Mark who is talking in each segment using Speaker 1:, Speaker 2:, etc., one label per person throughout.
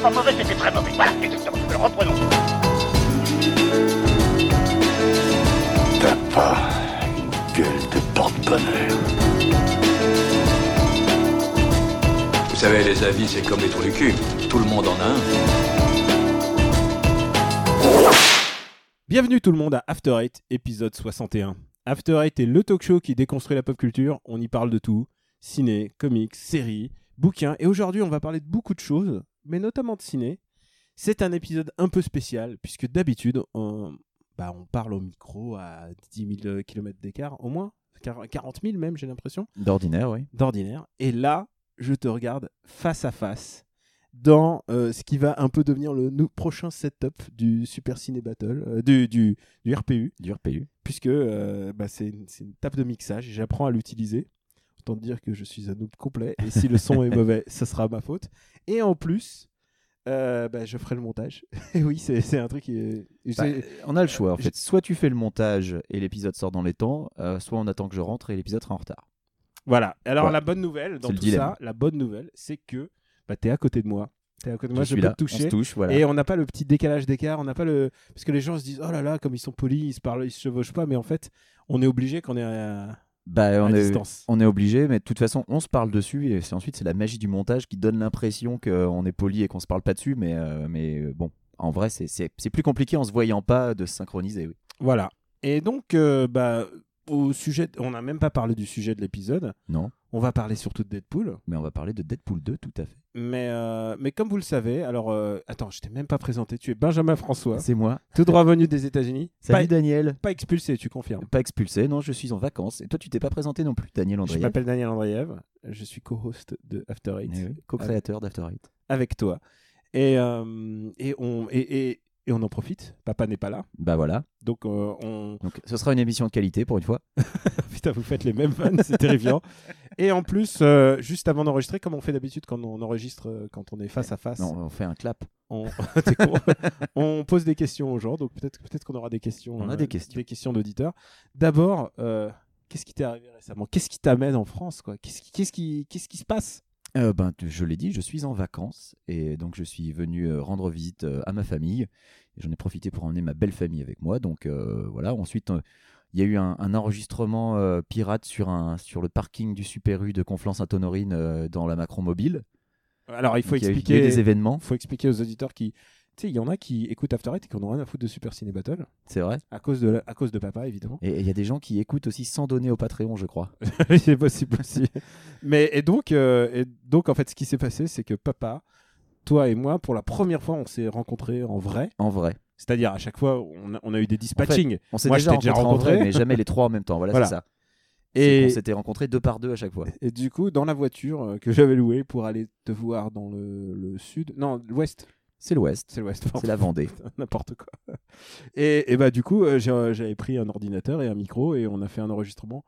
Speaker 1: pas mauvais, c'était très mauvais. Voilà, exactement. Je le reprenons.
Speaker 2: T'as pas une gueule de porte-bonheur.
Speaker 3: Vous savez, les avis, c'est comme les trous du cul. Tout le monde en a un.
Speaker 4: Bienvenue tout le monde à After Eight, épisode 61. After Eight est le talk show qui déconstruit la pop culture, on y parle de tout, ciné, comics, séries, bouquins, et aujourd'hui on va parler de beaucoup de choses, mais notamment de ciné. C'est un épisode un peu spécial, puisque d'habitude on, bah, on parle au micro à 10 000 km d'écart, au moins, quar- 40 000 même j'ai l'impression
Speaker 5: D'ordinaire, oui.
Speaker 4: d'ordinaire. Et là, je te regarde face à face dans euh, ce qui va un peu devenir le nou- prochain setup du Super Ciné Battle, euh, du, du, du RPU,
Speaker 5: Du RPU.
Speaker 4: puisque euh, bah, c'est une, c'est une table de mixage et j'apprends à l'utiliser. Autant te dire que je suis un noob complet et si le son est mauvais, ça sera ma faute. Et en plus, euh, bah, je ferai le montage. et oui, c'est c'est un truc qui est-
Speaker 5: Bah,
Speaker 4: c'est-
Speaker 5: on a le choix, en fait. euh, Soit tu fais le montage et l'épisode sort dans les temps, euh, soit on attend que je rentre et l'épisode sera en retard.
Speaker 4: Voilà. Alors
Speaker 5: Ouais.
Speaker 4: la bonne nouvelle dans
Speaker 5: C'est
Speaker 4: tout
Speaker 5: le dilemme.
Speaker 4: ça, la bonne nouvelle, c'est que bah, t'es à côté de moi. T'es à côté de moi,
Speaker 5: je
Speaker 4: je,
Speaker 5: suis
Speaker 4: peux
Speaker 5: là,
Speaker 4: te
Speaker 5: on se
Speaker 4: toucher.
Speaker 5: touche, voilà.
Speaker 4: Et on n'a pas le petit décalage d'écart, on n'a pas le parce que les gens se disent oh là là comme ils sont polis, ils se parlent, ils se chevauchent pas, mais en fait on est obligé qu'on est à,
Speaker 5: Bah,
Speaker 4: à
Speaker 5: on, est,
Speaker 4: distance.
Speaker 5: on est obligé, mais de toute façon, on se parle dessus et c'est ensuite c'est la magie du montage qui donne l'impression qu'on est poli et qu'on se parle pas dessus, mais, euh, mais euh, bon, en vrai, c'est- c'est c'est plus compliqué en se voyant pas de se synchroniser, oui.
Speaker 4: Voilà. Et donc euh, bah au sujet, de- on n'a même pas parlé du sujet de l'épisode.
Speaker 5: Non.
Speaker 4: On va parler surtout de Deadpool.
Speaker 5: Mais on va parler de Deadpool 2, tout à fait.
Speaker 4: Mais, euh, mais comme vous le savez, alors euh, attends, je t'ai même pas présenté. Tu es Benjamin François,
Speaker 5: C'est moi.
Speaker 4: tout droit venu des États-Unis.
Speaker 5: Salut
Speaker 4: Pas, e-
Speaker 5: Daniel.
Speaker 4: pas expulsé, tu confirmes.
Speaker 5: Pas expulsé, non, je suis en vacances. Et toi, tu t'es pas présenté non plus, Daniel
Speaker 4: Je
Speaker 5: André.
Speaker 4: m'appelle Daniel Andreev, je suis co-host de After Eight
Speaker 5: Eh Co-créateur d'After Eight.
Speaker 4: avec toi. Et, euh, et, on, et, et, et on en profite, papa n'est pas là.
Speaker 5: Bah voilà.
Speaker 4: Donc euh, on...
Speaker 5: Donc ce sera une émission de qualité pour une fois.
Speaker 4: Putain, vous faites les mêmes vannes, c'est terrifiant. Et en plus, euh, juste avant d'enregistrer, comme on fait d'habitude quand on enregistre, euh, quand on est face à face,
Speaker 5: Non, on fait un clap.
Speaker 4: on... t'es con. on pose des questions aux gens. Donc peut-être peut qu'on aura des questions. euh,
Speaker 5: On a des questions.
Speaker 4: Des questions d'auditeurs. D'abord, euh, qu'est-ce qui t'est arrivé récemment Qu'est-ce qui t'amène en France quoi Qu'est-ce qui, qu'est-ce qui, qu'est-ce qui se passe
Speaker 5: Euh, ben, tu- je l'ai dit, je suis en vacances et donc je suis venu euh, rendre visite euh, à ma famille. Et J'en ai profité pour emmener ma belle famille avec moi. Donc euh, voilà, ensuite euh, il y a eu un, un enregistrement euh, pirate sur, un, sur le parking du Super U de Conflans-Sainte-Honorine euh, dans la Macron Mobile.
Speaker 4: Alors il faut
Speaker 5: Donc, y a eu-
Speaker 4: expliquer.
Speaker 5: Il y a eu des événements,
Speaker 4: faut expliquer aux auditeurs qui. Tu sais, il y en a qui écoutent After Eight et qui en ont rien à foutre de Super Ciné Battle,
Speaker 5: c'est vrai.
Speaker 4: à cause de, la- à cause de papa, évidemment.
Speaker 5: Et et il y a des gens qui écoutent aussi sans donner au Patreon, je crois.
Speaker 4: c'est possible aussi. Mais, et donc, euh, et donc, en fait, ce qui s'est passé, c'est que papa, toi et moi, pour la première fois, on s'est rencontrés en vrai.
Speaker 5: En vrai.
Speaker 4: C'est-à-dire, à chaque fois, on a, on a eu des dispatchings.
Speaker 5: On s'est
Speaker 4: Moi,
Speaker 5: déjà,
Speaker 4: je t'ai déjà
Speaker 5: rencontrés en vrai,
Speaker 4: rencontré.
Speaker 5: mais jamais les trois en même temps. Voilà,
Speaker 4: Voilà.
Speaker 5: c'est ça. Et...
Speaker 4: et,
Speaker 5: On s'était rencontrés deux par deux à chaque fois.
Speaker 4: et du coup, dans la voiture euh, que j'avais louée pour aller te voir dans le, le sud. Non, l'ouest.
Speaker 5: C'est l'Ouest.
Speaker 4: C'est l'ouest, pardon.
Speaker 5: C'est la Vendée.
Speaker 4: n'importe quoi. Et, et bah du coup, euh, j'ai- euh, j'avais pris un ordinateur et un micro et on a fait un enregistrement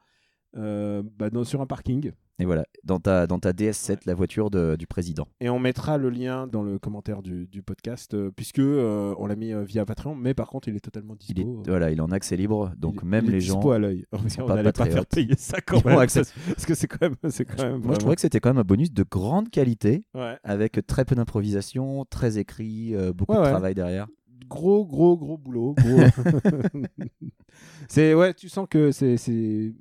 Speaker 4: euh, bah, dans- sur un parking.
Speaker 5: Et voilà, dans ta, dans ta DS7, la voiture de- du président.
Speaker 4: Et on mettra le lien dans le commentaire du, du podcast euh, puisque euh, on l'a mis euh, via Patreon, mais par contre, il est totalement
Speaker 5: Il est,
Speaker 4: dispo. euh,
Speaker 5: voilà, il est en accès libre, donc
Speaker 4: il-
Speaker 5: même
Speaker 4: il est
Speaker 5: les
Speaker 4: dispo
Speaker 5: gens.
Speaker 4: à l'œil.
Speaker 5: sont
Speaker 4: on
Speaker 5: pas
Speaker 4: n'allait pas faire
Speaker 5: patriotes.
Speaker 4: payer ça
Speaker 5: Ils
Speaker 4: quand
Speaker 5: ont
Speaker 4: même.
Speaker 5: accès-
Speaker 4: parce- Parce que c'est quand même. c'est quand même
Speaker 5: Moi, je trouvais que c'était quand même un bonus de grande qualité,
Speaker 4: Ouais.
Speaker 5: avec très peu d'improvisation, très écrit, euh, beaucoup
Speaker 4: Ouais,
Speaker 5: de
Speaker 4: ouais.
Speaker 5: travail derrière.
Speaker 4: Gros, gros, gros boulot. gros. c'est ouais, tu sens que c'est c'est-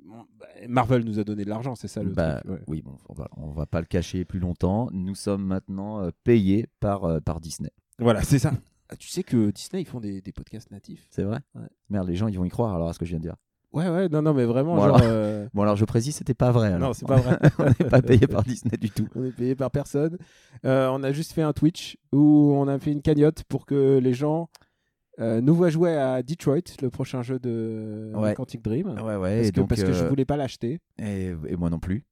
Speaker 4: Marvel nous a donné de l'argent, c'est ça le
Speaker 5: Bah,
Speaker 4: truc. ouais.
Speaker 5: Oui, bon, on va, on va pas le cacher plus longtemps. Nous sommes maintenant euh, payés par, euh, par Disney.
Speaker 4: Voilà, c'est ça.
Speaker 5: Ah,
Speaker 4: tu sais que Disney, ils font des, des podcasts natifs.
Speaker 5: C'est vrai
Speaker 4: Ouais.
Speaker 5: Merde, les gens, ils vont y croire alors à ce que je viens de dire.
Speaker 4: Ouais, ouais, non, non, mais vraiment,
Speaker 5: Bon,
Speaker 4: genre.
Speaker 5: alors.
Speaker 4: euh,
Speaker 5: Bon, alors je précise, c'était pas vrai. alors.
Speaker 4: Non, c'est pas vrai.
Speaker 5: on n'est pas payé par Disney du tout.
Speaker 4: on est payé par personne. Euh, on a juste fait un Twitch où on a fait une cagnotte pour que les gens euh, nous voient jouer à Detroit, le prochain jeu de
Speaker 5: Ouais.
Speaker 4: Quantic Dream.
Speaker 5: Ouais, ouais.
Speaker 4: parce,
Speaker 5: et
Speaker 4: que,
Speaker 5: donc,
Speaker 4: parce que je
Speaker 5: euh,
Speaker 4: voulais pas l'acheter.
Speaker 5: et- et moi non plus.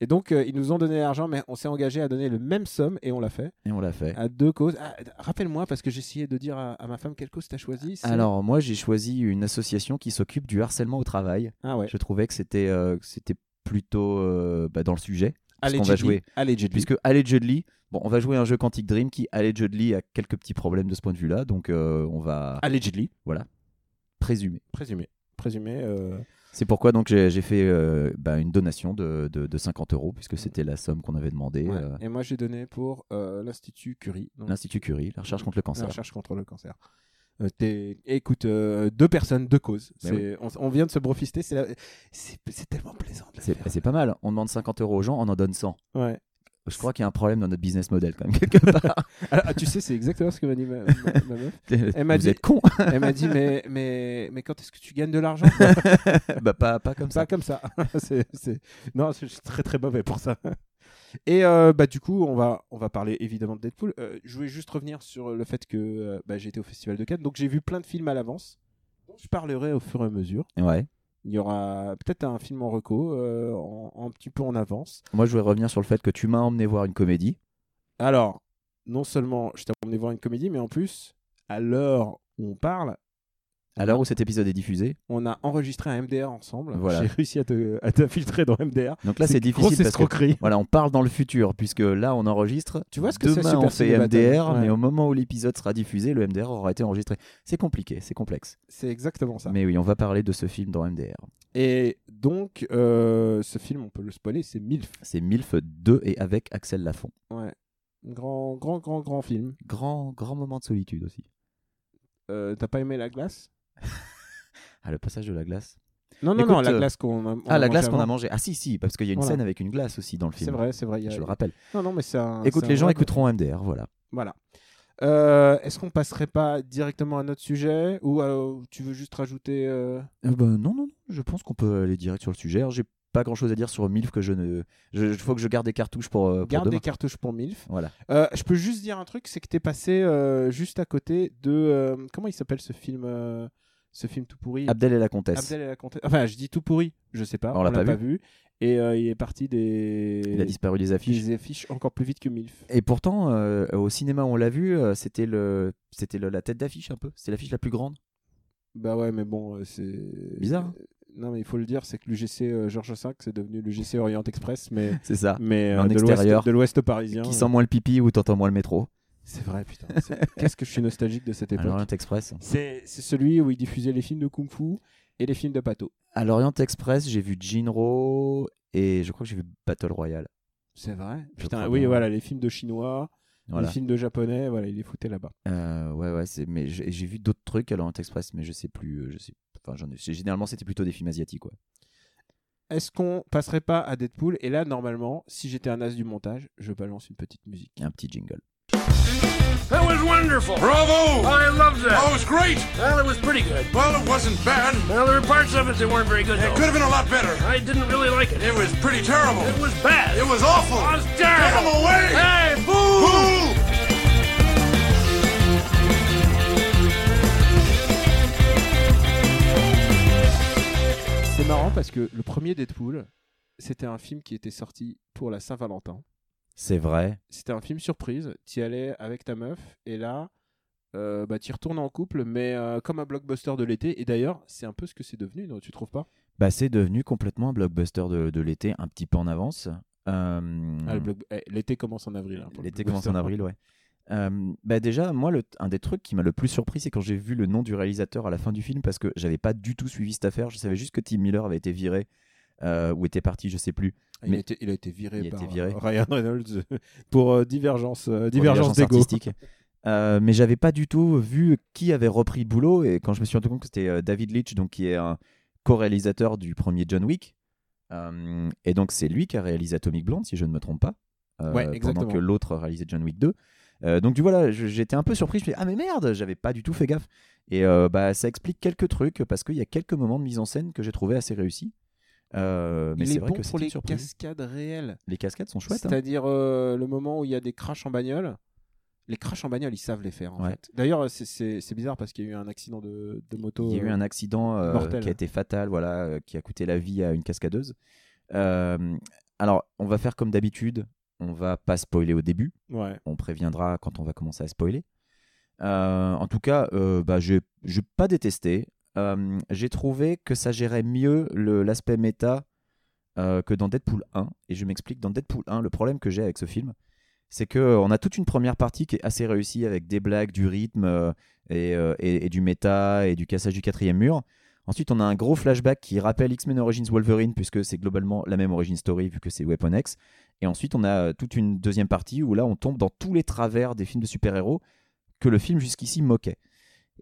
Speaker 4: Et donc, euh, ils nous ont donné l'argent, mais on s'est engagé à donner le même somme et on l'a fait.
Speaker 5: Et on l'a fait.
Speaker 4: À deux causes. Ah, Rappelle-moi, parce que j'essayais de dire à, à ma femme quelle cause t'as choisi. c'est-
Speaker 5: Alors moi j'ai choisi une association qui s'occupe du harcèlement au travail.
Speaker 4: ah ouais.
Speaker 5: Je trouvais que c'était euh, que c'était plutôt euh, bah, dans le sujet. Parce qu'on va
Speaker 4: Allegedly.
Speaker 5: jouer.
Speaker 4: Allegedly.
Speaker 5: Puisque allegedly, bon on va jouer à un jeu Quantic Dream qui allegedly a quelques petits problèmes de ce point de vue là, donc euh, on va
Speaker 4: Allegedly.
Speaker 5: présumer.
Speaker 4: Présumé. Présumé. euh,
Speaker 5: C'est pourquoi donc j'ai j'ai fait euh, bah, une donation de, de- de 50 euros, puisque c'était la somme qu'on avait demandé.
Speaker 4: Ouais.
Speaker 5: euh,
Speaker 4: Et moi, j'ai donné pour euh, l'Institut Curie. Donc,
Speaker 5: L'Institut Curie, la recherche contre le
Speaker 4: la
Speaker 5: cancer.
Speaker 4: recherche contre le cancer. Euh, t'es- Écoute, euh, deux personnes, deux causes.
Speaker 5: Mais
Speaker 4: C'est- on, on vient de se brofister. C'est la- c'est- c'est tellement plaisant de le
Speaker 5: C'est
Speaker 4: faire.
Speaker 5: c'est pas mal. On demande 50 euros aux gens, on en donne 100.
Speaker 4: Ouais.
Speaker 5: Je crois qu'il y a un problème dans notre business model quand même quelque part.
Speaker 4: Ah, ah, tu sais, c'est exactement ce que m'a dit ma, ma- ma meuf. m'a
Speaker 5: Vous
Speaker 4: dit-
Speaker 5: êtes con.
Speaker 4: Elle m'a dit mais, mais, mais quand est-ce que tu gagnes de l'argent
Speaker 5: bah pas, pas comme
Speaker 4: Pas
Speaker 5: ça.
Speaker 4: comme ça. C'est- c'est- Non, je suis très très mauvais pour ça. Et euh, bah, du coup, on va, on va parler évidemment de Deadpool. Euh, je voulais juste revenir sur le fait que euh, bah, j'ai été au Festival de Cannes, donc j'ai vu plein de films à l'avance. dont Je parlerai au fur et à mesure.
Speaker 5: Ouais.
Speaker 4: Il y aura peut-être un film en reco, euh, en- en- un petit peu en avance.
Speaker 5: Moi je voudrais revenir sur le fait que tu m'as emmené voir une comédie.
Speaker 4: Alors, non seulement je t'ai emmené voir une comédie, mais en plus, à l'heure où on parle,
Speaker 5: À l'heure où cet épisode est diffusé.
Speaker 4: on a enregistré un MDR ensemble.
Speaker 5: Voilà.
Speaker 4: J'ai réussi à te- à t'infiltrer dans MDR.
Speaker 5: Donc là c'est
Speaker 4: Grosse
Speaker 5: difficile parce que
Speaker 4: escroquerie.
Speaker 5: voilà, on parle dans le futur puisque là on enregistre.
Speaker 4: Tu vois ce que c'est,
Speaker 5: Demain
Speaker 4: Super
Speaker 5: on
Speaker 4: Ciné
Speaker 5: fait
Speaker 4: Battle
Speaker 5: MDR,
Speaker 4: Ouais.
Speaker 5: mais au moment où l'épisode sera diffusé, le MDR aura été enregistré. C'est compliqué, c'est complexe.
Speaker 4: C'est exactement ça.
Speaker 5: Mais oui, on va parler de ce film dans MDR.
Speaker 4: Et donc, euh, ce film, on peut le spoiler, c'est Milf.
Speaker 5: C'est Milf 2 et avec Axel Lafont.
Speaker 4: Ouais. Grand, grand, grand, grand film.
Speaker 5: Grand grand moment de solitude aussi.
Speaker 4: Euh, T'as pas aimé la glace
Speaker 5: Ah le passage de la glace.
Speaker 4: Non, non,
Speaker 5: Écoute,
Speaker 4: non, la
Speaker 5: euh,
Speaker 4: glace qu'on a. on
Speaker 5: ah la
Speaker 4: mangé
Speaker 5: glace qu'on
Speaker 4: avant.
Speaker 5: a mangée. Ah si si parce qu'il y a une
Speaker 4: Voilà.
Speaker 5: scène avec une glace aussi dans le film.
Speaker 4: C'est vrai, c'est vrai. il y a-
Speaker 5: Je le rappelle.
Speaker 4: Non, non, mais c'est un-
Speaker 5: Écoute,
Speaker 4: c'est
Speaker 5: les
Speaker 4: un
Speaker 5: gens
Speaker 4: vrai-
Speaker 5: écouteront MDR, voilà.
Speaker 4: Voilà. Euh, Est-ce qu'on passerait pas directement à notre sujet Ou euh, tu veux juste rajouter. euh,
Speaker 5: Eh ben, non, non, non, je pense qu'on peut aller direct sur le sujet. Alors, J'ai pas grand chose à dire sur MILF que je ne. Il faut que je garde des cartouches pour, euh, pour
Speaker 4: Garde
Speaker 5: demain.
Speaker 4: des cartouches pour Milf.
Speaker 5: Voilà.
Speaker 4: Euh, je peux juste dire un truc c'est que t'es passé euh, juste à côté de. euh, comment il s'appelle ce film euh, Ce film tout pourri
Speaker 5: Abdel et la comtesse.
Speaker 4: Abdel et la comtesse. Enfin, je dis tout pourri, je sais pas.
Speaker 5: On l'a pas
Speaker 4: vu. Et euh, il est parti des.
Speaker 5: Il a disparu des affiches.
Speaker 4: des affiches encore plus vite que Milf.
Speaker 5: Et pourtant, euh, au cinéma, on l'a vu, euh, c'était le, c'était le- la tête d'affiche un peu. C'était l'affiche la plus grande.
Speaker 4: Bah ouais, mais bon, euh, c'est.
Speaker 5: Bizarre. hein.
Speaker 4: Euh, Non, mais il faut le dire, c'est que l'UGC euh, Georges V, c'est devenu l'UGC Orient Express, mais.
Speaker 5: C'est ça.
Speaker 4: mais euh,
Speaker 5: Ah, En
Speaker 4: de l'ouest-
Speaker 5: extérieur.
Speaker 4: de l'ouest parisien. euh,
Speaker 5: Qui sent moins le pipi ou t'entends moins le métro.
Speaker 4: C'est vrai, putain. c'est- Qu'est-ce que je suis nostalgique de cette
Speaker 5: À
Speaker 4: époque.
Speaker 5: l'Orient Express.
Speaker 4: C'est c'est celui où ils diffusaient les films de Kung Fu et les films de Pato.
Speaker 5: À l'Orient Express, j'ai vu Jinro et je crois que j'ai vu Battle Royale.
Speaker 4: C'est vrai.
Speaker 5: Je
Speaker 4: Putain,
Speaker 5: crois
Speaker 4: oui,
Speaker 5: bien.
Speaker 4: voilà, les films de chinois,
Speaker 5: Voilà.
Speaker 4: les films de japonais, voilà, il les foutait là-bas.
Speaker 5: Euh, ouais, ouais, c'est, mais j'ai j'ai vu d'autres trucs à l'Orient Express, mais je sais plus. euh, Je sais, enfin, j'en ai, généralement, c'était plutôt des films asiatiques. Ouais.
Speaker 4: Est-ce qu'on passerait pas à Deadpool Et là, normalement, si j'étais un as du montage, je balance une petite musique.
Speaker 5: Un petit jingle.
Speaker 1: That was wonderful. Bravo! I loved that.
Speaker 6: Oh, it was great.
Speaker 1: Well, it was pretty good.
Speaker 6: Well, it wasn't bad.
Speaker 1: Well, there were parts of it that weren't very good.
Speaker 6: It
Speaker 1: though.
Speaker 6: could have been a lot better.
Speaker 1: I didn't really like it.
Speaker 6: It was pretty terrible.
Speaker 1: It was bad.
Speaker 6: It was awful.
Speaker 1: It was
Speaker 6: Get
Speaker 1: terrible.
Speaker 6: him away!
Speaker 1: Hey, boo!
Speaker 6: Fool!
Speaker 4: C'est marrant parce que le premier Deadpool, c'était un film qui était sorti pour la Saint-Valentin.
Speaker 5: C'est vrai.
Speaker 4: C'était un film surprise. T'y allais avec ta meuf et là, euh, bah, t'y retournes en couple, mais euh, comme un blockbuster de l'été. Et d'ailleurs, c'est un peu ce que c'est devenu, non, tu trouves pas
Speaker 5: Bah, c'est devenu complètement un blockbuster de, de l'été, un petit peu en avance. Euh,
Speaker 4: Ah, le block- eh, L'été commence en avril. hein, pour le
Speaker 5: l'été commence en
Speaker 4: blockbuster.
Speaker 5: avril, ouais. Euh, bah déjà, moi, le- un des trucs qui m'a le plus surpris, c'est quand j'ai vu le nom du réalisateur à la fin du film, parce que j'avais pas du tout suivi cette affaire. Je savais juste que Tim Miller avait été viré euh, ou était parti, je sais plus.
Speaker 4: Ah, Il,
Speaker 5: Mais-
Speaker 4: a été, il a été viré
Speaker 5: Il a
Speaker 4: par
Speaker 5: été viré.
Speaker 4: euh, Ryan Reynolds pour euh, divergence, euh,
Speaker 5: pour
Speaker 4: divergence
Speaker 5: divergence
Speaker 4: d'égo.
Speaker 5: artistique. Euh, mais j'avais pas du tout vu qui avait repris le boulot et quand je me suis rendu compte que c'était euh, David Leitch donc qui est un co-réalisateur du premier John Wick Euh, et donc c'est lui qui a réalisé Atomic Blonde si je ne me trompe pas euh,
Speaker 4: Ouais, exactement.
Speaker 5: pendant que l'autre réalisait John Wick 2 Euh, donc du voilà je- j'étais un peu surpris je me suis dit, ah mais merde j'avais pas du tout fait gaffe et euh, bah ça explique quelques trucs parce qu'il y a quelques moments de mise en scène que j'ai trouvé assez réussis Euh, mais
Speaker 4: il
Speaker 5: c'est
Speaker 4: est
Speaker 5: vrai
Speaker 4: bon
Speaker 5: que
Speaker 4: pour
Speaker 5: c'était une
Speaker 4: les
Speaker 5: surprise.
Speaker 4: cascades réelles.
Speaker 5: les cascades sont chouettes hein.
Speaker 4: C'est-à-dire euh, le moment où il y a des crashs en bagnole. Les crashs en bagnole, ils savent les faire en
Speaker 5: Ouais.
Speaker 4: fait. D'ailleurs, euh, c'est- c'est c'est bizarre parce qu'il y a eu un accident de, de moto.
Speaker 5: Il y a eu
Speaker 4: euh,
Speaker 5: un accident euh,
Speaker 4: mortel.
Speaker 5: qui a été fatal, voilà, euh, qui a coûté la vie à une cascadeuse. Euh, alors, on va faire comme d'habitude, on va pas spoiler au début,
Speaker 4: Ouais.
Speaker 5: on préviendra quand on va commencer à spoiler. Euh, en tout cas, euh, bah, je n'ai pas détesté. Euh, J'ai trouvé que ça gérait mieux le- l'aspect méta euh, que dans Deadpool 1. Et je m'explique, dans Deadpool 1, le problème que j'ai avec ce film, c'est qu'on a toute une première partie qui est assez réussie avec des blagues, du rythme euh, et, euh, et- et du méta et du cassage du quatrième mur. Ensuite, on a un gros flashback qui rappelle X-Men Origins Wolverine, puisque c'est globalement la même origin story, vu que c'est Weapon X. Et ensuite, on a euh, toute une deuxième partie où là, on tombe dans tous les travers des films de super-héros que le film jusqu'ici moquait.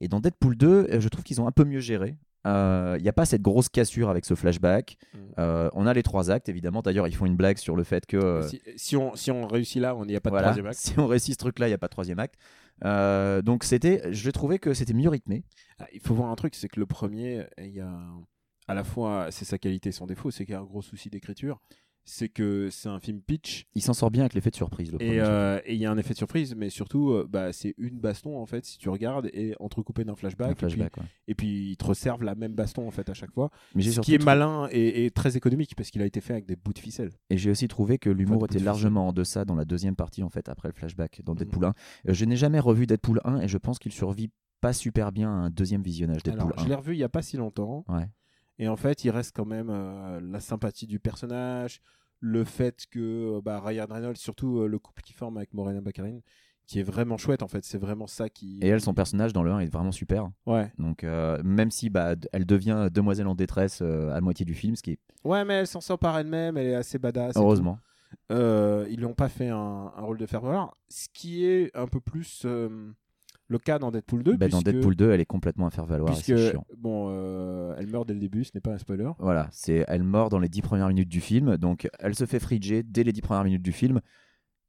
Speaker 5: Et dans Deadpool 2, euh, je trouve qu'ils ont un peu mieux géré. Euh, Il n'y a pas cette grosse cassure avec ce flashback.
Speaker 4: Mm.
Speaker 5: Euh, on a les trois actes, évidemment. D'ailleurs, ils font une blague sur le fait que. euh,
Speaker 4: Si, si on, si on réussit là, on n'y a pas de
Speaker 5: voilà,
Speaker 4: troisième acte.
Speaker 5: Si on réussit ce truc-là, il n'y a pas de troisième acte. Euh, donc, c'était, je trouvais que c'était mieux rythmé.
Speaker 4: Ah, il faut voir un truc, c'est que le premier, il y a à la fois, c'est sa qualité et son défaut, c'est qu'il y a un gros souci d'écriture, c'est que c'est un film pitch
Speaker 5: Il s'en sort bien avec l'effet de surprise. Le
Speaker 4: et
Speaker 5: premier.
Speaker 4: euh, et il y a un effet de surprise, mais surtout, euh, bah, c'est une baston en fait, si tu regardes, et entrecoupé d'un flashback,
Speaker 5: Un
Speaker 4: et puis-
Speaker 5: flashback, ouais.
Speaker 4: Et, puis, ils te resservent la même baston en fait à chaque fois,
Speaker 5: Mais j'ai
Speaker 4: ce
Speaker 5: surtout
Speaker 4: qui est
Speaker 5: trouvé-
Speaker 4: malin et, et très économique parce qu'il a été fait avec des bouts de ficelle.
Speaker 5: Et j'ai aussi trouvé que
Speaker 4: Pas
Speaker 5: l'humour
Speaker 4: de bout
Speaker 5: était
Speaker 4: de
Speaker 5: largement en deçà dans la deuxième partie, en fait, après le flashback
Speaker 4: Mhm.
Speaker 5: dans Deadpool 1. Euh, Je n'ai jamais revu Deadpool 1 et je pense qu'il survit pas super bien à un deuxième visionnage Deadpool
Speaker 4: Alors, je l'ai revu il y a pas si longtemps.
Speaker 5: Ouais.
Speaker 4: Et en fait, il reste quand même euh, la sympathie du personnage, le fait que euh, bah, Ryan Reynolds, surtout euh, le couple qu'il forme avec Morena Baccarin, qui est vraiment chouette en fait. C'est vraiment ça qui.
Speaker 5: 1. Et elle, son personnage dans le 1 est vraiment super.
Speaker 4: Ouais.
Speaker 5: Donc, euh, même si bah, d- elle devient demoiselle en détresse euh, à la moitié du film, ce qui est
Speaker 4: Ouais, mais elle s'en sort par elle-même, elle est assez badass. et
Speaker 5: heureusement.
Speaker 4: tout. Euh, ils lui ont pas fait un, un rôle de ferveur. Ce qui est un peu plus euh, le cas dans Deadpool 2.
Speaker 5: Bah, Dans
Speaker 4: puisque-
Speaker 5: Deadpool 2, elle est complètement à faire valoir. et
Speaker 4: Puisque,
Speaker 5: C'est chiant.
Speaker 4: bon, euh, elle meurt dès le début, ce n'est pas un spoiler.
Speaker 5: Voilà, c'est elle meurt dans les dix premières minutes du film, donc elle se fait friger dès les dix premières minutes du film.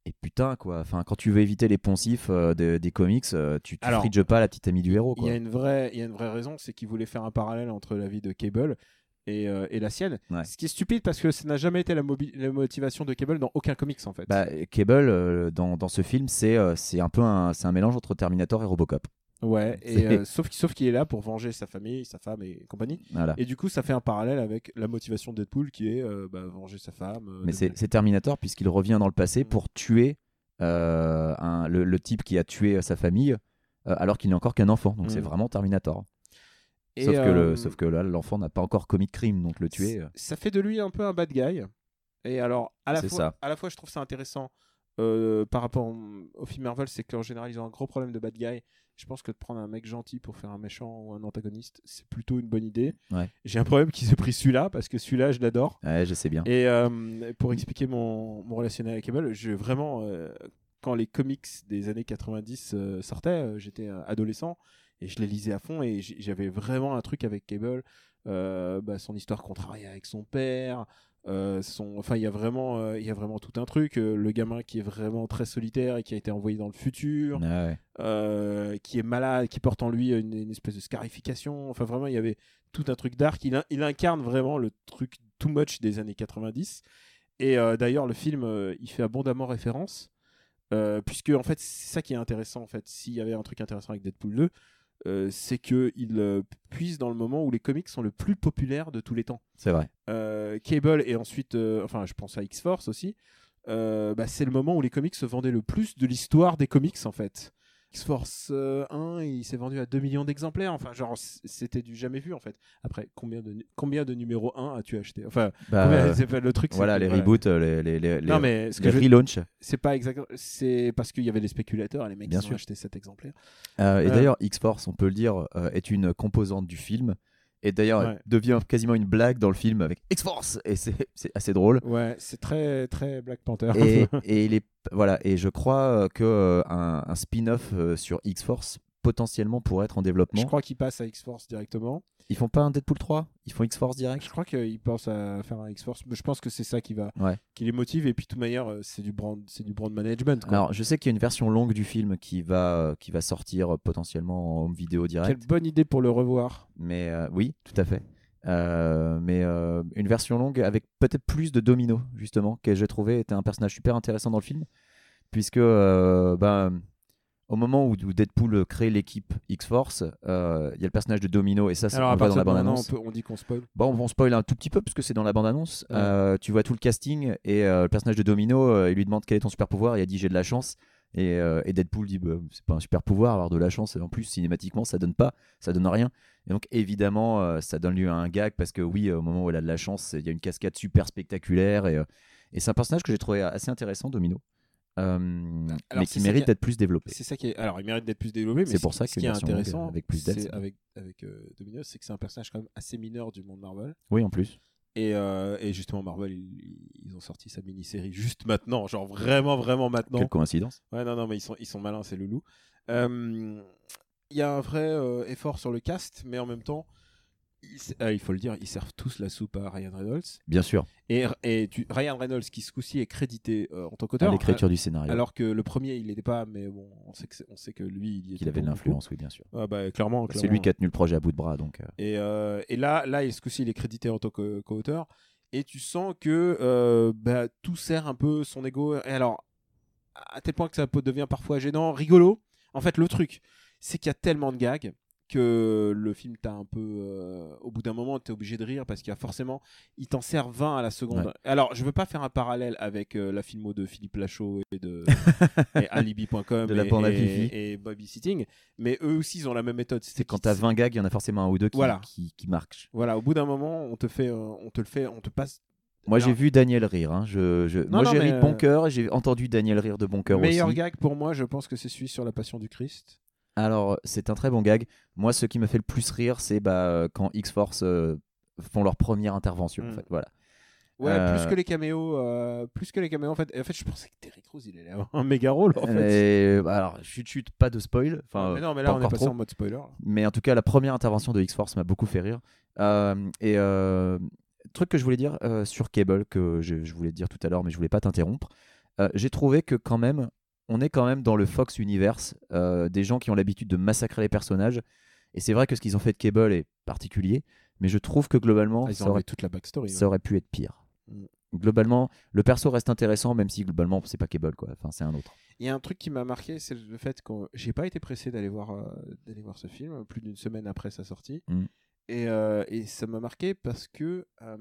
Speaker 5: Et putain quoi, enfin quand tu veux éviter les poncifs euh, des, des comics, euh, tu, tu
Speaker 4: Alors,
Speaker 5: fridges pas la petite amie du héros
Speaker 4: Il y
Speaker 5: quoi.
Speaker 4: a une vraie, il y a une vraie raison, c'est qu'il voulait faire un parallèle entre la vie de Cable et, euh, et la sienne.
Speaker 5: Ouais.
Speaker 4: Ce qui est stupide parce que ça n'a jamais été la, mobi- la motivation de Cable dans aucun comics en fait.
Speaker 5: Bah, Cable euh, dans, dans ce film c'est euh, c'est un peu un c'est un mélange entre Terminator et Robocop.
Speaker 4: ouais. Et,
Speaker 5: c'est-
Speaker 4: euh, sauf qu'il- sauf qu'il est là pour venger sa famille, sa femme et compagnie.
Speaker 5: Voilà.
Speaker 4: Et du coup, ça fait un parallèle avec la motivation de Deadpool qui est euh, bah, venger sa femme. euh,
Speaker 5: Mais c'est
Speaker 4: devenir-
Speaker 5: c'est Terminator puisqu'il revient dans le passé
Speaker 4: Mm.
Speaker 5: pour tuer euh, un- le, le type qui a tué euh, sa famille euh, alors qu'il n'est encore qu'un enfant. Donc
Speaker 4: Mm.
Speaker 5: c'est vraiment Terminator.
Speaker 4: Et,
Speaker 5: Sauf, que
Speaker 4: euh,
Speaker 5: le, sauf que là l'enfant n'a pas encore commis de crime donc le tuer. euh,
Speaker 4: Ça fait de lui un peu un bad guy. Et alors, à la,
Speaker 5: C'est
Speaker 4: fois,
Speaker 5: ça.
Speaker 4: à la fois, je trouve ça intéressant euh, par rapport au, au film Marvel, c'est qu'en général, ils ont un gros problème de bad guy. Je pense que de prendre un mec gentil pour faire un méchant ou un antagoniste, c'est plutôt une bonne idée.
Speaker 5: Ouais.
Speaker 4: J'ai un problème qu'ils aient pris celui-là, parce que celui-là, je l'adore.
Speaker 5: Ouais, je sais bien.
Speaker 4: Et euh, pour expliquer mon, mon relationnel avec Cable, je vraiment, euh, quand les comics des années 90 euh, sortaient, euh, j'étais euh, adolescent et je les lisais à fond et j- j'avais vraiment un truc avec Cable, euh, bah, son histoire contrariée avec son père. euh, son... Enfin, il y a vraiment, euh, il y a vraiment tout un truc. euh, le gamin qui est vraiment très solitaire et qui a été envoyé dans le futur,
Speaker 5: Ouais, Ah ouais.
Speaker 4: euh, qui est malade, qui porte en lui une, une espèce de scarification. Enfin, vraiment, il y avait tout un truc dark. Il, in- il incarne vraiment le truc too much des années 90. Et euh, d'ailleurs, le film, euh, il fait abondamment référence. euh, puisque, en fait, c'est ça qui est intéressant. En fait, s'il y avait un truc intéressant avec Deadpool 2, euh, c'est qu'il euh, puise dans le moment où les comics sont le plus populaires de tous les temps
Speaker 5: C'est vrai.
Speaker 4: euh, Cable et ensuite, euh, enfin, je pense à X-Force aussi, euh, bah, c'est le moment où les comics se vendaient le plus de l'histoire des comics en fait. X-Force euh, 1, il s'est vendu à 2 millions d'exemplaires, enfin, genre, c- c'était du jamais vu en fait. Après, combien de, nu- combien de numéro 1 as-tu acheté Enfin,
Speaker 5: Bah,
Speaker 4: combien-
Speaker 5: euh,
Speaker 4: c'est pas le truc. c'est
Speaker 5: voilà,
Speaker 4: que-
Speaker 5: les reboots, euh, les, les, les,
Speaker 4: Non,
Speaker 5: les-
Speaker 4: mais ce que
Speaker 5: les
Speaker 4: je-
Speaker 5: relaunchs.
Speaker 4: c'est pas exactement. C'est parce qu'il y avait des spéculateurs, les mecs
Speaker 5: Bien
Speaker 4: qui ont
Speaker 5: sûr.
Speaker 4: acheté 7 exemplaires.
Speaker 5: Euh, et
Speaker 4: Euh,
Speaker 5: d'ailleurs, X-Force, on peut le dire, euh, est une composante du film. Et d'ailleurs,
Speaker 4: Ouais.
Speaker 5: elle devient quasiment une blague dans le film avec X-Force. Et c'est c'est assez drôle.
Speaker 4: Ouais, c'est très, très Black Panther.
Speaker 5: et, et il est- voilà, et je crois euh, que euh, un, un spin-off euh, sur X-Force potentiellement pourrait être en développement.
Speaker 4: je crois qu'ils passent à X-Force directement.
Speaker 5: Ils font pas un Deadpool 3 Ils font X-Force direct
Speaker 4: Ah, Je crois qu'ils pensent à faire un X-Force, mais je pense que c'est ça qui va,
Speaker 5: Ouais.
Speaker 4: qui les motive. Et puis, de toute manière, euh, c'est du brand, c'est du brand management. quoi.
Speaker 5: Alors, je sais qu'il y a une version longue du film qui va, euh, qui va sortir euh, potentiellement en home vidéo direct.
Speaker 4: Quelle bonne idée pour le revoir.
Speaker 5: Mais euh, oui, tout à fait. Euh, mais euh, une version longue avec peut-être plus de Domino, justement, que j'ai trouvé était un personnage super intéressant dans le film. Puisque euh, ben, au moment où, où Deadpool crée l'équipe X-Force, euh, il y a le personnage de Domino, et ça, c'est on
Speaker 4: Alors, à
Speaker 5: le voit dans
Speaker 4: partir
Speaker 5: la
Speaker 4: de maintenant, on,
Speaker 5: bande-annonce.
Speaker 4: peut- on dit qu'on spoil.
Speaker 5: Bon, on spoil un tout petit peu, puisque c'est dans la bande-annonce.
Speaker 4: Ouais.
Speaker 5: Euh, tu vois tout le casting, et euh, le personnage de Domino, euh, il lui demande quel est ton super pouvoir, il a dit j'ai de la chance. Et, euh, et Deadpool dit Bah, c'est pas un super pouvoir avoir de la chance en plus cinématiquement ça donne pas ça donne rien et donc évidemment euh, ça donne lieu à un gag parce que oui euh, au moment où elle a de la chance il y a une cascade super spectaculaire et, euh, et c'est un personnage que j'ai trouvé assez intéressant Domino euh, mais
Speaker 4: c'est
Speaker 5: qui
Speaker 4: ça
Speaker 5: mérite
Speaker 4: qui a-
Speaker 5: d'être plus développé.
Speaker 4: C'est ça qui est. Alors, il mérite d'être plus développé, mais
Speaker 5: C'est pour
Speaker 4: ce-
Speaker 5: ça
Speaker 4: ce
Speaker 5: qu'une
Speaker 4: qui est
Speaker 5: version longue,
Speaker 4: intéressant
Speaker 5: avec plus depth,
Speaker 4: c'est
Speaker 5: c'est bien.
Speaker 4: avec avec euh, Dominion, c'est que c'est un personnage quand même assez mineur du monde Marvel.
Speaker 5: Oui, en plus.
Speaker 4: Et, euh, et justement, Marvel, ils, ils ont sorti sa mini-série juste maintenant, genre vraiment, vraiment maintenant.
Speaker 5: Quelle coïncidence.
Speaker 4: Ouais, non, non, mais ils sont, ils sont malins, c'est loulou. Euh, Il y a un vrai euh, effort sur le cast, mais en même temps, ils- ah, il faut le dire, ils servent tous la soupe à Ryan Reynolds.
Speaker 5: Bien sûr,
Speaker 4: Et, et tu- Ryan Reynolds, qui ce coup-ci est crédité euh, en tant
Speaker 5: à
Speaker 4: qu'auteur. euh,
Speaker 5: l'écriture du scénario.
Speaker 4: Alors que le premier, il n'était pas, mais bon, on sait que, c'est- on sait que lui, il y
Speaker 5: qu'il
Speaker 4: était
Speaker 5: avait de
Speaker 4: pour
Speaker 5: l'influence, oui, bien sûr.
Speaker 4: beaucoup. Ah bah, clairement,
Speaker 5: C'est lui
Speaker 4: clairement.
Speaker 5: qui a tenu le projet à bout de bras, donc. euh,
Speaker 4: Et, euh, et là, là, il- ce coup-ci, il est crédité en tant que- qu'auteur. Et tu sens que euh, bah, tout sert un peu son ego. Et alors, à tel point que ça peut- devient parfois gênant, rigolo. En fait, le truc, c'est qu'il y a tellement de gags que le film t'a un peu euh, au bout d'un moment t'es obligé de rire parce qu'il y a forcément il t'en sert 20 à la seconde
Speaker 5: Ouais.
Speaker 4: alors je veux pas faire un parallèle avec euh, la filmo de Philippe Lachaud et de et alibi.com
Speaker 5: De la
Speaker 4: et,
Speaker 5: porno à Fifi.
Speaker 4: et, et Bobby Sitting mais eux aussi ils ont la même méthode c'est
Speaker 5: quand
Speaker 4: qu'ils-
Speaker 5: t'as 20 gags, il y en a forcément un ou deux qui,
Speaker 4: Voilà.
Speaker 5: qui, qui marquent.
Speaker 4: voilà, au bout d'un moment, on te fait, euh, on te le fait, on te passe.
Speaker 5: Moi, j'ai
Speaker 4: Alors-
Speaker 5: vu Daniel rire. hein. Je, je-
Speaker 4: Non,
Speaker 5: Moi,
Speaker 4: non,
Speaker 5: j'ai
Speaker 4: mais,
Speaker 5: ri de bon
Speaker 4: euh,
Speaker 5: cœur. J'ai entendu Daniel rire de bon cœur aussi.
Speaker 4: Meilleur gag pour moi, je pense que c'est celui sur la Passion du Christ.
Speaker 5: Alors, c'est un très bon gag. Moi, ce qui me fait le plus rire, c'est bah, euh, quand X-Force euh, font leur première intervention.
Speaker 4: Mm.
Speaker 5: En fait, voilà.
Speaker 4: Ouais,
Speaker 5: Euh,
Speaker 4: plus que les caméos, euh, plus que les caméos. En fait, Et en fait, je pensais que Terry Crews il allait avoir un méga rôle. En fait.
Speaker 5: Et, bah, alors, chut, chut, pas de spoil. Enfin,
Speaker 4: mais
Speaker 5: euh,
Speaker 4: non, mais
Speaker 5: pas
Speaker 4: là on est
Speaker 5: encore
Speaker 4: passé
Speaker 5: trop. Ah,
Speaker 4: en mode spoiler.
Speaker 5: Mais en tout cas, la première intervention de X-Force m'a beaucoup fait rire. Euh, et euh, truc que je voulais dire euh, sur Cable, que je, je voulais dire tout à l'heure, mais je voulais pas t'interrompre. euh, J'ai trouvé que quand même, on est quand même dans le Fox Universe, euh, des gens qui ont l'habitude de massacrer les personnages. Et c'est vrai que ce qu'ils ont fait de Cable est particulier, mais je trouve que globalement,
Speaker 4: Ah, ils
Speaker 5: ça
Speaker 4: ont
Speaker 5: aurait,
Speaker 4: enlevé toute la backstory. ouais.
Speaker 5: ça aurait pu être pire.
Speaker 4: Mm.
Speaker 5: Globalement, le perso reste intéressant, même si globalement, c'est pas Cable, quoi. Enfin, c'est un autre.
Speaker 4: Il y a un truc qui m'a marqué, c'est le fait que j'ai pas été pressé d'aller voir, euh, d'aller voir ce film, plus d'une semaine après sa sortie.
Speaker 5: Mm.
Speaker 4: Et, euh, et ça m'a marqué parce que, euh,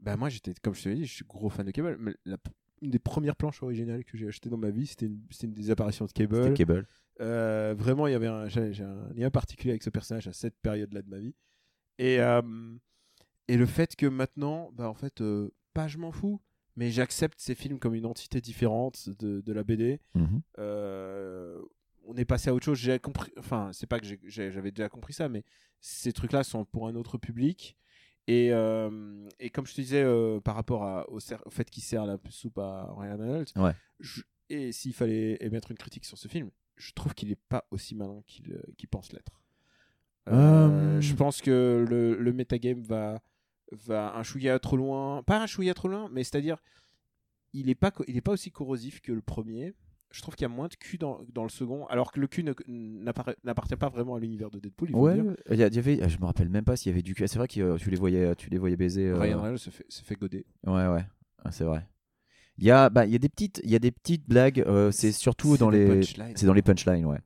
Speaker 4: bah moi j'étais, comme je te l'ai dit, je suis gros fan de Cable. Mais la- une des premières planches originales que j'ai achetées dans ma vie, c'était une, c'était une des apparitions de Cable.
Speaker 5: C'était Cable.
Speaker 4: Euh, vraiment, il y avait un, j'ai, j'ai un lien particulier avec ce personnage à cette période-là de ma vie. Et, euh, et le fait que maintenant, bah en fait, euh, pas je m'en fous, mais j'accepte ces films comme une entité différente de, de la BD.
Speaker 5: Mhm.
Speaker 4: Euh, on est passé à autre chose. J'ai compris. Enfin, c'est pas que j'ai- j'ai- j'avais déjà compris ça, mais ces trucs-là sont pour un autre public. Et, euh, et comme je te disais euh, par rapport à- au, ser- au fait qu'il sert la soupe à Ryan Reynolds,
Speaker 5: Ouais.
Speaker 4: je- et s'il fallait émettre une critique sur ce film, je trouve qu'il n'est pas aussi malin qu'il euh, qu'il pense l'être. Euh,
Speaker 5: Euh,
Speaker 4: Je pense que le, le metagame va, va un chouïa trop loin. Pas un chouïa trop loin, mais c'est-à-dire, il n'est pas, co- il est pas aussi corrosif que le premier. Je trouve qu'il y a moins de cul dans, dans le second, alors que le cul ne- n'appara- n'appartient pas vraiment à l'univers de Deadpool. Il faut
Speaker 5: Ouais,
Speaker 4: le dire.
Speaker 5: il y a- il y avait, je me rappelle même pas s'il y avait du cul. Ah, C'est vrai que euh, tu les voyais, tu les voyais baiser. euh,
Speaker 4: Ryan Reynolds se fait, se fait goder.
Speaker 5: Ouais, ouais, Ah, c'est vrai. Il y a, bah, il y a des petites, il y a des petites blagues. euh, c'est surtout dans les,
Speaker 4: punchlines.
Speaker 5: c'est dans les punchlines, ouais.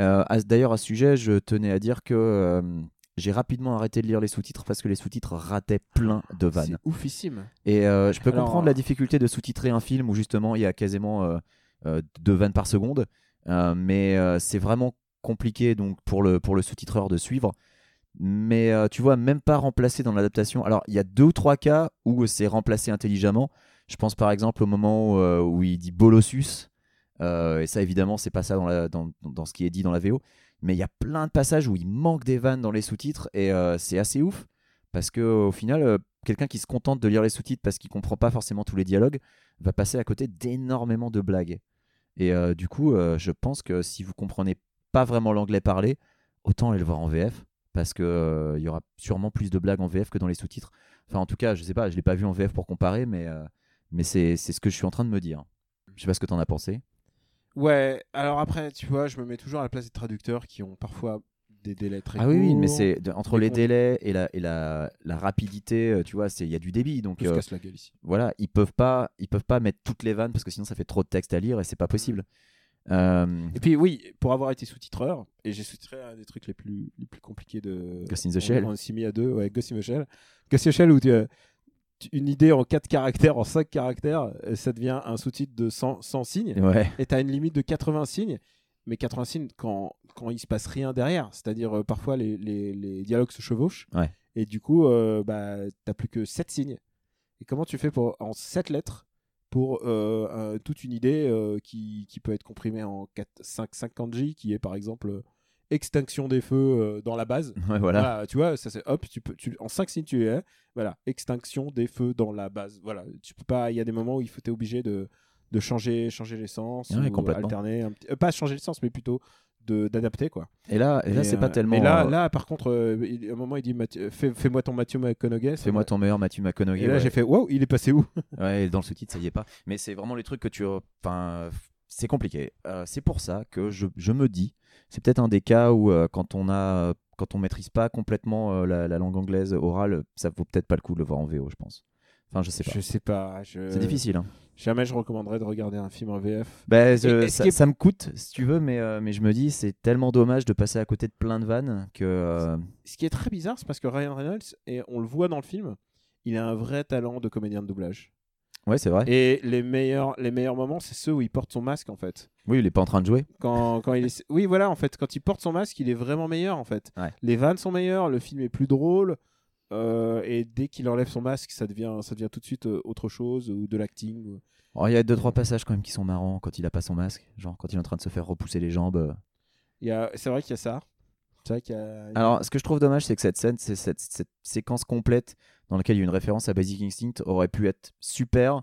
Speaker 5: Euh, à- D'ailleurs, à ce sujet, je tenais à dire que euh, j'ai rapidement arrêté de lire les sous-titres parce que les sous-titres rataient plein de vannes.
Speaker 4: C'est oufissime.
Speaker 5: Et euh, je peux
Speaker 4: Alors,
Speaker 5: comprendre
Speaker 4: euh,
Speaker 5: la difficulté de sous-titrer un film où justement il y a quasiment euh, euh, deux vannes par seconde, Euh, mais euh, c'est vraiment compliqué donc pour le, pour le sous-titreur de suivre. Mais euh, tu vois, même pas remplacé dans l'adaptation. Alors il y a deux ou trois cas où c'est remplacé intelligemment. Je pense par exemple au moment où, euh, où il dit Bolossus, Euh, et ça évidemment c'est pas ça dans, la, dans, dans ce qui est dit dans la VO, mais il y a plein de passages où il manque des vannes dans les sous-titres et euh, c'est assez ouf parce que au final euh, quelqu'un qui se contente de lire les sous-titres parce qu'il comprend pas forcément tous les dialogues va passer à côté d'énormément de blagues et euh, du coup euh, je pense que si vous comprenez pas vraiment l'anglais parlé autant aller le voir en VF parce que euh, il y aura sûrement plus de blagues en VF que dans les sous-titres enfin en tout cas je sais pas je l'ai pas vu en VF pour comparer mais euh, mais c'est c'est ce que je suis en train de me dire je sais pas ce que t'en as pensé
Speaker 4: Ouais, alors après, tu vois, je me mets toujours à la place des traducteurs qui ont parfois des délais très
Speaker 5: ah oui, oui,
Speaker 4: courts.
Speaker 5: mais c'est de- entre
Speaker 4: les
Speaker 5: les
Speaker 4: cons-
Speaker 5: délais et la, et la, la rapidité, euh, tu vois, c'est- il y a du débit. Donc,
Speaker 4: Tout se
Speaker 5: euh,
Speaker 4: casse la gueule ici.
Speaker 5: voilà, ils peuvent pas, ils peuvent pas mettre toutes les vannes parce que sinon ça fait trop de texte à lire et c'est pas possible. Euh,
Speaker 4: Et puis oui, pour avoir été sous-titreur, et j'ai sous-titré un des trucs les plus, les plus compliqués de...
Speaker 5: Ghost in the Shell.
Speaker 4: On, on s'est mis à deux, ouais, Ghost in the Shell. Ghost in the Shell où tu as tu- une idée en 4 caractères, en 5 caractères, euh, ça devient un sous-titre de 100, 100 signes,
Speaker 5: ouais,
Speaker 4: et tu as une limite de 80 signes, mais 80 signes quand, quand il se passe rien derrière, c'est-à-dire euh, parfois les, les, les dialogues se chevauchent,
Speaker 5: Ouais.
Speaker 4: et du coup, euh, bah, tu plus que 7 signes. Et comment tu fais pour, en 7 lettres pour euh, un- toute une idée euh, qui, qui peut être comprimée en 4, 5, 50 J, qui est par exemple euh, extinction des feux euh, dans la base.
Speaker 5: Ouais, voilà.
Speaker 4: Voilà, tu vois, ça c'est hop, tu peux, tu, en 5 signes tu y es. Voilà, extinction des feux dans la base. Voilà, tu peux pas, il y a des moments où il faut t'es obligé de, de changer, changer l'essence,
Speaker 5: Ouais,
Speaker 4: ou
Speaker 5: complètement.
Speaker 4: alterner, un petit- euh, pas changer l'essence, mais plutôt de d'adapter quoi.
Speaker 5: Et là, et là,
Speaker 4: Et,
Speaker 5: c'est
Speaker 4: euh,
Speaker 5: pas tellement.
Speaker 4: Mais là,
Speaker 5: euh,
Speaker 4: là par contre, euh, il- à un moment il dit Mathieu- fais- fais-moi ton Mathieu McConaughey. ça
Speaker 5: Fais-moi
Speaker 4: m'a-
Speaker 5: ton meilleur Mathieu McConaughey.
Speaker 4: Et là
Speaker 5: ouais.
Speaker 4: j'ai fait waouh, il est passé où
Speaker 5: Ouais, et dans le sous-titre, ça y est pas. Mais c'est vraiment les trucs que tu. Enfin, c'est compliqué. Euh, c'est pour ça que je, je me dis, c'est peut-être un des cas où euh, quand on a, quand on maîtrise pas complètement euh, la, la langue anglaise orale, ça vaut peut-être pas le coup de le voir en VO, je pense. Enfin, je sais pas.
Speaker 4: Je sais pas. je-
Speaker 5: C'est difficile. Hein.
Speaker 4: Jamais je recommanderais de regarder un film en VF.
Speaker 5: Ben, je-
Speaker 4: est-ce
Speaker 5: ça,
Speaker 4: qu'il-
Speaker 5: ça me coûte, si tu veux, mais, euh, mais je me dis, c'est tellement dommage de passer à côté de plein de vannes que. euh,
Speaker 4: Ce qui est très bizarre, c'est parce que Ryan Reynolds, et on le voit dans le film, il a un vrai talent de comédien de doublage.
Speaker 5: Ouais, c'est vrai.
Speaker 4: Et les meilleurs, les meilleurs moments, c'est ceux où il porte son masque en fait.
Speaker 5: Oui, il est pas en train de jouer.
Speaker 4: Quand, quand il est... Oui, voilà, en fait, quand il porte son masque, il est vraiment meilleur en fait.
Speaker 5: Ouais.
Speaker 4: Les vannes sont meilleures, le film est plus drôle. euh, et dès qu'il enlève son masque, ça devient, ça devient tout de suite euh, autre chose ou de l'acting. ou-
Speaker 5: Alors, Oh, Il y a deux trois passages quand même qui sont marrants quand il a pas son masque, genre quand il est en train de se faire repousser les jambes. euh,
Speaker 4: Il y a... C'est vrai qu'il y a ça. C'est vrai qu'il y a.
Speaker 5: Alors, ce que je trouve dommage, c'est que cette scène, c'est cette, cette séquence complète dans laquelle il y a une référence à Basic Instinct aurait pu être super,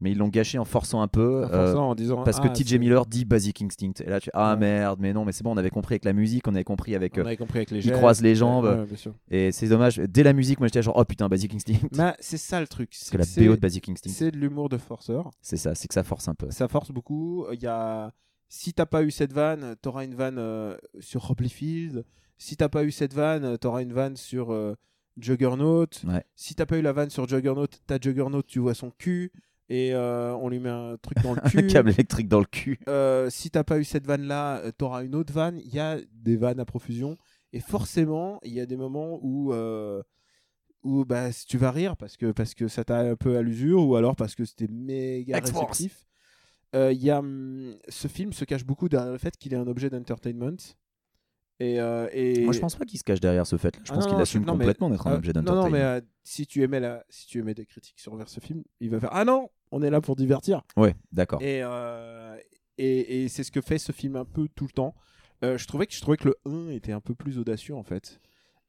Speaker 5: mais ils l'ont gâché en forçant un peu.
Speaker 4: en
Speaker 5: euh,
Speaker 4: forçant, en disant,
Speaker 5: parce que
Speaker 4: ah,
Speaker 5: TJ
Speaker 4: c'est-
Speaker 5: Miller dit Basic Instinct. Et là, tu ah
Speaker 4: Ouais.
Speaker 5: merde, mais non, mais c'est bon, on avait compris avec la musique, on avait compris avec.
Speaker 4: On
Speaker 5: euh,
Speaker 4: avait compris avec les
Speaker 5: il
Speaker 4: gestes,
Speaker 5: croise les jambes.
Speaker 4: ouais, ouais, bien sûr.
Speaker 5: Et c'est dommage. Dès la musique, moi j'étais genre, oh putain, Basic Instinct.
Speaker 4: Bah, c'est ça le truc.
Speaker 5: Parce
Speaker 4: C'est
Speaker 5: que la
Speaker 4: c'est-
Speaker 5: BO de Basic Instinct,
Speaker 4: c'est de l'humour de forceur.
Speaker 5: c'est ça, c'est que ça force un peu.
Speaker 4: Ça force beaucoup. Il y a... Si t'as pas eu cette vanne, t'auras une vanne euh, sur Robley Field. Si t'as pas eu cette vanne, euh, t'auras une vanne sur euh, Juggernaut.
Speaker 5: Ouais.
Speaker 4: Si t'as pas eu la vanne sur Juggernaut, t'as Juggernaut, tu vois son cul. Et euh, on lui met un truc dans le
Speaker 5: Un
Speaker 4: cul.
Speaker 5: câble électrique dans le cul.
Speaker 4: Euh, si t'as pas eu cette vanne là, t'auras une autre vanne. Il y a des vannes à profusion. Et forcément, il y a des moments où, euh, où bah, si tu vas rire parce que, parce que ça t'a un peu à l'usure ou alors parce que c'était méga
Speaker 5: X-Force.
Speaker 4: réceptif. Euh, il y a, hum, ce film se cache beaucoup derrière le fait qu'il est un objet d'entertainment. Et, euh, et...
Speaker 5: Moi je pense pas qu'il se cache derrière ce fait. Je
Speaker 4: Ah
Speaker 5: pense
Speaker 4: non,
Speaker 5: qu'il
Speaker 4: non,
Speaker 5: assume
Speaker 4: je- non, mais-
Speaker 5: complètement d'être un
Speaker 4: Euh,
Speaker 5: objet
Speaker 4: non, non, mais
Speaker 5: d'entertainment.
Speaker 4: euh, si, tu aimais la... si tu aimais des critiques sur vers ce film, il va faire Ah non, on est là pour divertir.
Speaker 5: Ouais, d'accord.
Speaker 4: Et, euh, et, et c'est ce que fait ce film un peu tout le temps. Euh, je, trouvais que, je trouvais que le 1 était un peu plus audacieux en fait.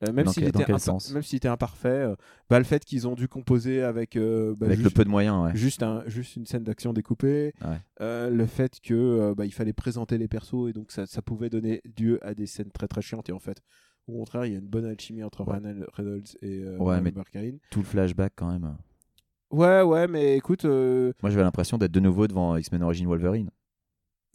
Speaker 4: Euh, même
Speaker 5: Dans
Speaker 4: s'il
Speaker 5: quel- dans
Speaker 4: était,
Speaker 5: quel
Speaker 4: impa-
Speaker 5: sens
Speaker 4: même s'il était imparfait, euh, bah, le fait qu'ils ont dû composer avec, euh, bah,
Speaker 5: Avec le
Speaker 4: juste,
Speaker 5: peu de moyens, ouais.
Speaker 4: juste un- juste une scène d'action découpée,
Speaker 5: Ouais.
Speaker 4: euh, le fait que euh, bah, il fallait présenter les persos et donc ça, ça pouvait donner lieu à des scènes très très chiantes. Et en fait, au contraire, il y a une bonne alchimie entre
Speaker 5: Ouais.
Speaker 4: Ryan Reynolds et euh,
Speaker 5: Ouais, mais-
Speaker 4: Amber Cain.
Speaker 5: Tout le flashback quand même.
Speaker 4: Ouais, ouais, mais écoute, euh,
Speaker 5: Moi, j'avais l'impression d'être de nouveau devant X-Men Origin Wolverine.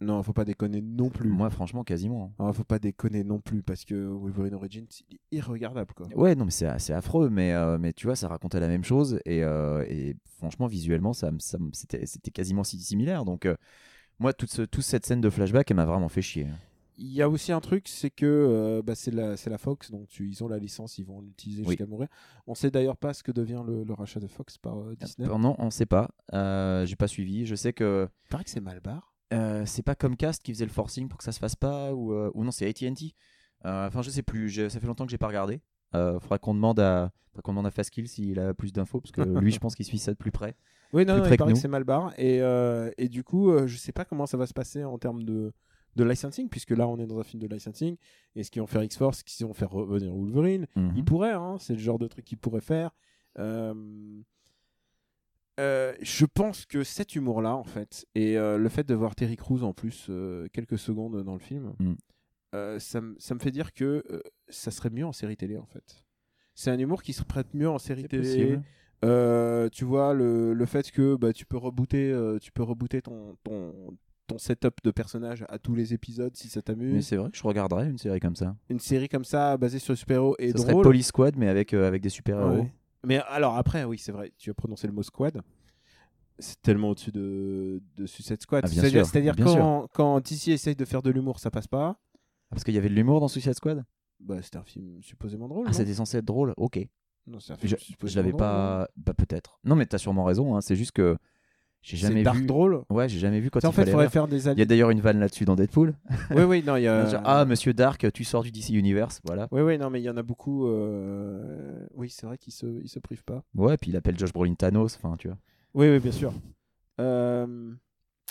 Speaker 4: non, faut pas déconner non plus.
Speaker 5: Moi, franchement, quasiment. hein.
Speaker 4: Ah, faut pas déconner non plus parce que Wolverine Origins, il est irregardable quoi.
Speaker 5: Ouais, non, mais c'est assez affreux, mais, euh, mais tu vois, ça racontait la même chose, et, euh, et franchement, visuellement, ça, me- ça me- c'était c'était quasiment si similaire. Donc, euh, moi, toute, ce- toute cette scène de flashback, elle m'a vraiment fait chier. hein.
Speaker 4: Il y a aussi un truc, c'est que euh, bah, c'est la, c'est la Fox, donc tu- ils ont la licence, ils vont l'utiliser
Speaker 5: Oui.
Speaker 4: jusqu'à mourir. On sait d'ailleurs pas ce que devient le, le rachat de Fox par euh, Disney.
Speaker 5: Euh, Non, on sait pas. Euh, J'ai pas suivi. Je sais que
Speaker 4: Il paraît que c'est Malbar.
Speaker 5: euh, c'est pas Comcast qui faisait le forcing pour que ça se fasse pas, ou, euh, ou non, c'est ATT. Euh, Enfin, je sais plus. J'ai- Ça fait longtemps que j'ai pas regardé. Euh, faudra qu'on demande à, faudra qu'on demande à Faskill s'il a plus d'infos, parce que lui, je pense qu'il suit ça de plus près.
Speaker 4: Oui, non,
Speaker 5: Plus
Speaker 4: non,
Speaker 5: près
Speaker 4: il
Speaker 5: que
Speaker 4: paraît que,
Speaker 5: nous.
Speaker 4: c'est Malbar. Et, euh, et du coup, euh, je sais pas comment ça va se passer en termes de, de licensing, puisque là on est dans un film de licensing. Est-ce qu'ils vont faire X-Force, qu'ils vont faire revenir Wolverine
Speaker 5: Mhm.
Speaker 4: Il pourrait, hein, c'est le genre de truc qu'il pourrait faire. Euh, euh, je pense que cet humour-là, en fait, et euh, le fait de voir Terry Crews en plus euh, quelques secondes dans le film,
Speaker 5: Mm.
Speaker 4: euh, ça, me- ça me fait dire que euh, ça serait mieux en série télé, en fait. C'est un humour qui se prête mieux en série
Speaker 5: C'est
Speaker 4: télé.
Speaker 5: possible.
Speaker 4: Euh, tu vois, le, le fait que bah, tu peux rebooter, euh, tu peux rebooter ton, ton, ton setup de personnage à tous les épisodes si ça
Speaker 5: Mais
Speaker 4: t'amuse.
Speaker 5: c'est vrai que je regarderais une série comme ça.
Speaker 4: Une série comme ça basée sur le super-héros est
Speaker 5: Ce serait
Speaker 4: drôle. Ah
Speaker 5: Police Squad, mais avec, euh, avec des super-héros.
Speaker 4: Ouais. Mais alors après, oui, c'est vrai, tu as prononcé le mot squad. C'est tellement au-dessus de, de Suicide Squad.
Speaker 5: Ah, bien
Speaker 4: C'est-à-dire-
Speaker 5: sûr,
Speaker 4: C'est-à-dire
Speaker 5: bien
Speaker 4: quand, quand DC essaye de faire de l'humour, ça passe pas.
Speaker 5: Ah, parce qu'il y avait de l'humour dans Suicide Squad
Speaker 4: Bah, c'était un film supposément drôle.
Speaker 5: Ah,
Speaker 4: non
Speaker 5: c'était censé être drôle Ok.
Speaker 4: non, c'est un film
Speaker 5: Je, je
Speaker 4: supposément
Speaker 5: l'avais
Speaker 4: drôle, non
Speaker 5: pas. Bah, peut-être. Non, mais t'as sûrement raison, hein, c'est juste que j'ai jamais
Speaker 4: C'est dark
Speaker 5: vu.
Speaker 4: drôle.
Speaker 5: Ouais, j'ai jamais vu quand
Speaker 4: Ça, en
Speaker 5: il
Speaker 4: fait,
Speaker 5: fallait
Speaker 4: faudrait
Speaker 5: rire.
Speaker 4: faire des
Speaker 5: Il y a
Speaker 4: alliés.
Speaker 5: d'ailleurs une vanne là-dessus dans Deadpool.
Speaker 4: Oui, oui, non, il y a.
Speaker 5: Genre, ah, monsieur Dark, tu sors du DC Universe, voilà.
Speaker 4: Oui, oui, non, mais il y en a beaucoup. euh, Oui, c'est vrai qu'ils se, ils se privent pas.
Speaker 5: Ouais, puis il appelle Josh Brolin Thanos, enfin, tu vois.
Speaker 4: Oui, oui, bien sûr. Euh,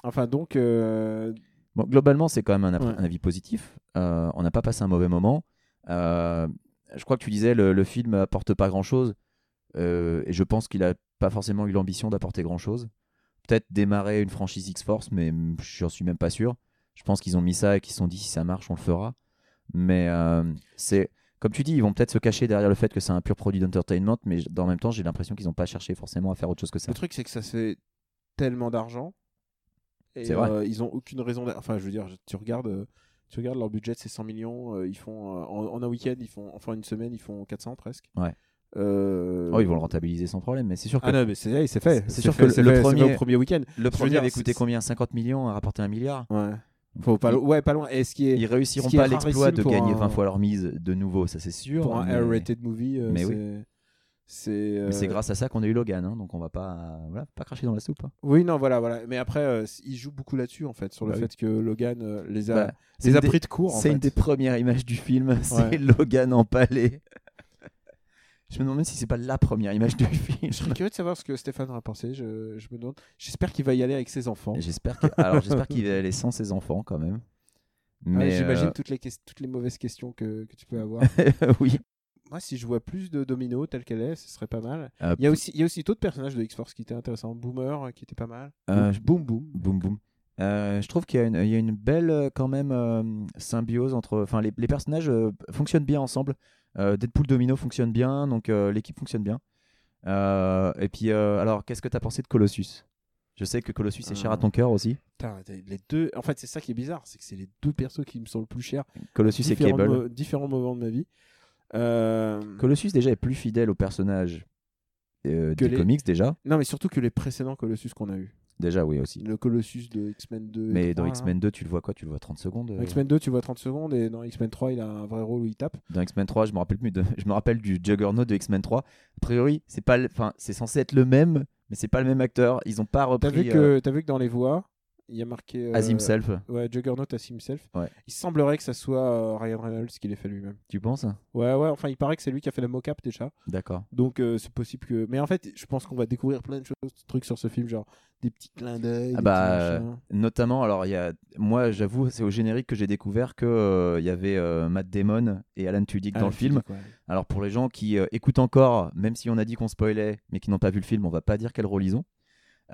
Speaker 4: Enfin, donc, euh,
Speaker 5: Bon, globalement, c'est quand même un, ap-
Speaker 4: Ouais.
Speaker 5: un avis positif. Euh, on n'a pas passé un mauvais moment. Euh, je crois que tu disais le, le film apporte pas grand chose, et je pense qu'il a pas forcément eu l'ambition d'apporter grand chose. Peut-être démarrer une franchise X-Force, mais mm, j'en suis même pas sûr. Je pense qu'ils ont mis ça et qu'ils se sont dit si ça marche, on le fera. Mais euh, c'est comme tu dis, ils vont peut-être se cacher derrière le fait que c'est un pur produit d'entertainment, mais j- dans le même temps, j'ai l'impression qu'ils n'ont pas cherché forcément à faire autre chose que ça.
Speaker 4: le truc, c'est que ça se fait tellement d'argent. Et
Speaker 5: C'est vrai.
Speaker 4: euh, ils ont aucune raison. d'a- Enfin, je veux dire, je- tu regardes, euh, tu regardes leur budget, c'est 100 millions. euh, ils font euh, en, en un week-end, ils font enfin une semaine, ils font 400 presque.
Speaker 5: Ouais.
Speaker 4: Euh,
Speaker 5: Oh, ils vont le rentabiliser sans problème, mais c'est sûr que
Speaker 4: Ah non, mais c'est c'est fait.
Speaker 5: C'est sûr
Speaker 4: fait,
Speaker 5: que
Speaker 4: c'est
Speaker 5: le
Speaker 4: fait, c'est fait
Speaker 5: premier-
Speaker 4: au premier week-end.
Speaker 5: le
Speaker 4: veux
Speaker 5: premier
Speaker 4: dire,
Speaker 5: avait
Speaker 4: c'est-
Speaker 5: coûté combien 50 millions, a rapporté un milliard.
Speaker 4: Ouais. Faut pas, lo- ouais, pas loin. Et ce qui est
Speaker 5: Ils réussiront
Speaker 4: Ce qui est
Speaker 5: pas l'exploit
Speaker 4: rarissime
Speaker 5: de
Speaker 4: pour
Speaker 5: gagner
Speaker 4: un-
Speaker 5: 20 fois leur mise de nouveau, ça c'est sûr. hein,
Speaker 4: pour un
Speaker 5: mais-
Speaker 4: R-rated movie, euh,
Speaker 5: mais
Speaker 4: c'est.
Speaker 5: oui.
Speaker 4: C'est
Speaker 5: mais c'est
Speaker 4: euh,
Speaker 5: grâce à ça qu'on a eu Logan, hein, donc on va pas, voilà, pas cracher dans la soupe. hein.
Speaker 4: Oui, non, voilà, voilà. Mais après, euh, c- il joue beaucoup là-dessus, en fait, sur le
Speaker 5: Bah oui.
Speaker 4: fait que Logan euh, les a,
Speaker 5: Bah, c'est
Speaker 4: les a
Speaker 5: une des-
Speaker 4: pris de court. en
Speaker 5: C'est une
Speaker 4: fait.
Speaker 5: des premières images du film, c'est
Speaker 4: Ouais.
Speaker 5: Logan empalé. Je me demande même si c'est pas la première image du film.
Speaker 4: Je serais curieux de savoir ce que Stéphane aura pensé. Je, je me demande. J'espère qu'il va y aller avec ses enfants.
Speaker 5: J'espère que... alors j'espère qu'il va aller sans ses enfants quand même.
Speaker 4: Ouais,
Speaker 5: Mais
Speaker 4: Ah, J'imagine
Speaker 5: euh,
Speaker 4: toutes, les ques- toutes les mauvaises questions que, que tu peux avoir.
Speaker 5: oui.
Speaker 4: Moi, si je vois plus de Domino telle qu'elle est, ce serait pas mal.
Speaker 5: Euh,
Speaker 4: Il y a aussi, il y a aussi d'autres personnages de X-Force qui étaient intéressants. Boomer, euh, qui était pas mal.
Speaker 5: Euh, je-
Speaker 4: boom, boom.
Speaker 5: Boum boum. Euh, je trouve qu'il y, a une- il y a une belle euh, quand même euh, symbiose entre. Enfin, les, les personnages euh, fonctionnent bien ensemble. Euh, Deadpool Domino fonctionne bien, donc euh, l'équipe fonctionne bien. Euh, et puis, euh, alors, qu'est-ce que t'as pensé de Colossus Je sais que Colossus est
Speaker 4: Euh,
Speaker 5: cher à ton cœur aussi.
Speaker 4: Putain, les deux. En fait, c'est ça qui est bizarre, c'est que c'est les deux persos qui me sont le plus chers.
Speaker 5: Colossus et
Speaker 4: différents
Speaker 5: Bah, Cable.
Speaker 4: mo- différents moments de ma vie. Euh,
Speaker 5: Colossus déjà est plus fidèle au personnage euh,
Speaker 4: Que
Speaker 5: des
Speaker 4: les-
Speaker 5: comics déjà.
Speaker 4: Non, mais surtout que les précédents Colossus qu'on a eu.
Speaker 5: Déjà, oui aussi.
Speaker 4: Le Colossus de hein. X-Men 2. et
Speaker 5: Mais
Speaker 4: 3,
Speaker 5: dans
Speaker 4: là.
Speaker 5: X-Men 2, tu le vois quoi Tu le vois 30 secondes
Speaker 4: Dans
Speaker 5: euh,
Speaker 4: X-Men 2, tu vois 30 secondes et dans X-Men 3, il a un vrai rôle où il tape.
Speaker 5: dans X-Men 3, je me rappelle plus de- je me rappelle du Juggernaut de X-Men 3. A priori, c'est pas le- enfin, c'est censé être le même, mais c'est pas le même acteur, ils ont pas
Speaker 4: T'as vu,
Speaker 5: repris euh,
Speaker 4: que- t'as vu que dans les voix, il y a marqué. euh,
Speaker 5: As himself,
Speaker 4: Ouais, Juggernaut as himself.
Speaker 5: Ouais.
Speaker 4: Il semblerait que ça soit euh, Ryan Reynolds qui l'ait fait lui-même.
Speaker 5: tu penses
Speaker 4: Ouais, ouais, enfin, il paraît que c'est lui qui a fait la mocap déjà.
Speaker 5: D'accord.
Speaker 4: Donc euh, c'est possible que. Mais en fait, je pense qu'on va découvrir plein de choses, trucs sur ce film, genre des petits clins d'œil.
Speaker 5: Ah
Speaker 4: des
Speaker 5: bah,
Speaker 4: petits machins.
Speaker 5: Notamment alors il y a moi j'avoue, c'est au générique que j'ai découvert que euh, il y avait euh, Matt Damon et Alan Tudyk
Speaker 4: Ah,
Speaker 5: dans le
Speaker 4: tu
Speaker 5: film.
Speaker 4: dis quoi, ouais.
Speaker 5: Alors pour les gens qui euh, écoutent encore, même si on a dit qu'on spoilait mais qui n'ont pas vu le film, on va pas dire quel rôle ils ont.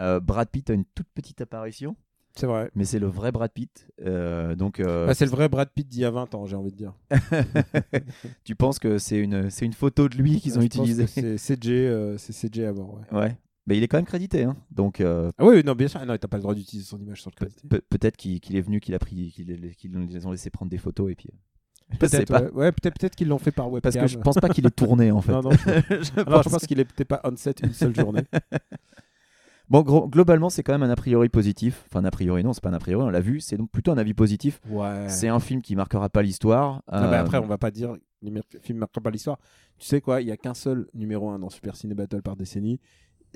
Speaker 5: Euh, Brad Pitt a une toute petite apparition,
Speaker 4: C'est vrai.
Speaker 5: mais c'est le vrai Brad Pitt. Euh, donc euh,
Speaker 4: Ah, c'est le vrai Brad Pitt d'il y a 20 ans, j'ai envie de dire.
Speaker 5: tu penses que c'est une, c'est une photo de lui qu'ils ont
Speaker 4: Ah, Je pense
Speaker 5: utilisée
Speaker 4: que C'est CG, euh, c'est CG à bord, ouais.
Speaker 5: Ouais. Mais il est quand même crédité, hein. donc euh,
Speaker 4: Ah oui, oui, non, bien sûr. Ah non, t'as pas le droit d'utiliser son image sur le
Speaker 5: pe-
Speaker 4: crédit.
Speaker 5: pe- peut-être qu'il qu'il est venu, qu'il a pris, qu'ils les ont laissé prendre des photos et puis. euh, Je
Speaker 4: Peut-être,
Speaker 5: sais pas.
Speaker 4: ouais. Ouais, peut-être, peut-être qu'ils l'ont fait par webcam.
Speaker 5: Parce que je pense pas qu'il est tourné en fait.
Speaker 4: Non, non, je,
Speaker 5: Je
Speaker 4: non, je
Speaker 5: pense
Speaker 4: pense
Speaker 5: que-
Speaker 4: qu'il était pas on set une seule journée.
Speaker 5: Bon, gro- globalement, c'est quand même un a priori positif. Enfin, un a priori, non, c'est pas un a priori, on l'a vu. C'est donc plutôt un avis positif.
Speaker 4: Ouais.
Speaker 5: C'est un film qui marquera pas l'histoire.
Speaker 4: Ah bah
Speaker 5: Euh,
Speaker 4: après, on va pas dire les mer- films marquant pas l'histoire. Tu sais quoi, il y a qu'un seul numéro 1 dans Super Ciné Battle par décennie.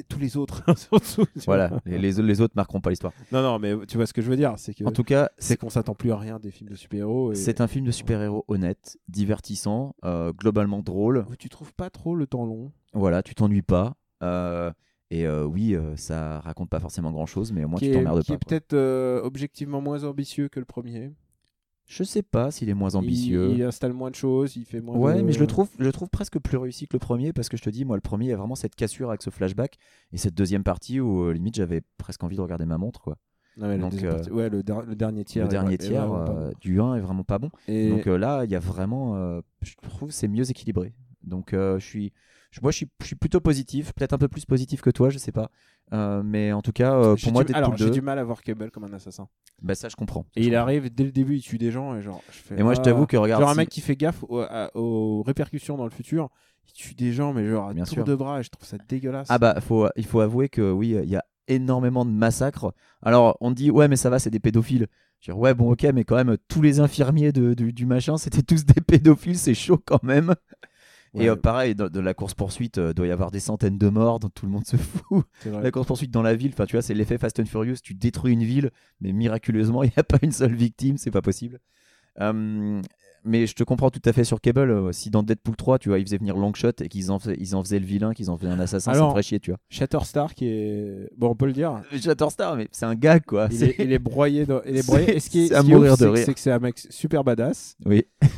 Speaker 4: Et tous les autres sont en dessous. tu
Speaker 5: Voilà,
Speaker 4: vois.
Speaker 5: les, les- les autres marqueront pas l'histoire.
Speaker 4: Non, non, mais tu vois ce que je veux dire. C'est que
Speaker 5: En tout cas,
Speaker 4: c'est qu'on s'attend plus à rien des films de super-héros. Et...
Speaker 5: c'est un film de super-héros honnête, divertissant, euh, globalement drôle.
Speaker 4: Où tu trouves pas trop le temps long.
Speaker 5: Voilà, tu t'ennuies pas. Euh, et euh, oui, euh, ça raconte pas forcément grand chose, mais au moins
Speaker 4: qui
Speaker 5: tu
Speaker 4: est-
Speaker 5: t'emmerdes
Speaker 4: qui
Speaker 5: pas.
Speaker 4: est
Speaker 5: quoi.
Speaker 4: peut-être euh, objectivement moins ambitieux que le premier.
Speaker 5: Je sais pas s'il est moins ambitieux.
Speaker 4: Il, il installe moins de choses, il fait moins
Speaker 5: Ouais,
Speaker 4: de-
Speaker 5: mais je le trouve, je le trouve presque plus réussi que le premier parce que je te dis, moi, le premier, il y a vraiment cette cassure avec ce flashback et cette deuxième partie où euh, limite j'avais presque envie de regarder ma montre quoi.
Speaker 4: Non, mais
Speaker 5: Donc,
Speaker 4: le, deuxième
Speaker 5: euh,
Speaker 4: parti- ouais, le, der- le dernier tiers.
Speaker 5: le
Speaker 4: est
Speaker 5: dernier
Speaker 4: vra- est
Speaker 5: tiers
Speaker 4: vraiment pas
Speaker 5: euh,
Speaker 4: bon.
Speaker 5: du 1 est vraiment pas bon.
Speaker 4: Et-
Speaker 5: Donc euh, là, il y a vraiment, euh, je trouve, que c'est mieux équilibré. Donc euh, je suis, je- moi, je suis, je suis plutôt positif, peut-être un peu plus positif que toi, je sais pas. Euh, mais en tout cas, euh,
Speaker 4: J'ai
Speaker 5: pour moi,
Speaker 4: du-
Speaker 5: Deadpool
Speaker 4: alors, j'ai
Speaker 5: 2,
Speaker 4: du mal à voir Cable comme un assassin.
Speaker 5: bah, ça je comprends.
Speaker 4: Et il arrive dès le début, il tue des gens et genre. Je fais,
Speaker 5: Et moi, je t'avoue
Speaker 4: ah.
Speaker 5: que regarde,
Speaker 4: genre un
Speaker 5: si-
Speaker 4: mec qui fait gaffe au- à- aux, répercussions dans le futur, il tue des gens mais genre à
Speaker 5: Bien
Speaker 4: tour
Speaker 5: sûr.
Speaker 4: de bras et je trouve ça dégueulasse.
Speaker 5: Ah bah faut, il faut avouer que oui, il y a énormément de massacres. Alors on dit ouais mais ça va, c'est des pédophiles. Je veux dire, ouais bon ok mais quand même tous les infirmiers de- du, du machin c'était tous des pédophiles, c'est chaud quand même.
Speaker 4: Ouais,
Speaker 5: Et euh, pareil dans- de la course poursuite doit y avoir des centaines de morts, dont tout le monde se fout.
Speaker 4: c'est vrai.
Speaker 5: La course poursuite dans la ville, enfin tu vois c'est l'effet Fast and Furious, tu détruis une ville mais miraculeusement il n'y a pas une seule victime, c'est pas possible. Euh, mais je te comprends tout à fait sur Cable. euh, si dans Deadpool 3, tu vois, ils faisaient venir Longshot et qu'ils en, faisaient- ils en faisaient le vilain, qu'ils en faisaient un assassin, ça me
Speaker 4: Alors-
Speaker 5: ferait chier, tu vois.
Speaker 4: Shatterstar qui est. Bon, on peut le dire.
Speaker 5: J'adore Star, mais c'est un gag, quoi.
Speaker 4: Il
Speaker 5: Ah, C'est-
Speaker 4: est, il est broyé. Dans... Il est broyé. Et ce qui est,
Speaker 5: C'est à
Speaker 4: ce qui est ouf,
Speaker 5: mourir de
Speaker 4: c'est que-
Speaker 5: rire.
Speaker 4: c'est que c'est un mec super badass.
Speaker 5: Oui.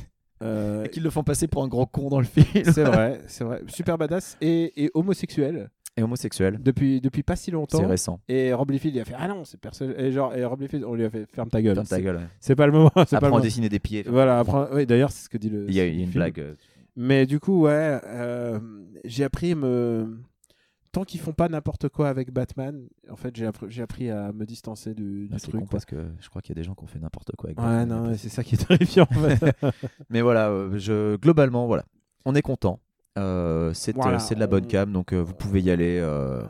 Speaker 4: Euh,
Speaker 5: qu'ils le font passer pour un grand con dans le film.
Speaker 4: c'est vrai, c'est vrai. Super badass et, et homosexuel
Speaker 5: Et homosexuel.
Speaker 4: depuis, depuis pas si
Speaker 5: C'est
Speaker 4: longtemps.
Speaker 5: récent.
Speaker 4: Et Rob Liefeld, il a fait Ah non, c'est personne. Et genre, et Rob Liefeld, on lui a fait Ferme ta gueule.
Speaker 5: Ferme ta
Speaker 4: C'est-
Speaker 5: gueule. ouais.
Speaker 4: C'est pas le moment. C'est pas le
Speaker 5: Apprends à
Speaker 4: moment.
Speaker 5: dessiner des pieds.
Speaker 4: Voilà, apprends- oui, d'ailleurs, c'est ce que dit le.
Speaker 5: Il y a il y a une
Speaker 4: film.
Speaker 5: blague. euh,
Speaker 4: Mais du coup, ouais, euh, j'ai appris me. Tant qu'ils font pas n'importe quoi avec Batman, en fait, j'ai appr- j'ai appris à me distancer du, du
Speaker 5: Ah, c'est
Speaker 4: truc.
Speaker 5: con
Speaker 4: quoi.
Speaker 5: parce que je crois qu'il y a des gens qui ont fait n'importe quoi avec
Speaker 4: Ouais,
Speaker 5: Batman.
Speaker 4: non, mais c'est ça qui est terrifiant. en fait.
Speaker 5: Mais voilà, euh, je, globalement, voilà. On est content. Euh, c'est euh,
Speaker 4: Voilà,
Speaker 5: c'est de la bonne
Speaker 4: on-
Speaker 5: cam, donc euh, vous pouvez y aller. euh,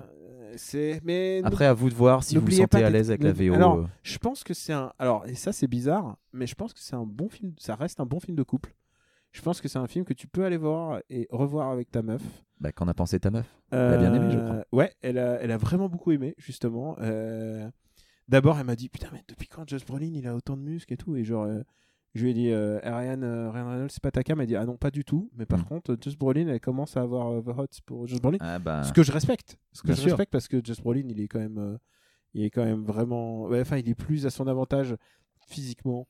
Speaker 4: c'est. Mais.
Speaker 5: Après, à vous de voir si vous vous
Speaker 4: n'oubliez pas
Speaker 5: sentez à
Speaker 4: d'être-
Speaker 5: l'aise avec la VO.
Speaker 4: Alors,
Speaker 5: euh.
Speaker 4: Je pense que c'est un. Alors, et ça, c'est bizarre, mais je pense que c'est un bon film. Ça reste un bon film de couple. Je pense que c'est un film que tu peux aller voir et revoir avec ta meuf.
Speaker 5: Bah, Qu'en a pensé ta meuf Elle a bien aimé, je
Speaker 4: Euh,
Speaker 5: crois.
Speaker 4: Ouais, elle a, elle a vraiment beaucoup aimé, justement. Euh, D'abord, elle m'a dit Putain, mais depuis quand Josh Brolin, il a autant de muscles et tout Et genre, euh, je lui ai dit euh, Eh, Ryan, euh, Ryan Reynolds, c'est pas ta cam Elle m'a dit Ah non, pas du tout. Mais par
Speaker 5: Mm.
Speaker 4: contre, Josh Brolin, elle commence à avoir euh, the hots pour Josh Brolin.
Speaker 5: Ah bah,
Speaker 4: Ce que je respecte. Ce que
Speaker 5: Bien
Speaker 4: je
Speaker 5: sûr.
Speaker 4: respecte parce que Josh Brolin, il est quand même. euh, il est quand même vraiment. ouais, Enfin, il est plus à son avantage physiquement.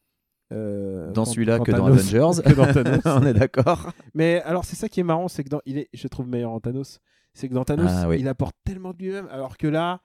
Speaker 4: euh,
Speaker 5: Dans
Speaker 4: qu'en-
Speaker 5: celui-là
Speaker 4: qu'en
Speaker 5: que dans
Speaker 4: Thanos-
Speaker 5: Avengers.
Speaker 4: que dans Thanos.
Speaker 5: on est d'accord.
Speaker 4: Mais alors, c'est ça qui est marrant, c'est que dans. Il est, je trouve meilleur en Thanos. C'est que dans Thanos,
Speaker 5: Ah, oui.
Speaker 4: il apporte tellement de lui-même, alors que là,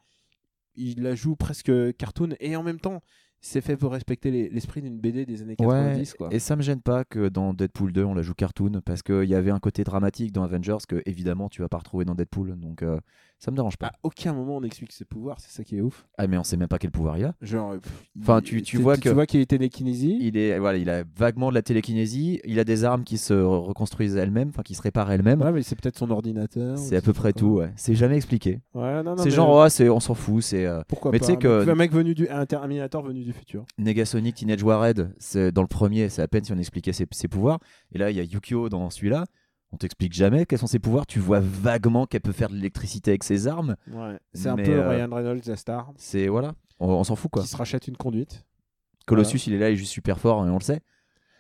Speaker 4: il la joue presque cartoon et en même temps, c'est fait pour respecter les- l'esprit d'une BD des années 90. quoi.
Speaker 5: Et ça me gêne pas que dans Deadpool 2, on la joue cartoon parce qu'il y avait un côté dramatique dans Avengers que évidemment tu vas pas retrouver dans Deadpool. Donc euh, ça me dérange pas.
Speaker 4: À aucun moment on explique ses pouvoirs, c'est ça qui est ouf.
Speaker 5: Ah, mais on sait même pas quel pouvoir il a.
Speaker 4: Genre, euh, pff,
Speaker 5: Enfin,
Speaker 4: il-
Speaker 5: tu- tu
Speaker 4: c'est-
Speaker 5: vois que-
Speaker 4: tu vois qu'il était télékinésie.
Speaker 5: Il est voilà, il a vaguement de la télékinésie. Il a des armes qui se reconstruisent elles-mêmes, enfin qui se réparent elles-mêmes.
Speaker 4: Ouais, mais c'est peut-être son ordinateur.
Speaker 5: c'est à peu près tout. Ouais. C'est jamais expliqué.
Speaker 4: Ouais, non, non,
Speaker 5: c'est
Speaker 4: mais
Speaker 5: genre ouais, c'est on s'en fout. C'est euh,
Speaker 4: Pourquoi
Speaker 5: mais
Speaker 4: pas
Speaker 5: tu sais
Speaker 4: un
Speaker 5: que-
Speaker 4: mec- un mec venu du un Terminator venu du futur.
Speaker 5: Negasonic Teenage Warhead, c'est dans le premier, c'est à peine si on expliquait ses, ses pouvoirs. Et là, il y a Yukio dans celui-là. On t'explique jamais quels sont ses pouvoirs. Tu vois vaguement qu'elle peut faire de l'électricité avec ses armes.
Speaker 4: Ouais. C'est un
Speaker 5: Mais,
Speaker 4: peu
Speaker 5: euh,
Speaker 4: Ryan Reynolds la star
Speaker 5: C'est voilà, on, on s'en fout quoi.
Speaker 4: qui se rachète une conduite.
Speaker 5: Colossus, il est là, il est juste super fort, hein, et on le sait.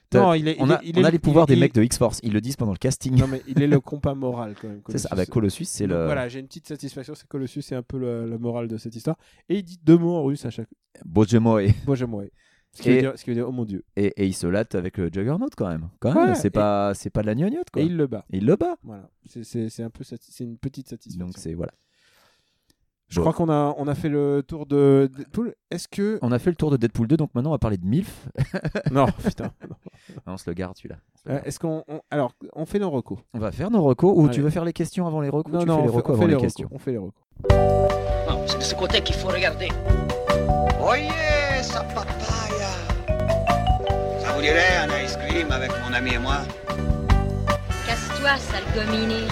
Speaker 5: T'as-
Speaker 4: Non, il est,
Speaker 5: On
Speaker 4: il
Speaker 5: a,
Speaker 4: est- il
Speaker 5: on
Speaker 4: est-
Speaker 5: a les
Speaker 4: il-
Speaker 5: pouvoirs des
Speaker 4: il-
Speaker 5: mecs de X-Force. Ils le disent pendant le casting.
Speaker 4: Non mais il est le compas moral quand même.
Speaker 5: C'est
Speaker 4: Colossus.
Speaker 5: ça. Ah bah, Colossus, c'est
Speaker 4: Donc,
Speaker 5: le.
Speaker 4: Voilà, j'ai une petite satisfaction, c'est Colossus, c'est un peu le, le moral de cette histoire. Et il dit deux mots en russe à chaque.
Speaker 5: Bojemoy.
Speaker 4: Moi j'aime ouais. Ce qui,
Speaker 5: Et-
Speaker 4: veut dire, ce qui veut dire, oh mon dieu.
Speaker 5: Et, et il se latte avec le Juggernaut quand même. Quand même,
Speaker 4: Ouais,
Speaker 5: c'est
Speaker 4: et-
Speaker 5: pas c'est pas de la gnognotte quoi.
Speaker 4: Et
Speaker 5: il...
Speaker 4: il le bat.
Speaker 5: le bat.
Speaker 4: Voilà. C'est- C'est c'est un peu, sati- c'est une petite satisfaction.
Speaker 5: Donc c'est voilà.
Speaker 4: Je crois qu'on a, on a fait le tour de Deadpool. Est-ce que
Speaker 5: On a fait le tour de Deadpool 2, donc maintenant on va parler de Milf.
Speaker 4: non, putain.
Speaker 5: Ah, on se le garde celui-là. On se le
Speaker 4: Euh,
Speaker 5: garde.
Speaker 4: Est-ce qu'on, on- alors, on fait nos recos.
Speaker 5: On va faire nos recos ou tu
Speaker 4: Allez.
Speaker 5: veux faire les questions avant les recos
Speaker 4: Non,
Speaker 5: Tu
Speaker 4: non,
Speaker 5: fais les
Speaker 4: on fait,
Speaker 5: recos
Speaker 4: on fait
Speaker 5: avant les,
Speaker 4: les recos,
Speaker 5: questions.
Speaker 4: On fait les recos.
Speaker 7: Ah, c'est de ce côté qu'il faut regarder.
Speaker 8: Oye, esa papaya. Ça vous dirait un ice cream avec mon ami et moi
Speaker 9: Casse-toi, sale gominé.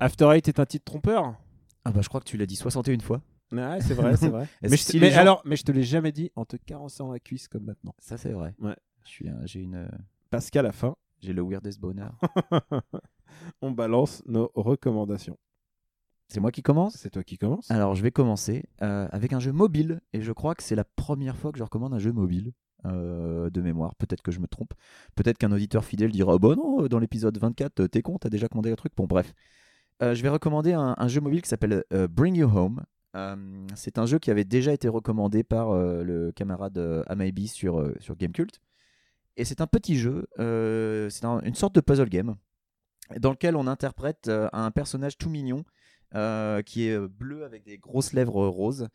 Speaker 4: After Eight est un titre trompeur.
Speaker 5: Ah bah je crois que tu l'as dit 61 fois.
Speaker 4: Ouais, c'est vrai, c'est vrai. mais
Speaker 5: Est-ce que
Speaker 4: je-
Speaker 5: si
Speaker 4: mais
Speaker 5: les gens-
Speaker 4: alors, mais je te l'ai jamais dit en te carençant la cuisse comme maintenant.
Speaker 5: Ça c'est vrai.
Speaker 4: Ouais.
Speaker 5: Je suis un- j'ai une euh,
Speaker 4: Parce qu'à la fin,
Speaker 5: j'ai le weirdest bonheur.
Speaker 4: on balance nos recommandations.
Speaker 5: c'est moi qui commence.
Speaker 4: C'est toi qui commence.
Speaker 5: Alors je vais commencer euh, avec un jeu mobile et je crois que c'est la première fois que je recommande un jeu mobile. euh, de mémoire, peut-être que je me trompe, peut-être qu'un auditeur fidèle dira oh bah non, dans l'épisode 24, euh, t'es con, t'as déjà commandé le truc. Bon, bref, Euh, je vais recommander un, un jeu mobile qui s'appelle euh, Bring You Home. Euh, c'est un jeu qui avait déjà été recommandé par euh, le camarade euh, Amaibi sur, euh, sur Gamecult. Et c'est un petit jeu, euh, c'est un- une sorte de puzzle game dans lequel on interprète euh, un personnage tout mignon euh, qui est euh, bleu avec des grosses lèvres euh, roses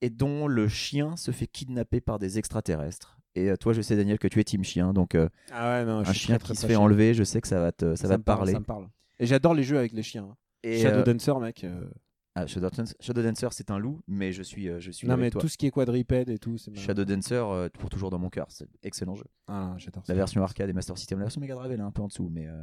Speaker 5: et dont le chien se fait kidnapper par des extraterrestres. Et euh, toi, je sais, Daniel, que tu es team chien, donc euh,
Speaker 4: Ah ouais, non, je
Speaker 5: un
Speaker 4: suis
Speaker 5: chien
Speaker 4: très, très,
Speaker 5: qui se
Speaker 4: très
Speaker 5: fait
Speaker 4: chien.
Speaker 5: enlever, je sais que ça va te, ça va
Speaker 4: me
Speaker 5: te
Speaker 4: parle,
Speaker 5: parler.
Speaker 4: Ça me parle. Et j'adore les jeux avec les chiens. hein.
Speaker 5: Et,
Speaker 4: Shadow
Speaker 5: euh,
Speaker 4: Dancer, mec. euh,
Speaker 5: ah, Shadow, Dancer, Shadow Dancer, c'est un loup, mais je suis, euh, je suis
Speaker 4: Non,
Speaker 5: avec
Speaker 4: mais
Speaker 5: toi.
Speaker 4: tout ce qui est quadripède et tout, c'est marrant.
Speaker 5: Shadow Dancer, euh, pour toujours dans mon cœur, c'est excellent jeu.
Speaker 4: Ah, j'adore ça.
Speaker 5: La version arcade et Master System, la version Mega Drive, elle est un peu en dessous, mais, euh,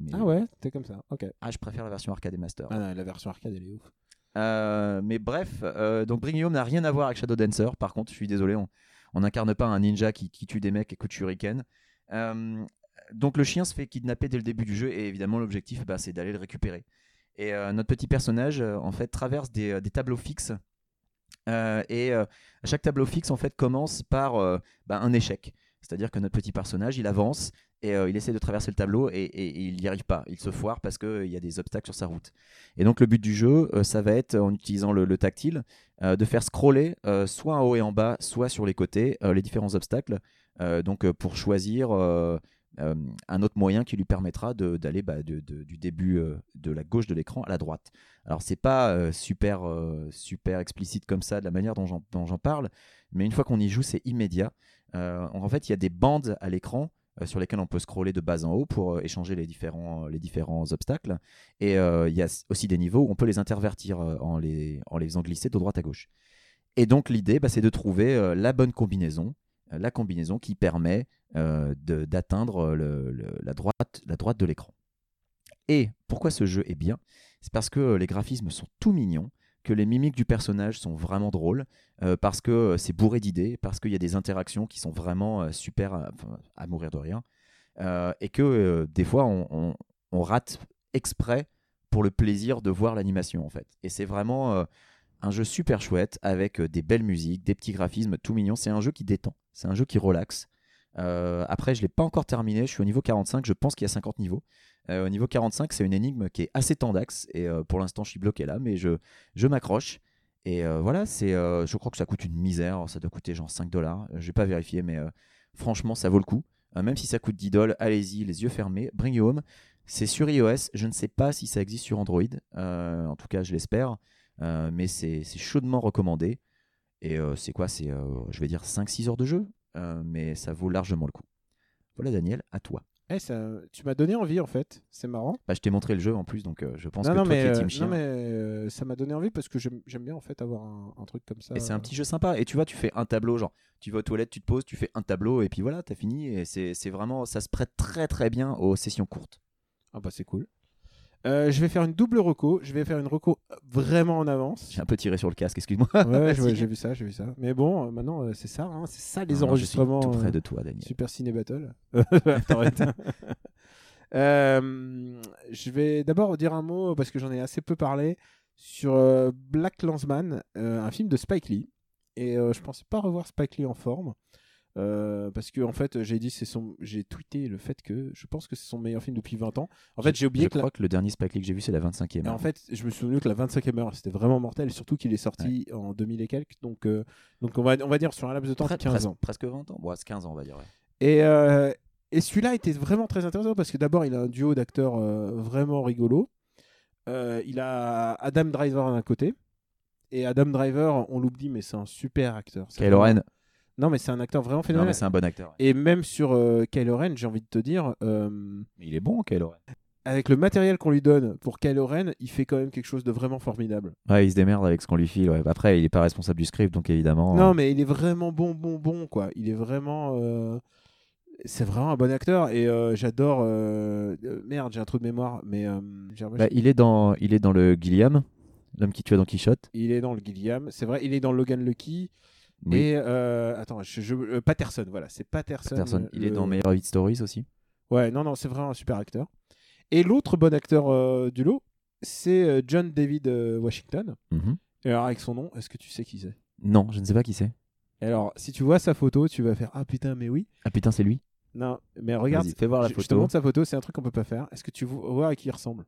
Speaker 5: mais-
Speaker 4: Ah ouais, t'es comme ça. Ok.
Speaker 5: Ah, je préfère la version arcade et Master.
Speaker 4: Ah non, la version arcade, elle est ouf.
Speaker 5: Euh, mais bref, euh, donc Bring You Home n'a rien à voir avec Shadow Dancer. Par contre, je suis désolé, on, on n'incarne pas un ninja qui, qui tue des mecs et coup de shuriken. Euh, donc le chien se fait kidnapper dès le début du jeu et évidemment l'objectif bah, c'est d'aller le récupérer. Et euh, notre petit personnage euh, en fait traverse des, euh, des tableaux fixes Euh, et euh, à chaque tableau fixe en fait commence par euh, bah, un échec. C'est-à-dire que notre petit personnage il avance et euh, il essaie de traverser le tableau et, et- et il n'y arrive pas. Il se foire parce qu'il y a des obstacles sur sa route. Et donc le but du jeu euh, ça va être en utilisant le, le tactile euh, de faire scroller euh, soit en haut et en bas soit sur les côtés euh, les différents obstacles. Euh, donc euh, pour choisir euh, euh, un autre moyen qui lui permettra de- d'aller bah, de- de- du début euh, de la gauche de l'écran à la droite. Alors c'est pas euh, super euh, super explicite comme ça de la manière dont j'en dont j'en parle, mais une fois qu'on y joue c'est immédiat. Euh, en fait il y a des bandes à l'écran euh, sur lesquelles on peut scroller de bas en haut pour euh, échanger les différents les différents obstacles et euh, il y a s- aussi des niveaux où on peut les intervertir euh, en les en les faisant glisser de droite à gauche. Et donc l'idée bah, c'est de trouver euh, la bonne combinaison, euh, la combinaison qui permet euh, de- d'atteindre le- le- la, droite, la droite de l'écran. Et pourquoi ce jeu est bien C'est parce que euh, les graphismes sont tout mignons, que les mimiques du personnage sont vraiment drôles, euh, parce que c'est bourré d'idées, parce qu'il y a des interactions qui sont vraiment euh, super à, enfin, à mourir de rien, euh, et que euh, des fois on, on- on rate exprès pour le plaisir de voir l'animation en fait. Et c'est vraiment euh, un jeu super chouette avec euh, des belles musiques, des petits graphismes, tout mignon. C'est un jeu qui détend, c'est un jeu qui relaxe. Euh, après, je ne l'ai pas encore terminé, je suis au niveau 45, je pense qu'il y a 50 niveaux. Euh, au niveau 45, c'est une énigme qui est assez tendax, et euh, pour l'instant, je suis bloqué là, mais je, je m'accroche. Et euh, voilà, c'est, euh, je crois que ça coûte une misère, ça doit coûter genre 5 dollars, je vais pas vérifier, mais euh, franchement, ça vaut le coup. Euh, même si ça coûte 10 dollars, allez-y, les yeux fermés, bring you home. C'est sur iOS, je ne sais pas si ça existe sur Android, euh, en tout cas, je l'espère, euh, mais c'est, c'est chaudement recommandé. Et euh, c'est quoi C'est, euh, je vais dire, 5-6 heures de jeu euh, mais ça vaut largement le coup. Voilà Daniel, à toi.
Speaker 4: Eh, ça, tu m'as donné envie en fait, c'est marrant.
Speaker 5: Bah, je t'ai montré le jeu en plus, donc euh, je pense
Speaker 4: non,
Speaker 5: que
Speaker 4: non,
Speaker 5: toi
Speaker 4: mais,
Speaker 5: qui es
Speaker 4: euh,
Speaker 5: team
Speaker 4: non,
Speaker 5: chien.
Speaker 4: mais, euh, ça m'a donné envie parce que j'aime j'aime bien en fait avoir un, un truc comme ça.
Speaker 5: Et c'est un petit jeu sympa. Et tu vois, tu fais un tableau, genre tu vas aux toilettes, tu te poses, tu fais un tableau, et puis voilà, t'as fini. Et c'est c'est vraiment, ça se prête très très bien aux sessions courtes.
Speaker 4: Ah bah c'est cool. Euh, je vais faire une double reco. Je vais faire une reco vraiment en avance.
Speaker 5: J'ai un peu tiré sur le casque, excuse-moi.
Speaker 4: Ouais, ouais, je-
Speaker 5: Vas-y.
Speaker 4: j'ai vu ça, j'ai vu ça. Mais bon, euh, maintenant euh, c'est ça, hein, c'est ça les
Speaker 5: Non, non, je suis
Speaker 4: enregistrements.
Speaker 5: tout
Speaker 4: euh,
Speaker 5: près de toi, Daniel.
Speaker 4: Super Ciné Battle. T'arrêtes. Euh, je vais d'abord dire un mot, parce que j'en ai assez peu parlé, sur euh, Black Landsman, euh, un film de Spike Lee. Et euh, je pensais pas revoir Spike Lee en forme. euh, parce que en fait j'ai dit c'est son j'ai tweeté le fait que je pense que c'est son meilleur film depuis 20 ans en fait j'ai oublié
Speaker 5: Je
Speaker 4: que la-
Speaker 5: crois que le dernier Spike Lee que j'ai vu, c'est la 25e.
Speaker 4: et en fait, je me suis souvenu que la 25e heure, c'était vraiment mortel, surtout qu'il est sorti en 2000 et quelques. Donc, euh, donc on, va, on va dire sur un laps de temps de
Speaker 5: Presque-
Speaker 4: 15 ans.
Speaker 5: Presque 20 ans. Bon, c'est 15 ans, on va dire. ouais.
Speaker 4: Et, euh, et celui-là était vraiment très intéressant parce que d'abord, il a un duo d'acteurs euh, vraiment rigolo. Euh, il a Adam Driver d'un côté. Et Adam Driver, on l'oublie, mais c'est un super acteur. C'est
Speaker 5: Kylo
Speaker 4: vraiment-
Speaker 5: Ren.
Speaker 4: Non, mais c'est un acteur vraiment
Speaker 5: Non,
Speaker 4: phénoménal.
Speaker 5: mais c'est un bon acteur. ouais.
Speaker 4: Et même sur euh, Kylo Ren, j'ai envie de te dire, euh,
Speaker 5: Mais Il est bon, Kylo Ren.
Speaker 4: avec le matériel qu'on lui donne pour Kylo Ren, il fait quand même quelque chose de vraiment formidable.
Speaker 5: Ouais, il se démerde avec ce qu'on lui file. ouais. Après, il est pas responsable du script, donc évidemment. euh,
Speaker 4: Non, mais il est vraiment bon, bon, bon, quoi. Il est vraiment. euh, C'est vraiment un bon acteur et euh, j'adore. euh, euh, Merde, j'ai un trou de mémoire, mais. euh, j'ai-
Speaker 5: Bah, il, est dans, il est dans le Gilliam, l'homme qui tue Don Quichotte.
Speaker 4: Il est dans le Gilliam, c'est vrai, il est dans Logan Lucky.
Speaker 5: Oui.
Speaker 4: Et. euh, Attends, je, je- euh, Patterson, voilà, c'est Patterson.
Speaker 5: Patterson.
Speaker 4: euh,
Speaker 5: Il est
Speaker 4: le-
Speaker 5: dans Meilleur Hit Stories aussi.
Speaker 4: Ouais, non, non, c'est vraiment un super acteur. Et l'autre bon acteur euh, du lot, c'est euh, John David euh, Washington.
Speaker 5: Mhm.
Speaker 4: Et alors, avec son nom, est-ce que tu sais qui c'est
Speaker 5: Non, je ne sais pas qui c'est.
Speaker 4: Et Alors, si tu vois sa photo, tu vas faire Ah putain, mais oui.
Speaker 5: Ah putain, c'est lui.
Speaker 4: Non, mais regarde,
Speaker 5: Vas-y, fais voir la
Speaker 4: Je- Je te
Speaker 5: photo.
Speaker 4: montre sa photo, c'est un truc qu'on peut pas faire. Est-ce que tu vo- vois à qui il ressemble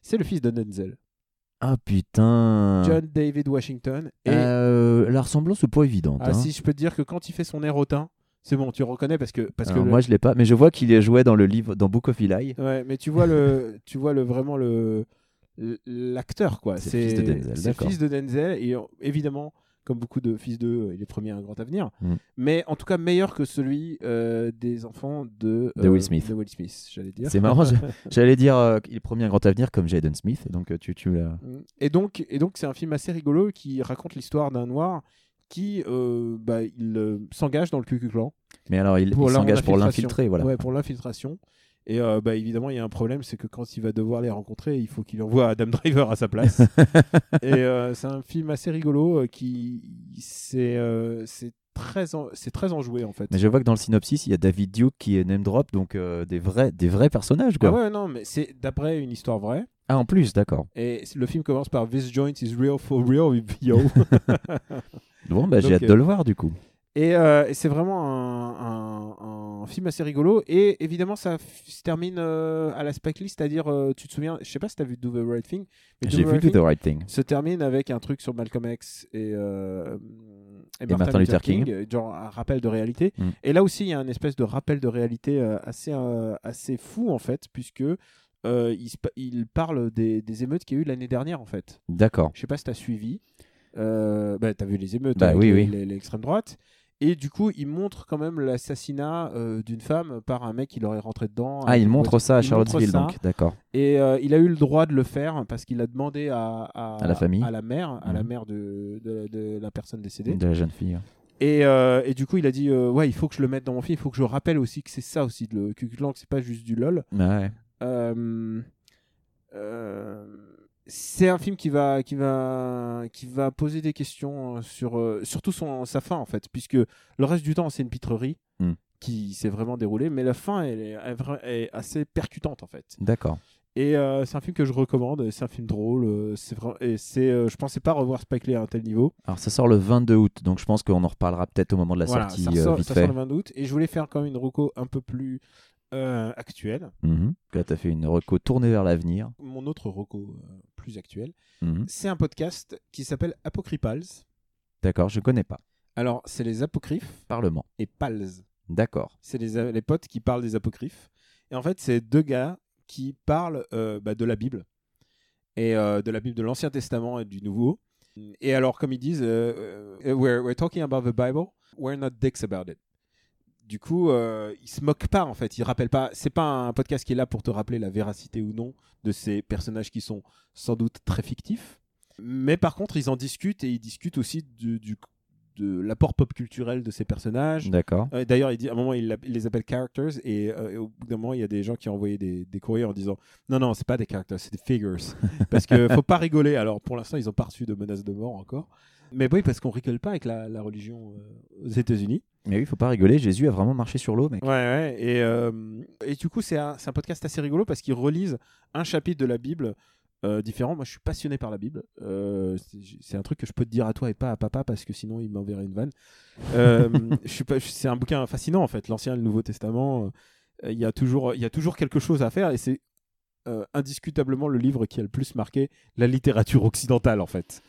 Speaker 4: C'est le fils de Denzel,
Speaker 5: Ah putain.
Speaker 4: John David Washington. Et
Speaker 5: Euh, la ressemblance est pas évidente.
Speaker 4: ah,
Speaker 5: hein.
Speaker 4: si je peux te dire que quand il fait son air hautain, c'est bon, tu le reconnais parce que parce
Speaker 5: Alors,
Speaker 4: que
Speaker 5: Euh, Moi, je l'ai pas, mais je vois qu'il est joué dans le livre, dans Book of Eli.
Speaker 4: ouais, mais tu vois le tu vois le vraiment le l'acteur quoi.
Speaker 5: C'est le fils de Denzel,
Speaker 4: c'est le
Speaker 5: d'accord.
Speaker 4: fils de Denzel et euh, évidemment comme beaucoup de fils de, il est premier à un grand avenir.
Speaker 5: Mm.
Speaker 4: Mais en tout cas meilleur que celui euh, des enfants de, euh,
Speaker 5: De Will Smith.
Speaker 4: De Will Smith, j'allais dire.
Speaker 5: C'est marrant, je- j'allais dire euh, qu'il est premier un grand avenir comme Jaden Smith, donc euh, tu, tu l'as-
Speaker 4: Mm. Et donc, et donc c'est un film assez rigolo qui raconte l'histoire d'un noir qui euh, bah, il euh, s'engage dans le Ku Klux Klan
Speaker 5: Mais alors, il,
Speaker 4: Pour
Speaker 5: il
Speaker 4: leur
Speaker 5: s'engage pour
Speaker 4: infiltration.
Speaker 5: l'infiltrer, voilà.
Speaker 4: ouais, pour l'infiltration. Et euh, bah, évidemment, il y a un problème, c'est que quand il va devoir les rencontrer, il faut qu'il envoie Adam Driver à sa place. et euh, c'est un film assez rigolo euh, qui c'est euh, c'est très, en- c'est très enjoué en fait.
Speaker 5: Mais je vois que dans le synopsis, il y a David Duke qui est name drop, donc euh, des, vrais, des vrais personnages, quoi.
Speaker 4: Ah
Speaker 5: Ah,
Speaker 4: ouais, non, mais c'est d'après une histoire vraie.
Speaker 5: en plus, d'accord.
Speaker 4: Et c- le film commence par This joint is real for real, yo.
Speaker 5: Bon, bah, j'ai
Speaker 4: Donc, euh,
Speaker 5: hâte de le voir, du coup.
Speaker 4: et euh, et c'est vraiment un, un- un film assez rigolo. Et évidemment, ça f- se termine euh, à la Spike Lee, c'est-à-dire, euh, tu te souviens, je sais pas si t'as vu Do the Right Thing, mais Do
Speaker 5: J'ai
Speaker 4: the
Speaker 5: vu
Speaker 4: Right
Speaker 5: Do
Speaker 4: Thing
Speaker 5: the Right Thing.
Speaker 4: se termine avec un truc sur Malcolm X et, euh, et
Speaker 5: Martin Luther King.
Speaker 4: euh, genre un rappel de réalité.
Speaker 5: Mm.
Speaker 4: Et là aussi, il y a un espèce de rappel de réalité euh, assez, euh, assez fou, en fait, puisque euh, il, se pa- il parle des, des émeutes qu'il y a eu l'année dernière, en fait.
Speaker 5: D'accord.
Speaker 4: Je sais pas si tu as suivi. Euh, bah, tu as vu les émeutes
Speaker 5: Bah
Speaker 4: avec
Speaker 5: oui,
Speaker 4: les-
Speaker 5: oui.
Speaker 4: les- l'extrême droite. Et du coup, il montre quand même l'assassinat euh, d'une femme par un mec qui l'aurait rentré dedans.
Speaker 5: Ah, il montre
Speaker 4: il
Speaker 5: ça à
Speaker 4: montre
Speaker 5: Charlottesville,
Speaker 4: ça.
Speaker 5: donc. D'accord.
Speaker 4: Et euh, il a eu le droit de le faire parce qu'il a demandé à, à,
Speaker 5: À la famille.
Speaker 4: à la mère, à la
Speaker 5: Mhm.
Speaker 4: mère de, de- de la personne décédée.
Speaker 5: De la jeune fille. ouais.
Speaker 4: Et, euh, et du coup, il a dit euh, ouais, il faut que je le mette dans mon film, il faut que je rappelle aussi que c'est ça aussi le Ku Klux Klan, que c'est pas juste du lol.
Speaker 5: Ouais.
Speaker 4: Euh, euh, c'est un film qui va qui va qui va poser des questions euh, sur euh, surtout son sa fin en fait, puisque le reste du temps c'est une pitrerie.
Speaker 5: Mm.
Speaker 4: qui s'est vraiment déroulée, mais la fin elle est- elle est vra- est assez percutante en fait.
Speaker 5: D'accord.
Speaker 4: Et euh, c'est un film que je recommande, et c'est un film drôle, euh, c'est vraiment et c'est euh, je pensais pas revoir Spike Lee à un tel niveau.
Speaker 5: Alors, ça sort le 22 août, donc je pense qu'on en reparlera peut-être au moment de la
Speaker 4: Voilà,
Speaker 5: sortie,
Speaker 4: ça,
Speaker 5: euh,
Speaker 4: ressort-
Speaker 5: vite
Speaker 4: ça
Speaker 5: fait.
Speaker 4: sort le 20 août et je voulais faire quand même une reco un peu plus euh, actuelle.
Speaker 5: Mhm. Là, t'as fait une reco tournée vers l'avenir.
Speaker 4: Mon autre reco euh, plus actuelle,
Speaker 5: Mhm.
Speaker 4: c'est un podcast qui s'appelle Apocrypals.
Speaker 5: D'accord, je connais pas.
Speaker 4: Alors, c'est les apocryphes
Speaker 5: Parlement.
Speaker 4: et pals.
Speaker 5: D'accord.
Speaker 4: C'est les, les potes qui parlent des apocryphes. Et en fait, c'est deux gars qui parlent euh, bah, de la Bible. Et euh, de la Bible de l'Ancien Testament et du Nouveau. Et alors, comme ils disent, euh, euh, we're, we're talking about the Bible, we're not dicks about it. Du coup, euh, ils se moquent pas en fait. Ils rappellent pas. C'est pas un podcast qui est là pour te rappeler la véracité ou non de ces personnages qui sont sans doute très fictifs. Mais par contre, ils en discutent et ils discutent aussi du- du- de l'apport pop culturel de ces personnages,
Speaker 5: D'accord.
Speaker 4: euh, D'ailleurs, il dit à un moment, il, l'app- il les appelle characters, et, euh, et au bout d'un moment, il y a des gens qui ont envoyé des, des courriers en disant non, non, c'est pas des characters, c'est des figures, parce que faut pas rigoler. Alors, pour l'instant, ils ont pas reçu de menaces de mort encore, mais oui, parce qu'on rigole pas avec la, la religion euh, aux États-Unis.
Speaker 5: Mais oui, faut pas rigoler, Jésus a vraiment marché sur l'eau, mec.
Speaker 4: Ouais, ouais, et euh, et du coup, c'est un, c'est un podcast assez rigolo parce qu'ils relisent un chapitre de la Bible. euh, différent. Moi, je suis passionné par la Bible. Euh, c'est- c'est un truc que je peux te dire à toi et pas à papa parce que sinon il m'enverrait une vanne. Euh, je suis pas- je- c'est un bouquin fascinant en fait, l'Ancien et le Nouveau Testament. Euh, Il y a toujours, il y a toujours quelque chose à faire et c'est euh, indiscutablement le livre qui a le plus marqué la littérature occidentale en fait.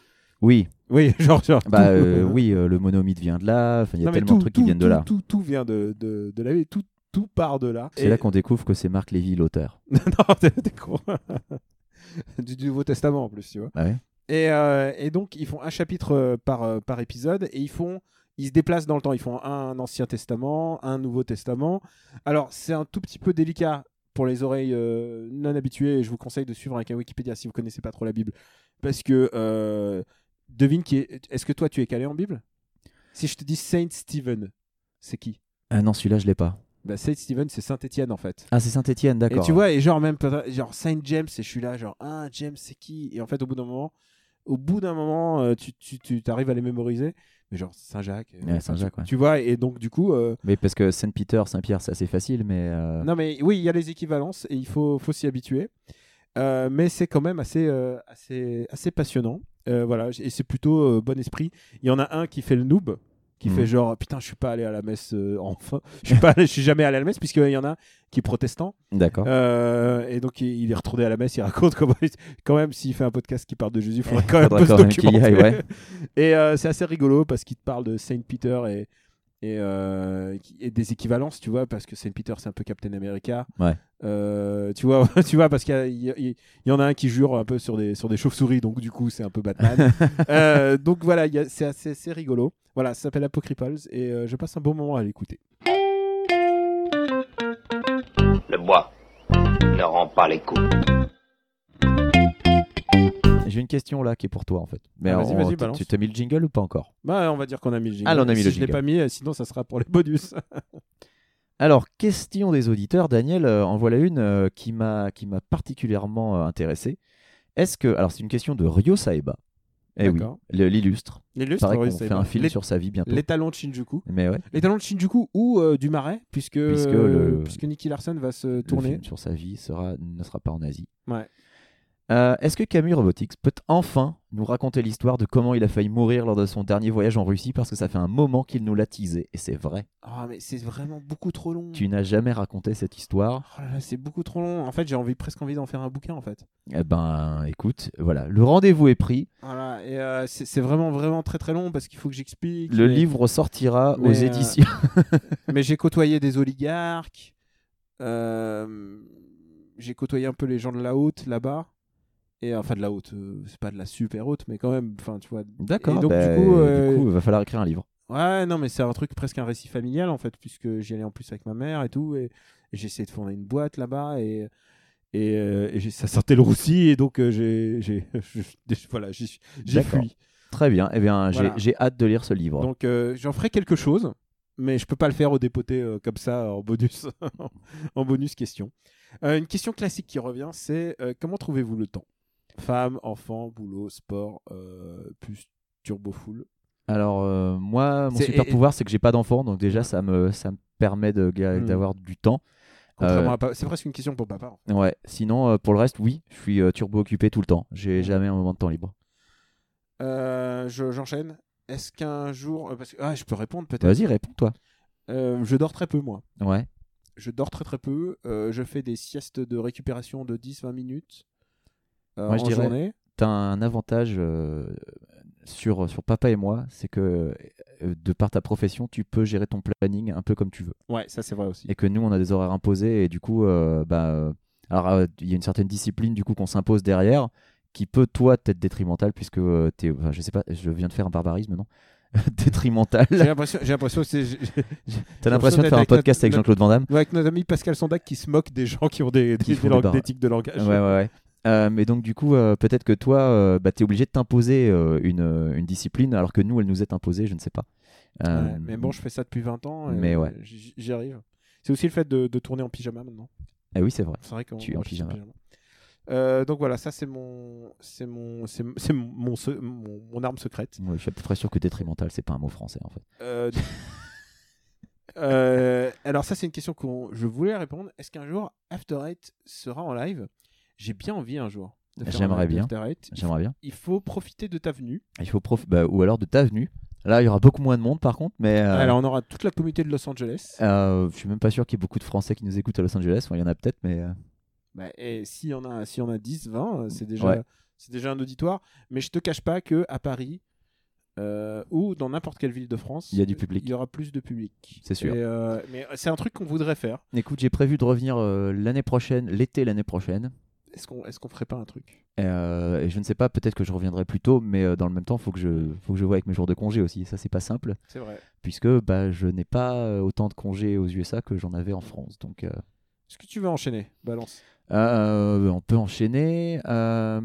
Speaker 5: Oui,
Speaker 4: Oui, genre, genre
Speaker 5: bah
Speaker 4: tout-
Speaker 5: euh, oui, euh, le monomythe vient de là. Enfin, il y a
Speaker 4: Non, mais
Speaker 5: tellement
Speaker 4: tout-
Speaker 5: de trucs qui
Speaker 4: tout-
Speaker 5: viennent de
Speaker 4: tout-
Speaker 5: là.
Speaker 4: Tout, tout vient de, de, de la Bible. Tout, tout part de là.
Speaker 5: C'est
Speaker 4: Et-
Speaker 5: là qu'on découvre que c'est Marc Lévy l'auteur.
Speaker 4: non, t'es t'es con. du du Nouveau Testament en plus, tu vois.
Speaker 5: Ah ouais
Speaker 4: Et, euh, et donc, ils font un chapitre euh, par, euh, par épisode et ils font. Ils se déplacent dans le temps. Ils font un Ancien Testament, un Nouveau Testament. Alors, c'est un tout petit peu délicat pour les oreilles euh, non habituées. et Je vous conseille de suivre avec un Wikipédia si vous connaissez pas trop la Bible. Parce que, euh, devine qui est. Est-ce que toi, tu es calé en Bible Si je te dis Saint Stephen, c'est qui
Speaker 5: Ah non, celui-là, je l'ai pas.
Speaker 4: bah, Saint Stephen, c'est Saint-Étienne en fait.
Speaker 5: Ah, c'est Saint-Étienne,
Speaker 4: Et
Speaker 5: d'accord.
Speaker 4: tu vois, et genre même peut-être- genre Saint James, et je suis là, genre ah James c'est qui Et en fait au bout d'un moment, au bout d'un moment, euh, tu tu tu t'arrives à les mémoriser, mais genre Saint Jacques. euh,
Speaker 5: Ouais, Saint-Jacques, ouais.
Speaker 4: Tu vois, et donc du coup, euh,
Speaker 5: Mais parce que Saint-Peter, Saint-Pierre, c'est assez facile, mais euh,
Speaker 4: non mais oui, il y a les équivalences et il faut faut s'y habituer. Euh, mais c'est quand même assez euh, assez assez passionnant. Euh, voilà, et c'est plutôt euh, bon esprit. Il y en a un qui fait le noob, qui
Speaker 5: Mhm.
Speaker 4: fait genre putain, je suis pas allé à la messe euh, enfin, je suis pas allé- je suis jamais allé à la messe puisqu'il y en a un qui est protestant.
Speaker 5: d'accord.
Speaker 4: Euh, et donc il il est retourné à la messe, il raconte comment quand même s'il fait un podcast qui parle de Jésus, il faudrait quand même
Speaker 5: Faudra
Speaker 4: pas se
Speaker 5: quand même qu'il y
Speaker 4: documenter.
Speaker 5: aille, ouais.
Speaker 4: Et euh, c'est assez rigolo parce qu'il te parle de Saint Peter et et, euh, qui- et des équivalences, tu vois, parce que Saint Peter c'est un peu Captain America.
Speaker 5: Ouais.
Speaker 4: Euh, tu vois, tu vois, parce qu'il y a- il y, a- il y en a un qui jure un peu sur des sur des chauves-souris, donc du coup c'est un peu Batman. Euh, donc voilà, il y a- c'est assez, c'est rigolo. Voilà, ça s'appelle Apocrypals et euh, je passe un bon moment à l'écouter.
Speaker 7: Le bois ne rend pas les coups.
Speaker 5: J'ai une question là qui est pour toi en fait. Mais
Speaker 4: Euh. Ah, vas-y,
Speaker 5: on-
Speaker 4: vas-y,
Speaker 5: tu-
Speaker 4: balance.
Speaker 5: tu t'as mis le jingle ou pas encore
Speaker 4: Bah, on va dire qu'on a mis le jingle.
Speaker 5: Allez, Ah, on a mis
Speaker 4: si
Speaker 5: le
Speaker 4: je l'ai
Speaker 5: jingle.
Speaker 4: pas mis, euh, sinon ça sera pour les bonus.
Speaker 5: Alors, question des auditeurs, Daniel, euh, en voilà une euh, qui m'a qui m'a particulièrement euh, intéressé. Est-ce que alors c'est une question de Rio Saeba Eh oui,
Speaker 4: D'accord.
Speaker 5: le- l'illustre. Il
Speaker 4: L'illustre,
Speaker 5: paraît qu'on
Speaker 4: oui,
Speaker 5: fait
Speaker 4: c'est-
Speaker 5: un film
Speaker 4: les,
Speaker 5: sur sa vie bientôt.
Speaker 4: les talents de Shinjuku.
Speaker 5: Mais ouais,
Speaker 4: Les talents de Shinjuku ou euh, du Marais, puisque,
Speaker 5: Puisque
Speaker 4: euh,
Speaker 5: le-
Speaker 4: puisque Nicky Larson va se
Speaker 5: le
Speaker 4: tourner.
Speaker 5: film sur sa vie sera, ne sera pas en Asie.
Speaker 4: Ouais.
Speaker 5: Euh, Est-ce que Camus Robotics peut enfin nous raconter l'histoire de comment il a failli mourir lors de son dernier voyage en Russie parce que ça fait un moment qu'il nous l'a teasé et c'est vrai.
Speaker 4: Ah, mais c'est vraiment beaucoup trop long.
Speaker 5: Tu n'as jamais raconté cette histoire.
Speaker 4: Oh là là, c'est beaucoup trop long. En fait, j'ai envie, presque envie d'en faire un bouquin, en fait.
Speaker 5: Eh ben, écoute, voilà, le rendez-vous est pris.
Speaker 4: Voilà, et euh, c'est c'est vraiment, vraiment très très long parce qu'il faut que j'explique.
Speaker 5: Le
Speaker 4: mais-
Speaker 5: livre sortira aux
Speaker 4: mais, euh,
Speaker 5: éditions.
Speaker 4: Mais j'ai côtoyé des oligarques, euh, j'ai côtoyé un peu les gens de la haute là-bas. Et enfin, de la haute, euh, c'est pas de la super haute, mais quand même, enfin, tu vois.
Speaker 5: D'accord.
Speaker 4: Et donc,
Speaker 5: bah,
Speaker 4: du coup, euh,
Speaker 5: du coup, il va falloir écrire un livre.
Speaker 4: Ouais, non, mais c'est un truc presque un récit familial en fait, puisque j'y allais en plus avec ma mère et tout. Et, et j'ai essayé de fonder une boîte là-bas et. Et, euh, et j'ai- ça sortait le roussi, et donc euh, j'ai. j'ai- je- Voilà, j'y suis- j'ai
Speaker 5: D'accord.
Speaker 4: fui.
Speaker 5: Très bien. Eh bien, j'ai-
Speaker 4: Voilà.
Speaker 5: j'ai hâte de lire ce livre.
Speaker 4: Donc euh, j'en ferai quelque chose, mais je peux pas le faire au dépoté euh, comme ça en bonus, en bonus question. Euh, une question classique qui revient, c'est euh, comment trouvez-vous le temps Femme, enfant, boulot, sport, euh, plus turbo full.
Speaker 5: Alors euh, moi, mon
Speaker 4: C'est-
Speaker 5: super
Speaker 4: et-
Speaker 5: pouvoir, c'est que j'ai pas d'enfant, donc déjà ça me ça me permet de ga-
Speaker 4: Hmm.
Speaker 5: d'avoir du temps.
Speaker 4: Contrairement à pa- c'est presque une question pour papa. en fait.
Speaker 5: Ouais. Sinon, euh, pour le reste, oui, je suis euh, turbo occupé tout le temps.
Speaker 4: Hmm.
Speaker 5: J'ai jamais un moment de temps libre.
Speaker 4: Euh, je- J'enchaîne. Est-ce qu'un jour, euh, parce que ah, je peux répondre peut-être.
Speaker 5: Vas-y, réponds-toi.
Speaker 4: Euh, je dors très peu moi.
Speaker 5: Ouais.
Speaker 4: Je dors très très peu. Euh, je fais des siestes de récupération de 10-20 minutes euh,
Speaker 5: Moi, je
Speaker 4: en
Speaker 5: dirais-
Speaker 4: journée.
Speaker 5: T'as un avantage euh, sur sur papa et moi, c'est que euh, de par ta profession, tu peux gérer ton planning un peu comme tu veux.
Speaker 4: Ouais, ça c'est vrai aussi.
Speaker 5: et que nous on a des horaires imposés et du coup euh, bah euh, alors euh, il y a une certaine discipline du coup qu'on s'impose derrière qui peut toi t'être détrimentale puisque euh, t'es enfin, je sais pas je viens de faire un barbarisme non
Speaker 4: J'ai
Speaker 5: détrimentale
Speaker 4: l'impression j'ai l'impression que c'est
Speaker 5: t'as l'impression de faire un
Speaker 4: d'être avec
Speaker 5: podcast avec
Speaker 4: notre-
Speaker 5: Jean-Claude Van Damme
Speaker 4: Ouais, avec notre ami Pascal Sondac qui se moque des gens qui ont des,
Speaker 5: Qui
Speaker 4: des-
Speaker 5: font
Speaker 4: des
Speaker 5: des
Speaker 4: langues-
Speaker 5: bar-
Speaker 4: des tics de langage.
Speaker 5: ouais ouais ouais Euh, mais donc du coup euh, peut-être que toi euh, bah, t'es obligé de t'imposer euh, une, euh, une discipline alors que nous elle nous est imposée je ne sais pas Euh,
Speaker 4: Ouais, mais bon, je fais ça depuis 20 ans. et
Speaker 5: mais ouais.
Speaker 4: j- J'y arrive. C'est aussi le fait de, de tourner en pyjama maintenant.
Speaker 5: ah oui c'est vrai
Speaker 4: C'est vrai qu'on
Speaker 5: Tu es en
Speaker 4: moi, je suis
Speaker 5: pyjama.
Speaker 4: Euh, donc voilà, ça c'est mon, c'est mon, c'est c'est mon, mon, se- mon- mon arme secrète.
Speaker 5: Ouais, je suis à peu près sûr que détrimental c'est pas un mot français en fait
Speaker 4: Euh, euh, alors ça c'est une question que je voulais répondre. Est-ce qu'un jour After Eight sera en live J'ai bien envie un jour. de faire un
Speaker 5: J'aimerais
Speaker 4: live
Speaker 5: bien.
Speaker 4: d'After Eight.
Speaker 5: j'aimerais bien
Speaker 4: Il faut profiter de ta venue.
Speaker 5: il faut prof... bah, ou alors de ta venue là il y aura beaucoup moins de monde par contre mais euh,
Speaker 4: Alors on aura toute la communauté de Los Angeles.
Speaker 5: Euh, je suis même pas sûr qu'il y ait beaucoup de Français qui nous écoutent à Los Angeles. Enfin, Il y en a peut-être, mais euh,
Speaker 4: Bah, et s'il y en a, si on a 10, 20, euh, c'est déjà,
Speaker 5: Ouais.
Speaker 4: c'est déjà un auditoire. Mais je te cache pas que à Paris euh, ou dans n'importe quelle ville de France,
Speaker 5: Il y a du public.
Speaker 4: Il y aura plus de public.
Speaker 5: C'est sûr.
Speaker 4: Et, euh, mais c'est un truc qu'on voudrait faire.
Speaker 5: écoute, j'ai prévu de revenir euh, l'année prochaine, l'été l'année prochaine.
Speaker 4: Est-ce qu'on, est-ce qu'on ferait pas un truc
Speaker 5: Et, euh, et je ne sais pas, peut-être que je reviendrai plus tôt, mais euh, dans le même temps, faut que je faut que je vois avec mes jours de congé aussi. Ça, c'est pas simple,
Speaker 4: C'est vrai.
Speaker 5: puisque bah je n'ai pas euh, autant de congés aux USA que j'en avais en France. Donc euh,
Speaker 4: Est-ce que tu veux enchaîner Balance.
Speaker 5: euh, on peut enchaîner. Euh,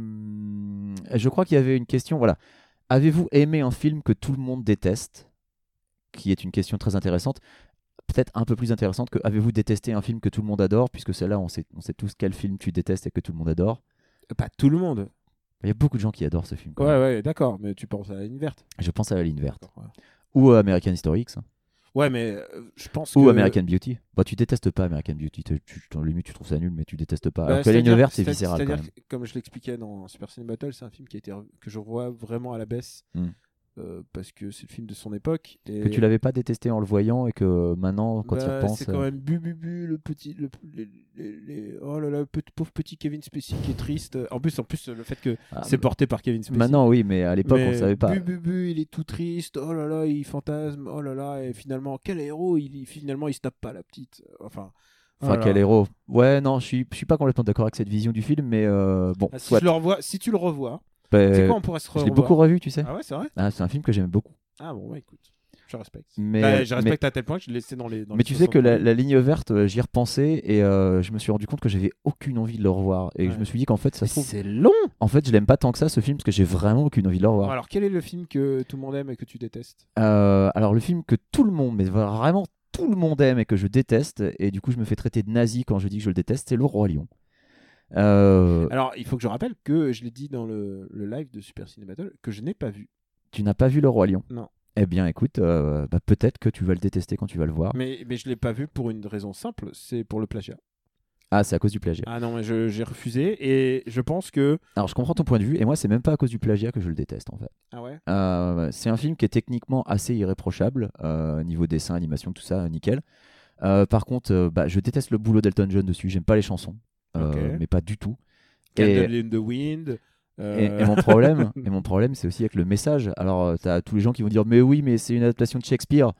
Speaker 5: je crois qu'il y avait une question. Voilà, avez-vous aimé un film que tout le monde déteste Qui est une question très intéressante. peut-être un peu plus intéressante que avez-vous détesté un film que tout le monde adore Puisque celle-là, on sait, on sait tous quel film tu détestes et que tout le monde adore. Euh,
Speaker 4: Pas tout le monde.
Speaker 5: Il y a beaucoup de gens qui adorent ce film. quand
Speaker 4: Ouais,
Speaker 5: même.
Speaker 4: ouais, d'accord. Mais tu penses à la ligne verte.
Speaker 5: Je pense à La Ligne Verte.
Speaker 4: Ouais.
Speaker 5: Ou à American History X. hein.
Speaker 4: Ouais, mais euh, je pense
Speaker 5: Ou
Speaker 4: que.
Speaker 5: American Beauty. Bah, tu détestes pas American Beauty. Tu, tu, en limite, tu trouves ça nul, mais tu détestes pas.
Speaker 4: Bah,
Speaker 5: Alors que La Ligne
Speaker 4: c'est-à-dire-
Speaker 5: Verte, c'est
Speaker 4: c'est-
Speaker 5: viscéral quand
Speaker 4: c'est-à-dire
Speaker 5: même.
Speaker 4: que, Comme je l'expliquais dans Super Ciné Battle, c'est un film qui a été re- que je vois vraiment à la baisse.
Speaker 5: Hmm.
Speaker 4: euh, parce que c'est le film de son époque. Et...
Speaker 5: Que tu l'avais pas détesté en le voyant et que maintenant, quand tu
Speaker 4: Bah,
Speaker 5: repenses.
Speaker 4: C'est quand
Speaker 5: euh,
Speaker 4: même bu, bu, bu, le petit. Le, les- les- les- oh là là, le petit- pauvre petit Kevin Spacey qui est triste. En plus, en plus le fait que
Speaker 5: ah,
Speaker 4: c'est porté par Kevin Spacey.
Speaker 5: Maintenant, oui, mais à l'époque, on
Speaker 4: Mais
Speaker 5: savait pas.
Speaker 4: Bu, bu, bu, il est tout triste. Oh là là, il fantasme. Oh là là, et finalement, quel héros il, il- Finalement, il se tape pas la petite. Enfin. oh
Speaker 5: Enfin,
Speaker 4: là
Speaker 5: quel
Speaker 4: là.
Speaker 5: héros. Ouais, non, je suis, je suis pas complètement d'accord avec cette vision du film, mais euh, bon.
Speaker 4: Ah, si,
Speaker 5: soit.
Speaker 4: je le revois, si tu le revois,
Speaker 5: Bah,
Speaker 4: c'est quoi On pourrait se
Speaker 5: je
Speaker 4: revoir.
Speaker 5: l'ai beaucoup revu, tu sais.
Speaker 4: Ah ouais, c'est vrai
Speaker 5: Ah, c'est un film que j'aime beaucoup.
Speaker 4: Ah bon, bah, écoute, je respecte.
Speaker 5: Mais,
Speaker 4: Bah, je
Speaker 5: mais-
Speaker 4: respecte à tel point que je l'ai laissé dans les. dans
Speaker 5: mais
Speaker 4: les
Speaker 5: tu sais que la,
Speaker 4: 60.
Speaker 5: la ligne verte, euh, j'y repensais et euh, je me suis rendu compte que j'avais aucune envie de le revoir. Et
Speaker 4: Ouais.
Speaker 5: je me suis dit qu'en fait, ça
Speaker 4: Mais
Speaker 5: se trouve.
Speaker 4: c'est long.
Speaker 5: En fait, je l'aime pas tant que ça ce film parce que j'ai vraiment aucune envie de le revoir.
Speaker 4: Alors, quel est le film que tout le monde aime et que tu détestes
Speaker 5: Euh, alors, le film que tout le monde, mais vraiment tout le monde aime et que je déteste, et du coup, je me fais traiter de nazi quand je dis que je le déteste, c'est Le Roi Lion. Euh,
Speaker 4: Alors, il faut que je rappelle que je l'ai dit dans le, le live de Super Ciné Battle que je n'ai pas vu.
Speaker 5: tu n'as pas vu Le Roi Lion
Speaker 4: Non.
Speaker 5: Eh bien, écoute, euh, bah, peut-être que tu vas le détester quand tu vas le voir.
Speaker 4: Mais, mais je l'ai pas vu pour une raison simple, c'est pour le plagiat.
Speaker 5: Ah, c'est à cause du plagiat.
Speaker 4: Ah non, mais je- j'ai refusé et je pense que.
Speaker 5: Alors, je comprends ton point de vue, et moi, c'est même pas à cause du plagiat que je le déteste, en fait.
Speaker 4: Ah ouais
Speaker 5: Euh, c'est un film qui est techniquement assez irréprochable, euh, niveau dessin, animation, tout ça, nickel. Euh, par contre, euh, bah, je déteste le boulot d'Elton John dessus, j'aime pas les chansons, euh,
Speaker 4: Ok.
Speaker 5: mais pas du tout. Et-
Speaker 4: Candle in the Wind. euh,
Speaker 5: Et, et mon problème, et mon problème, c'est aussi avec le message. Alors, tu as tous les gens qui vont dire, mais oui, mais c'est une adaptation de Shakespeare.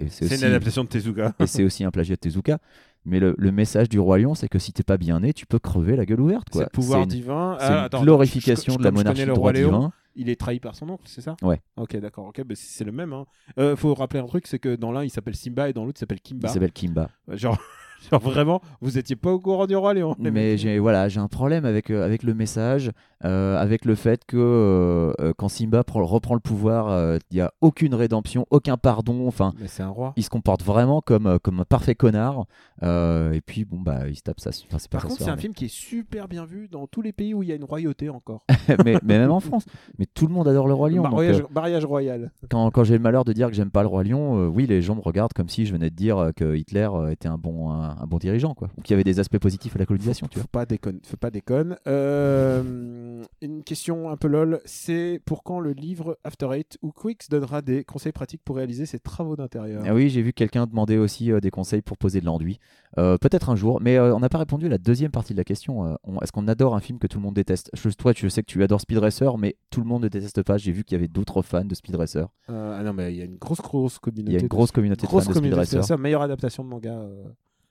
Speaker 5: Et c'est
Speaker 4: c'est une
Speaker 5: aussi,
Speaker 4: adaptation de Tezuka.
Speaker 5: et c'est aussi un plagiat de Tezuka. Mais le, le message du roi lion, c'est que si t'es pas bien né, tu peux crever la gueule ouverte.
Speaker 4: C'est
Speaker 5: quoi.
Speaker 4: le pouvoir
Speaker 5: une-
Speaker 4: divin.
Speaker 5: c'est
Speaker 4: Ah,
Speaker 5: une
Speaker 4: attends,
Speaker 5: glorification
Speaker 4: je- je-
Speaker 5: de la
Speaker 4: comme je connais
Speaker 5: monarchie
Speaker 4: le
Speaker 5: du
Speaker 4: roi
Speaker 5: droit
Speaker 4: Léon,
Speaker 5: divin.
Speaker 4: Il est trahi par son oncle, c'est ça
Speaker 5: Ouais.
Speaker 4: Ok, d'accord. Ok, bah, c'est le même. Hein. Euh, faut rappeler un truc, c'est que dans l'un il s'appelle Simba et dans l'autre il s'appelle
Speaker 5: Il
Speaker 4: Kimba. Euh,
Speaker 5: s'appelle Kimba.
Speaker 4: Genre, genre vraiment, vous étiez pas au courant du roi Léon. les
Speaker 5: mais
Speaker 4: mecs.
Speaker 5: j'ai voilà j'ai un problème avec euh, avec le message euh, avec le fait que euh, euh, quand Simba prend- reprend le pouvoir euh, il n'y a aucune rédemption aucun pardon enfin
Speaker 4: Mais c'est un roi.
Speaker 5: il se comporte vraiment comme euh, comme un parfait connard euh, et puis bon bah il se tape ça enfin c'est pas
Speaker 4: Par
Speaker 5: sa
Speaker 4: contre,
Speaker 5: sœur,
Speaker 4: c'est un
Speaker 5: mais-
Speaker 4: film qui est super bien vu dans tous les pays où il y a une royauté encore.
Speaker 5: mais, mais même en France mais tout le monde adore le roi lion donc,
Speaker 4: mariage,
Speaker 5: euh,
Speaker 4: mariage royal.
Speaker 5: quand, quand j'ai le malheur de dire que j'aime pas le roi lion euh, oui les gens me regardent comme si je venais de dire euh, que Hitler euh, était un bon un, un bon dirigeant quoi ou qu'il y avait des aspects positifs à la colonisation tu vois
Speaker 4: Faut pas déconne. Faut pas déconne. Euh, une question un peu lol. C'est pour quand le livre After Eight ou Quicks donnera des conseils pratiques pour réaliser ses travaux d'intérieur
Speaker 5: Ah oui, j'ai vu quelqu'un demander aussi euh, des conseils pour poser de l'enduit. Euh, Peut-être un jour, mais euh, on n'a pas répondu à la deuxième partie de la question. euh, on- Est-ce qu'on adore un film que tout le monde déteste je, Toi, tu sais que tu adores Speed Racer, mais tout le monde ne déteste pas. J'ai vu qu'il y avait d'autres fans de Speed Racer.
Speaker 4: Euh, ah non, mais il y a une grosse, grosse communauté.
Speaker 5: Il y a une
Speaker 4: de-
Speaker 5: grosse communauté
Speaker 4: grosse
Speaker 5: de fans de Speed
Speaker 4: communauté.
Speaker 5: Racer.
Speaker 4: C'est ça, meilleure adaptation de manga euh,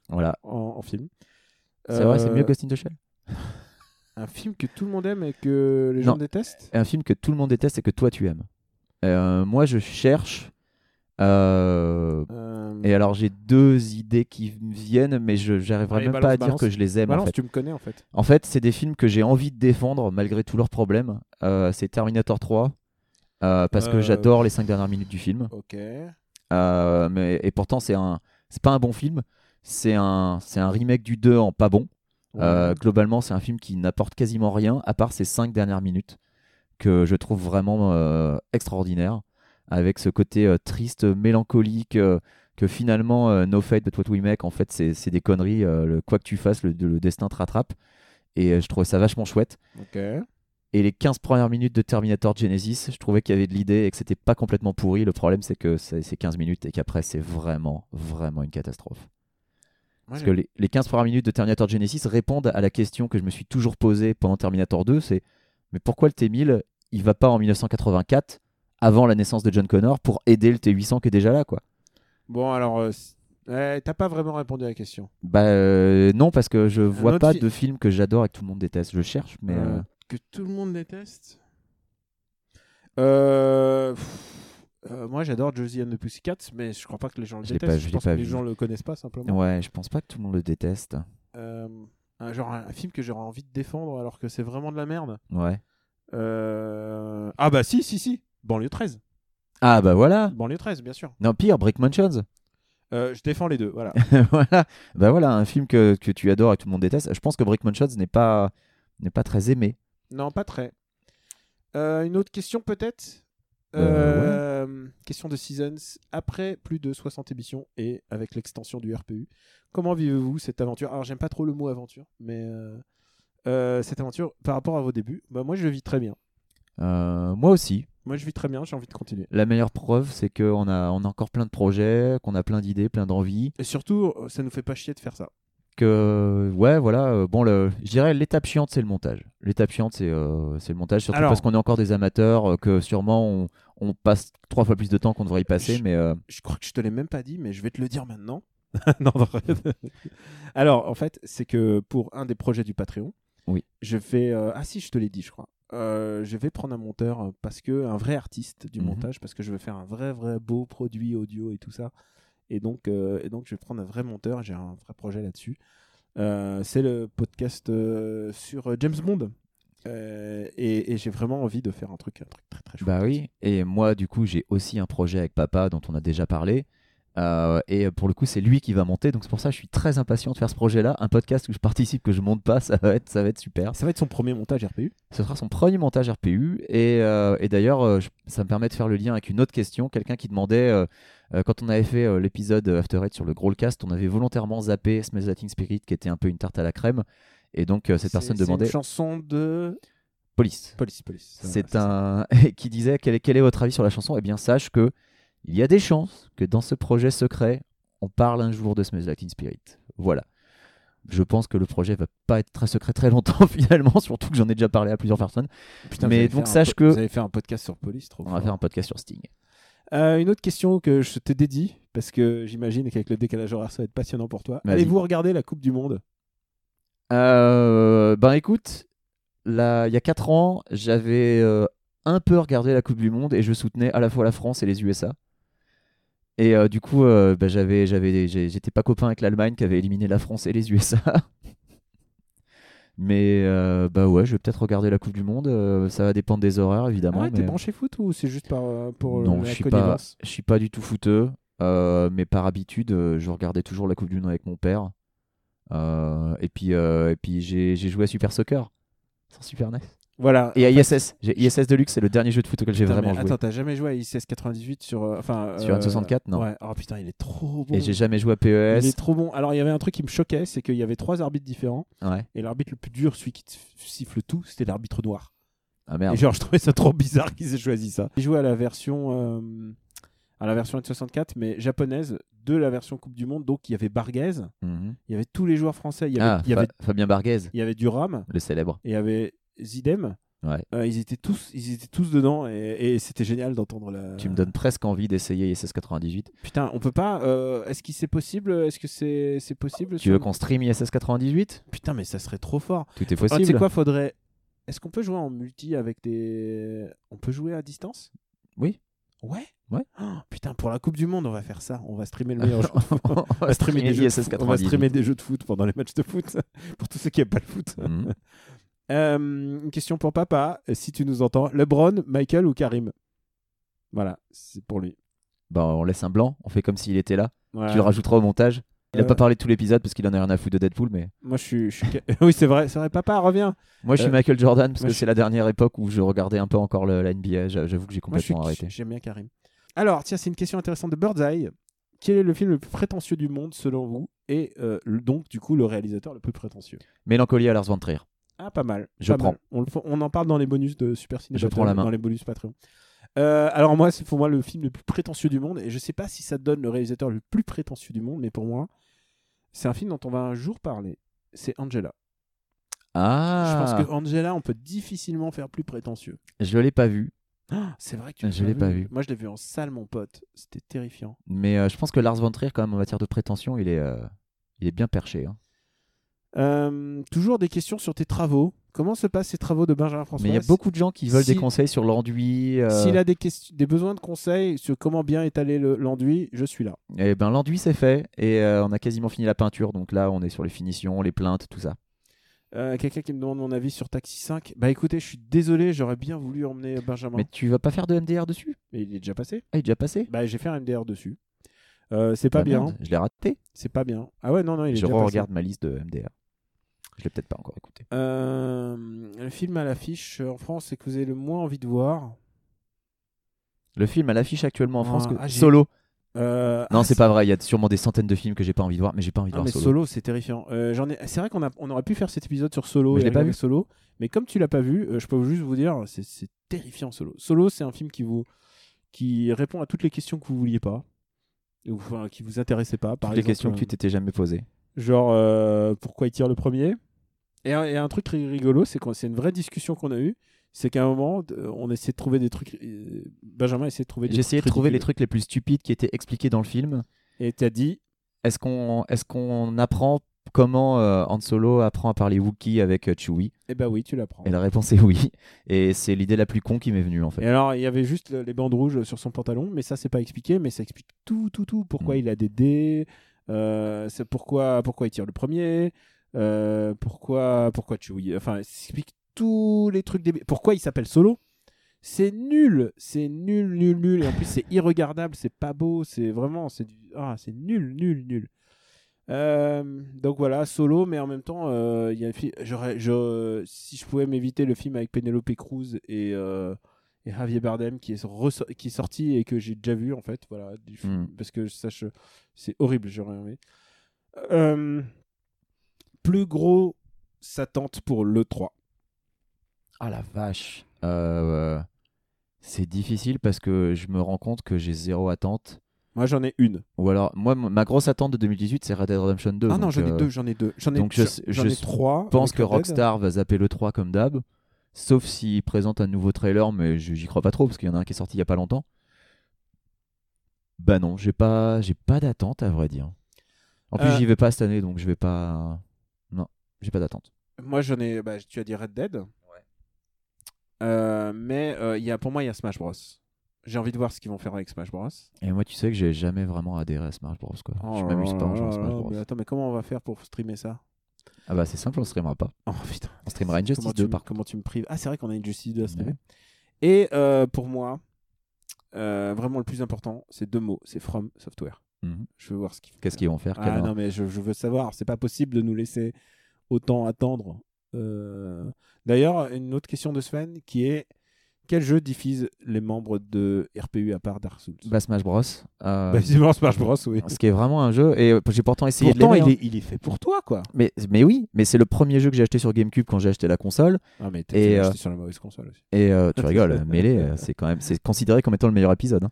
Speaker 5: Voilà.
Speaker 4: en, en film.
Speaker 5: C'est vrai, c'est
Speaker 4: Euh,
Speaker 5: mieux que Ghost in the Shell
Speaker 4: Un film que tout le monde aime et que les
Speaker 5: Non.
Speaker 4: gens détestent
Speaker 5: Un film que tout le monde déteste et que toi, tu aimes. Euh, moi, je cherche. euh,
Speaker 4: Euh,
Speaker 5: Et alors, j'ai deux idées qui me viennent, mais je j'arriverai
Speaker 4: Allez,
Speaker 5: même pas
Speaker 4: balance,
Speaker 5: à dire
Speaker 4: balance.
Speaker 5: que je les aime. en
Speaker 4: Balance,
Speaker 5: fait.
Speaker 4: tu me connais en fait.
Speaker 5: En fait, c'est des films que j'ai envie de défendre malgré tous leurs problèmes. Euh, c'est Terminator 3. euh, parce que
Speaker 4: Euh,
Speaker 5: j'adore les 5 dernières minutes du film.
Speaker 4: Ok.
Speaker 5: Euh, mais, et pourtant, c'est un, c'est pas un bon film. C'est un, c'est un remake du 2 en pas bon. Euh, globalement, c'est un film qui n'apporte quasiment rien à part ces 5 dernières minutes que je trouve vraiment euh, extraordinaire. Avec ce côté euh, triste, mélancolique, euh, que finalement, euh, no fate but what we make, en fait, c'est c'est des conneries. euh, le, quoi que tu fasses, le, le destin te rattrape. Et euh, je trouvais ça vachement chouette.
Speaker 4: Ok.
Speaker 5: Et les 15 premières minutes de Terminator Genesis, je trouvais qu'il y avait de l'idée et que c'était pas complètement pourri. Le problème, c'est que c'est c'est 15 minutes et qu'après, c'est vraiment, vraiment une catastrophe. Parce que les, les 15 premières minutes de Terminator Genesis répondent à la question que je me suis toujours posée pendant Terminator 2, c'est mais pourquoi le T-1000, il va pas en 1984, avant la naissance de John Connor, pour aider le T-800 qui est déjà là, quoi
Speaker 4: Bon, alors, euh, c- eh, t'as pas vraiment répondu à la question.
Speaker 5: Bah euh, non, parce que je vois
Speaker 4: autre
Speaker 5: pas
Speaker 4: fi-
Speaker 5: de film que j'adore et que tout le monde déteste. Je cherche, mais...
Speaker 4: Euh,
Speaker 5: euh,
Speaker 4: Que tout le monde déteste Euh, pff, euh, Moi, j'adore Josie and the Pussycats, mais je crois pas que les gens le
Speaker 5: Je l'ai pas-
Speaker 4: détestent.
Speaker 5: je
Speaker 4: je
Speaker 5: l'ai
Speaker 4: pense
Speaker 5: pas
Speaker 4: que les
Speaker 5: vu.
Speaker 4: gens le connaissent pas simplement.
Speaker 5: euh, Ouais, je pense pas que tout le monde le déteste.
Speaker 4: Euh, un, genre un, un film que j'aurais envie de défendre alors que c'est vraiment de la merde.
Speaker 5: Ouais.
Speaker 4: Euh, Ah bah si, si, si. Banlieue 13.
Speaker 5: Ah bah voilà
Speaker 4: Banlieue 13, bien sûr.
Speaker 5: Non, pire, Brick Mansions.
Speaker 4: Euh, je défends les deux, voilà.
Speaker 5: voilà. Bah voilà, un film que, que tu adores et que tout le monde déteste. Je pense que Brick Mansions n'est pas, n'est pas très aimé.
Speaker 4: non, pas très. Euh, une autre question peut-être
Speaker 5: Euh,
Speaker 4: Euh, Question de Seasons. Après plus de 60 émissions et avec l'extension du RPU, comment vivez-vous cette aventure Alors j'aime pas trop le mot aventure, mais euh, euh, cette aventure par rapport à vos débuts, bah moi je vis très bien.
Speaker 5: Euh, moi aussi.
Speaker 4: Moi je vis très bien, j'ai envie de continuer.
Speaker 5: La meilleure preuve, c'est qu'on a, on a encore plein de projets, qu'on a plein d'idées, plein d'envies.
Speaker 4: Et surtout, euh, ça nous fait pas chier de faire ça.
Speaker 5: Que, ouais, voilà. euh, bon, le, je dirais l'étape chiante, c'est le montage. L'étape chiante, c'est euh, c'est le montage. Surtout
Speaker 4: Alors-
Speaker 5: parce qu'on est encore des amateurs, euh, que sûrement on, on passe trois fois plus de temps qu'on devrait y passer.
Speaker 4: Je-
Speaker 5: Mais euh,
Speaker 4: Je crois que je te l'ai même pas dit, mais je vais te le dire maintenant. non, non. Alors, en fait, c'est que pour un des projets du Patreon,
Speaker 5: Oui.
Speaker 4: je vais. euh, ah si, je te l'ai dit, je crois. Euh, je vais prendre un monteur euh, parce que un vrai artiste du
Speaker 5: Mhm.
Speaker 4: montage parce que je veux faire un vrai vrai beau produit audio et tout ça et donc euh, et donc je vais prendre un vrai monteur j'ai un vrai projet là-dessus Euh, c'est le podcast euh, sur euh, James Bond Euh, et, et j'ai vraiment envie de faire un truc un truc très très chouette
Speaker 5: Bah oui, et moi du coup j'ai aussi un projet avec papa dont on a déjà parlé, Euh, et pour le coup, c'est lui qui va monter. Donc c'est pour ça que je suis très impatient de faire ce projet-là. Un podcast où je participe, que je monte pas, ça va être, ça va être super.
Speaker 4: Ça va être son premier montage RPU.
Speaker 5: Ce sera son premier montage RPU. Et, euh, et d'ailleurs, euh, je- ça me permet de faire le lien avec une autre question. Quelqu'un qui demandait, euh, euh, quand on avait fait euh, l'épisode After Eight sur le Growlcast, on avait volontairement zappé Smells That Teen Spirit, qui était un peu une tarte à la crème. Et donc, euh, cette personne demandait
Speaker 4: une chanson de
Speaker 5: Police.
Speaker 4: Police Police.
Speaker 5: C'est un qui disait quel est, quel est votre avis sur la chanson Eh bien, sache que il y a des chances que dans ce projet secret, on parle un jour de Smells Like Teen Spirit. Voilà. Je pense que le projet va pas être très secret très longtemps finalement, surtout que j'en ai déjà parlé à plusieurs personnes.
Speaker 4: Putain,
Speaker 5: mais
Speaker 4: vous allez
Speaker 5: donc
Speaker 4: faire un
Speaker 5: sache
Speaker 4: po-
Speaker 5: que-
Speaker 4: vous avez fait un podcast sur Police, trop.
Speaker 5: On va
Speaker 4: fort.
Speaker 5: faire un podcast sur Sting.
Speaker 4: Euh, une autre question que je te dédie parce que j'imagine qu'avec le décalage horaire, ça va être passionnant pour toi.
Speaker 5: Vas-y.
Speaker 4: Allez-vous regarder la Coupe du Monde
Speaker 5: Euh, ben écoute, là, il y a 4 ans, j'avais euh, un peu regardé la Coupe du Monde et je soutenais à la fois la France et les USA. Et euh, du coup, euh, ben, j'avais, j'avais, j'ai- j'étais pas copain avec l'Allemagne qui avait éliminé la France et les USA. Mais euh, bah ouais, je vais peut-être regarder la Coupe du Monde. euh, ça va dépendre des horaires évidemment.
Speaker 4: Ah ouais, t'es
Speaker 5: mais-
Speaker 4: branché foot ou c'est juste par, euh, pour euh,
Speaker 5: non,
Speaker 4: la
Speaker 5: je suis pas,
Speaker 4: connivence
Speaker 5: je suis pas du tout footeux, euh, mais par habitude, euh, je regardais toujours la Coupe du Monde avec mon père. Euh, et puis, euh, et puis j'ai, j'ai joué à Super Soccer sur Super NES
Speaker 4: Voilà.
Speaker 5: et à ISS. J'ai ISS Deluxe, c'est le dernier jeu de foot auquel j'ai
Speaker 4: Ah, Putain,
Speaker 5: vraiment
Speaker 4: mais
Speaker 5: joué.
Speaker 4: Attends, t'as jamais joué à ICS 98 sur. euh, enfin,
Speaker 5: Sur
Speaker 4: euh,
Speaker 5: 64, non.
Speaker 4: Ouais. Oh putain, il est trop bon.
Speaker 5: Et j'ai jamais joué à E
Speaker 4: Il
Speaker 5: PES.
Speaker 4: est trop bon. Alors, il y avait un truc qui me choquait, c'est qu'il y avait trois arbitres différents.
Speaker 5: Ouais.
Speaker 4: Et l'arbitre le plus dur, celui qui te siffle tout, c'était l'arbitre noir.
Speaker 5: Ah merde.
Speaker 4: Et genre, je trouvais ça trop bizarre qu'ils aient choisi ça. J'ai joué à la version, euh, à la version N64, mais japonaise de la version Coupe du Monde. Donc, il y avait Barguez,
Speaker 5: Mhm.
Speaker 4: il y avait tous les joueurs français, il y avait,
Speaker 5: Ah,
Speaker 4: il y avait,
Speaker 5: Fa- Fabien Barguez,
Speaker 4: il y avait Durham,
Speaker 5: le célèbre.
Speaker 4: et il y avait Zidem.
Speaker 5: Ouais.
Speaker 4: Euh, ils étaient tous, ils étaient tous dedans, et, et c'était génial d'entendre la.
Speaker 5: Tu me donnes presque envie d'essayer ISS 98.
Speaker 4: Putain, on peut pas. euh, Est-ce que c'est possible Est-ce que c'est c'est possible
Speaker 5: Tu veux
Speaker 4: sur-
Speaker 5: qu'on stream ISS 98
Speaker 4: Putain, mais ça serait trop fort.
Speaker 5: Tout
Speaker 4: Ah,
Speaker 5: est
Speaker 4: tu sais
Speaker 5: possible.
Speaker 4: quoi, faudrait. Est-ce qu'on peut jouer en multi avec des. On peut jouer à distance
Speaker 5: Oui.
Speaker 4: Ouais
Speaker 5: Ouais.
Speaker 4: Oh, putain, pour la Coupe du Monde, on va faire ça. On va streamer le meilleur jeu.
Speaker 5: On
Speaker 4: On
Speaker 5: va
Speaker 4: va streamer, des jeux de
Speaker 5: ISS
Speaker 4: foot- on va
Speaker 5: 98.
Speaker 4: streamer des jeux de foot pendant les matchs de foot. pour tous ceux qui n'aiment pas le foot.
Speaker 5: Mhm.
Speaker 4: Euh, une question pour papa, euh, si tu nous entends. LeBron, Michael ou Karim Voilà, c'est pour lui.
Speaker 5: Bah, on laisse un blanc, on fait comme s'il était là.
Speaker 4: Voilà.
Speaker 5: Tu le rajouteras au montage. Il n'a
Speaker 4: Euh,
Speaker 5: pas parlé de tout l'épisode parce qu'il en a rien à foutre de Deadpool, mais
Speaker 4: Moi, je suis. je suis ca- oui, c'est vrai, c'est vrai. Papa, reviens.
Speaker 5: moi je suis
Speaker 4: Euh,
Speaker 5: Michael Jordan parce
Speaker 4: moi,
Speaker 5: que
Speaker 4: je-
Speaker 5: c'est la dernière époque où je regardais un peu encore le- la NBA. J'a- J'avoue que j'ai
Speaker 4: Moi, je suis-
Speaker 5: complètement arrêté.
Speaker 4: J'aime bien Karim. Alors, tiens, c'est une question intéressante de Birdseye. Quel est le film le plus prétentieux du monde selon vous Et euh, le- donc, du coup, le réalisateur le plus prétentieux
Speaker 5: Mélancolie à Lars von Trier.
Speaker 4: Ah, pas mal.
Speaker 5: Je
Speaker 4: pas
Speaker 5: prends.
Speaker 4: mal. On, le f- on en parle dans les bonus de Super Ciné.
Speaker 5: Je
Speaker 4: Battle,
Speaker 5: prends la main.
Speaker 4: Dans les bonus Patreon. Euh, alors, moi, c'est pour moi le film le plus prétentieux du monde. Et je sais pas si ça donne le réalisateur le plus prétentieux du monde, mais pour moi, c'est un film dont on va un jour parler. C'est Angela.
Speaker 5: Ah,
Speaker 4: Je pense que Angela, on peut difficilement faire plus prétentieux.
Speaker 5: je l'ai pas vu,
Speaker 4: Ah, c'est vrai que tu l'as
Speaker 5: Je l'ai pas vu.
Speaker 4: Moi, je l'ai vu en salle, mon pote. C'était terrifiant.
Speaker 5: mais euh, je pense que Lars von Trier, quand même en matière de prétention, il est, euh, il est bien perché. hein.
Speaker 4: Euh, toujours des questions sur tes travaux. Comment se passent ces travaux de Benjamin François
Speaker 5: Mais il y a beaucoup de gens qui veulent
Speaker 4: si-
Speaker 5: des conseils sur l'enduit. euh,
Speaker 4: S'il a des, questions, des besoins de conseils sur comment bien étaler le- l'enduit, je suis là.
Speaker 5: Eh ben l'enduit c'est fait et euh, on a quasiment fini la peinture, donc là on est sur les finitions, les plaintes, tout ça.
Speaker 4: Euh, Quelqu'un qui me demande mon avis sur Taxi 5. Bah écoutez, je suis désolé, j'aurais bien voulu emmener Benjamin.
Speaker 5: Mais
Speaker 4: Mais,
Speaker 5: tu vas pas faire de MDR dessus
Speaker 4: il est déjà passé.
Speaker 5: Ah, il est déjà passé
Speaker 4: Bah j'ai fait un MDR dessus. Euh, c'est pas
Speaker 5: Bah,
Speaker 4: bien,
Speaker 5: merde, Je l'ai raté.
Speaker 4: c'est pas bien. Ah ouais, non, non, il est
Speaker 5: je
Speaker 4: déjà passé.
Speaker 5: regarde ma liste de MDR. Je l'ai peut-être pas encore écouté.
Speaker 4: Euh, le film à l'affiche euh, en France, c'est que vous avez le moins envie de voir.
Speaker 5: Le film à l'affiche actuellement en France,
Speaker 4: Ah,
Speaker 5: que-
Speaker 4: ah, j'ai-
Speaker 5: Solo.
Speaker 4: Euh,
Speaker 5: Non,
Speaker 4: ah,
Speaker 5: c'est pas vrai. Il y a sûrement des centaines de films que j'ai pas envie de voir, mais j'ai pas envie de
Speaker 4: Ah,
Speaker 5: voir
Speaker 4: mais
Speaker 5: Solo.
Speaker 4: Solo, c'est terrifiant. Euh, j'en ai... C'est vrai qu'on a... on aurait pu faire cet épisode sur Solo.
Speaker 5: Mais
Speaker 4: et
Speaker 5: je l'ai pas
Speaker 4: regarder
Speaker 5: vu.
Speaker 4: Solo. Mais comme tu l'as pas vu, euh, je peux juste vous dire, c'est, c'est terrifiant Solo. Solo, c'est un film qui vous qui répond à toutes les questions que vous vouliez pas, ou enfin, qui vous intéressaient pas. Par
Speaker 5: Toutes les
Speaker 4: exemple,
Speaker 5: questions que
Speaker 4: euh,
Speaker 5: tu t'étais jamais posées.
Speaker 4: Genre, euh, pourquoi il tire le premier et un, et un truc ri- rigolo, c'est qu'on c'est une vraie discussion qu'on a eue. C'est qu'à un moment, euh, on essayait de trouver des trucs. euh, Benjamin essayait de trouver des
Speaker 5: J'ai essayé de trouver les
Speaker 4: ridicules.
Speaker 5: trucs les plus stupides qui étaient expliqués dans le film.
Speaker 4: Et t'as dit,
Speaker 5: Est-ce qu'on est-ce qu'on apprend comment euh, Han Solo apprend à parler Wookiee avec euh, Chewie
Speaker 4: eh ben oui, tu l'apprends.
Speaker 5: Et la réponse est oui. Et c'est l'idée la plus con qui m'est venue en fait.
Speaker 4: Et alors, il y avait juste le- les bandes rouges sur son pantalon, mais ça, c'est pas expliqué, mais ça explique tout, tout, tout. Pourquoi
Speaker 5: Mm.
Speaker 4: il a des dés, euh, c'est pourquoi, pourquoi il tire le premier, euh, pourquoi, pourquoi Chewie. Enfin, ça explique tous les trucs débiles. Pourquoi il s'appelle Solo C'est nul, c'est nul, nul, nul. Et en plus, c'est irregardable, c'est pas beau, c'est vraiment, c'est du... ah, c'est nul, nul, nul. Euh, donc voilà, solo, mais en même temps, euh, il y a un fi- j'aurais- je- si je pouvais m'éviter le film avec Penelope Cruz et, euh, et Javier Bardem qui est, reso- qui est sorti et que j'ai déjà vu en fait, voilà, du film,
Speaker 5: Mm.
Speaker 4: parce que ça, je- c'est horrible, j'aurais aimé. Euh, plus gros s'attente pour l'E3.
Speaker 5: Ah la vache. Euh, euh, c'est difficile parce que je me rends compte que j'ai zéro attente.
Speaker 4: Moi j'en ai une.
Speaker 5: Ou alors, moi, m- ma grosse attente de 2018, c'est Red Dead Redemption 2.
Speaker 4: ah non,
Speaker 5: donc,
Speaker 4: j'en ai
Speaker 5: euh,
Speaker 4: deux, j'en ai deux. J'en ai,
Speaker 5: donc je-
Speaker 4: j'en
Speaker 5: je
Speaker 4: ai trois.
Speaker 5: Je pense
Speaker 4: avec
Speaker 5: que
Speaker 4: Red Dead.
Speaker 5: Rockstar va zapper le 3 comme d'hab, sauf s'il présente un nouveau trailer, mais je- j'y crois pas trop parce qu'il y en a un qui est sorti il y a pas longtemps. Bah non, j'ai pas, j'ai pas d'attente à vrai dire. En plus,
Speaker 4: Euh,
Speaker 5: j'y vais pas cette année, donc je vais pas. Non, j'ai pas d'attente.
Speaker 4: Moi j'en ai. bah, tu as dit Red Dead. Euh, mais euh, il y a, pour moi, il y a Smash Bros. J'ai envie de voir ce qu'ils vont faire avec Smash Bros.
Speaker 5: Et moi, tu sais que j'ai jamais vraiment adhéré à Smash Bros. Quoi.
Speaker 4: Oh
Speaker 5: je
Speaker 4: là
Speaker 5: m'amuse pas en
Speaker 4: là
Speaker 5: jouant à
Speaker 4: là
Speaker 5: Smash
Speaker 4: là,
Speaker 5: Bros.
Speaker 4: Mais attends, mais comment on va faire pour streamer ça
Speaker 5: Ah bah c'est simple, on streamera pas.
Speaker 4: Oh putain.
Speaker 5: On streamera
Speaker 4: comment
Speaker 5: Injustice
Speaker 4: tu,
Speaker 5: 2
Speaker 4: me-
Speaker 5: par contre.
Speaker 4: comment tu me prives Ah, c'est vrai qu'on a une Justice 2 à streamer.
Speaker 5: Ouais.
Speaker 4: Et euh, pour moi, euh, vraiment le plus important, c'est deux mots c'est From Software.
Speaker 5: Mhm.
Speaker 4: Je veux voir ce qu'ils font.
Speaker 5: Qu'est-ce qu'ils vont faire
Speaker 4: Ah
Speaker 5: quel-
Speaker 4: non, mais je, je veux savoir. C'est pas possible de nous laisser autant attendre. Euh, D'ailleurs, une autre question de Sven qui est quel jeu diffuse les membres de RPU à part Dark Souls
Speaker 5: Bah Smash Bros. Euh,
Speaker 4: Bah, visiblement, Smash Bros, oui.
Speaker 5: ce qui est vraiment un jeu, et euh, j'ai pourtant essayé
Speaker 4: Pourtant,
Speaker 5: de l'aimer,
Speaker 4: il
Speaker 5: hein.
Speaker 4: est, il est fait pour toi, quoi.
Speaker 5: Mais, mais oui, mais c'est le premier jeu que j'ai acheté sur GameCube quand j'ai acheté la console.
Speaker 4: Ah, mais t'as
Speaker 5: Et,
Speaker 4: t'as
Speaker 5: euh,
Speaker 4: acheté sur la mauvaise console aussi.
Speaker 5: Et euh, tu rigoles, Melee, euh, c'est quand même c'est considéré comme étant le meilleur épisode. hein.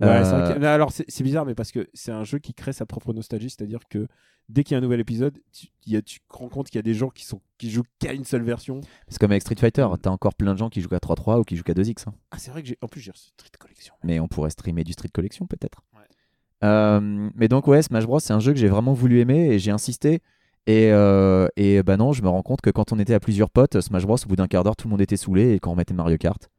Speaker 4: Ouais,
Speaker 5: Euh,
Speaker 4: c'est vrai que- mais alors c'est c'est bizarre, mais parce que c'est un jeu qui crée sa propre nostalgie, c'est-à-dire que dès qu'il y a un nouvel épisode, tu, il y a- tu te rends compte qu'il y a des gens qui, sont, qui jouent qu'à une seule version.
Speaker 5: C'est comme avec Street Fighter, t'as encore plein de gens qui jouent à 3-3 ou qui jouent à 2X. hein.
Speaker 4: Ah, c'est vrai que j'ai. En plus, j'ai reçu Street Collection.
Speaker 5: Mais on pourrait streamer du Street Collection peut-être. Euh, mais donc ouais, Smash Bros, c'est un jeu que j'ai vraiment voulu aimer et j'ai insisté. Et, euh, et bah non, je me rends compte que quand on était à plusieurs potes, Smash Bros, au bout d'un quart d'heure, tout le monde était saoulé et qu'on remettait Mario Kart.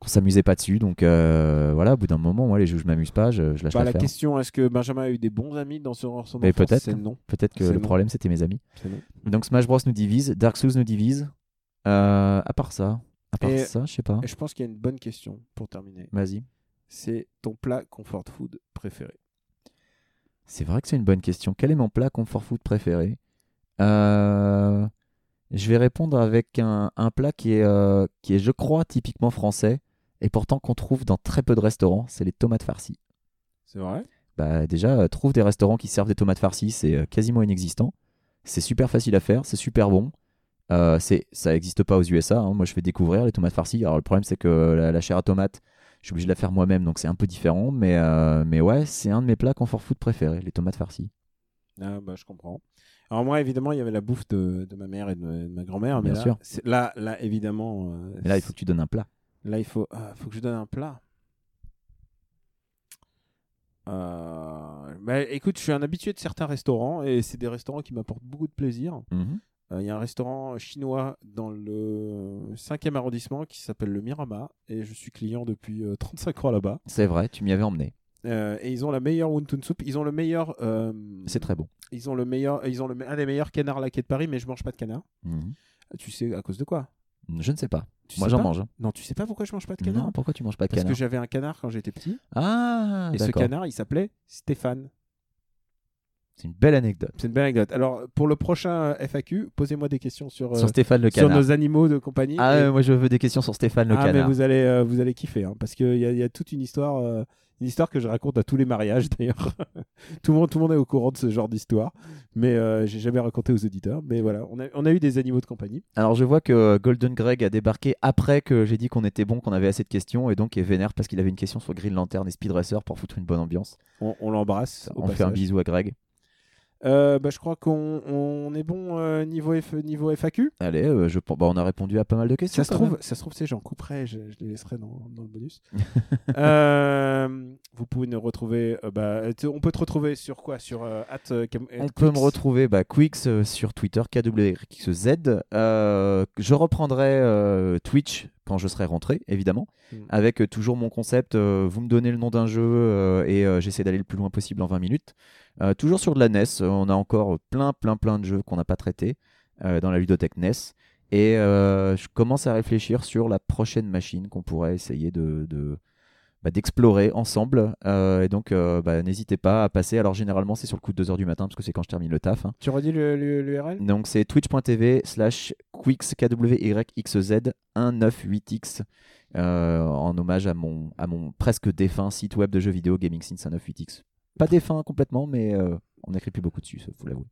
Speaker 5: Qu'on s'amusait pas dessus, donc euh, voilà, au bout d'un moment, moi, les jeux où je m'amuse pas, je, je lâche
Speaker 4: Bah, la
Speaker 5: l'affaire.
Speaker 4: question, est-ce que Benjamin a eu des bons amis dans son, son
Speaker 5: Mais
Speaker 4: enfance
Speaker 5: peut-être.
Speaker 4: C'est non.
Speaker 5: Peut-être que
Speaker 4: C'est
Speaker 5: le
Speaker 4: non.
Speaker 5: problème, c'était mes amis.
Speaker 4: C'est non.
Speaker 5: Donc Smash Bros nous divise, Dark Souls nous divise. Euh, à part ça, à part
Speaker 4: Et-
Speaker 5: ça, je sais pas.
Speaker 4: Et je pense qu'il y a une bonne question pour terminer.
Speaker 5: Vas-y.
Speaker 4: C'est ton plat comfort food préféré
Speaker 5: C'est vrai que c'est une bonne question. Quel est mon plat comfort food préféré Euh, Je vais répondre avec un, un plat qui est, euh, qui est, je crois, typiquement français et pourtant qu'on trouve dans très peu de restaurants. C'est les tomates farcies.
Speaker 4: C'est vrai
Speaker 5: Bah déjà, euh, trouve des restaurants qui servent des tomates farcies, c'est euh, quasiment inexistant. C'est super facile à faire, c'est super bon. Euh, c'est, ça n'existe pas aux USA. hein. Moi, je fais découvrir les tomates farcies. Alors le problème, c'est que la, la chair à tomate, je suis obligé de la faire moi-même, donc c'est un peu différent. Mais, euh, mais ouais, c'est un de mes plats comfort food préférés, les tomates farcies.
Speaker 4: Ah, bah, je comprends. Alors, moi, évidemment, il y avait la bouffe de, de ma mère et de, ma- de ma grand-mère. mais
Speaker 5: Bien
Speaker 4: là,
Speaker 5: sûr.
Speaker 4: c'est- Là, là, évidemment. euh,
Speaker 5: Mais là, il faut que tu donnes un plat.
Speaker 4: Là, il faut, ah, faut que je donne un plat. Euh, bah, écoute, je suis un habitué de certains restaurants et c'est des restaurants qui m'apportent beaucoup de plaisir.
Speaker 5: Mhm.
Speaker 4: Euh, Il y a un restaurant chinois dans le 5e arrondissement qui s'appelle le Mirama et je suis client depuis euh, 35 ans là-bas.
Speaker 5: C'est vrai, tu m'y avais emmené.
Speaker 4: Euh, et ils ont la meilleure wonton soup, ils ont le meilleur, euh,
Speaker 5: C'est très bon.
Speaker 4: ils ont le meilleur, euh, ils ont le, un des meilleurs canards laqués de Paris, mais je mange pas de canard.
Speaker 5: Mhm.
Speaker 4: Tu sais à cause de quoi
Speaker 5: Je ne sais pas.
Speaker 4: Tu
Speaker 5: Moi,
Speaker 4: sais
Speaker 5: j'en
Speaker 4: pas
Speaker 5: mange. hein.
Speaker 4: Non, tu sais pas pourquoi je mange pas de canard
Speaker 5: Non, pourquoi tu manges pas de
Speaker 4: Parce que
Speaker 5: canard
Speaker 4: j'avais un canard quand j'étais petit.
Speaker 5: Ah,
Speaker 4: Et ce
Speaker 5: d'accord.
Speaker 4: canard, il s'appelait Stéphane.
Speaker 5: C'est une belle anecdote.
Speaker 4: C'est une belle anecdote. Alors, pour le prochain euh, FAQ, posez-moi des questions sur, euh,
Speaker 5: Sur Stéphane le
Speaker 4: sur
Speaker 5: canard.
Speaker 4: nos animaux de compagnie.
Speaker 5: Ah,
Speaker 4: Et-
Speaker 5: euh, moi, je veux des questions sur Stéphane le
Speaker 4: Ah, mais
Speaker 5: canard.
Speaker 4: vous allez, euh, vous allez kiffer, hein, parce qu'il y, a- il y a toute une histoire, euh, une histoire que je raconte à tous les mariages d'ailleurs. tout, le monde, tout le monde est au courant de ce genre d'histoire, mais euh, j'ai jamais raconté aux auditeurs. Mais voilà, on a, on a eu des animaux de compagnie.
Speaker 5: Alors je vois que euh, Golden Greg a débarqué après que j'ai dit qu'on était bon, qu'on avait assez de questions, et donc est vénère parce qu'il avait une question sur Green Lantern et Speed Racer pour foutre une bonne ambiance.
Speaker 4: On, on l'embrasse. au
Speaker 5: on fait un
Speaker 4: passage.
Speaker 5: bisou à Greg.
Speaker 4: Euh, bah, je crois qu'on on est bon euh, niveau, F- niveau FAQ.
Speaker 5: Allez, euh, je, pen- bah, on a répondu à pas mal de questions.
Speaker 4: Ça se
Speaker 5: quand même.
Speaker 4: trouve, ça se trouve, c'est j'en couperai, je, je les laisserai dans, dans le bonus. Euh, vous pouvez nous retrouver. euh, bah, tu- on peut te retrouver sur quoi Sur euh, at, euh, Cam-
Speaker 5: On
Speaker 4: at
Speaker 5: peut me
Speaker 4: Quicks.
Speaker 5: retrouver bah, Quix euh, sur Twitter, KWXZ. Euh, je reprendrai euh, Twitch quand je serai rentré, évidemment,
Speaker 4: Mm.
Speaker 5: avec euh, toujours mon concept, euh, vous me donnez le nom d'un jeu euh, et euh, j'essaie d'aller le plus loin possible en 20 minutes. Euh, toujours sur de la NES, euh, on a encore plein, plein, plein de jeux qu'on n'a pas traités euh, dans la ludothèque NES. Et euh, je commence à réfléchir sur la prochaine machine qu'on pourrait essayer de, de- bah, d'explorer ensemble. Euh, et donc, euh, bah, n'hésitez pas à passer. Alors, généralement, c'est sur le coup de 2h du matin, parce que c'est quand je termine le taf. hein.
Speaker 4: Tu redis le- le- l'URL
Speaker 5: Donc c'est twitch.tv slash kwyxz198x euh, en hommage à mon, à mon presque défunt site web de jeux vidéo Gaming Sin 198x. Pas défunt complètement, mais euh, on n'écrit plus beaucoup dessus, ça, faut l'avouer.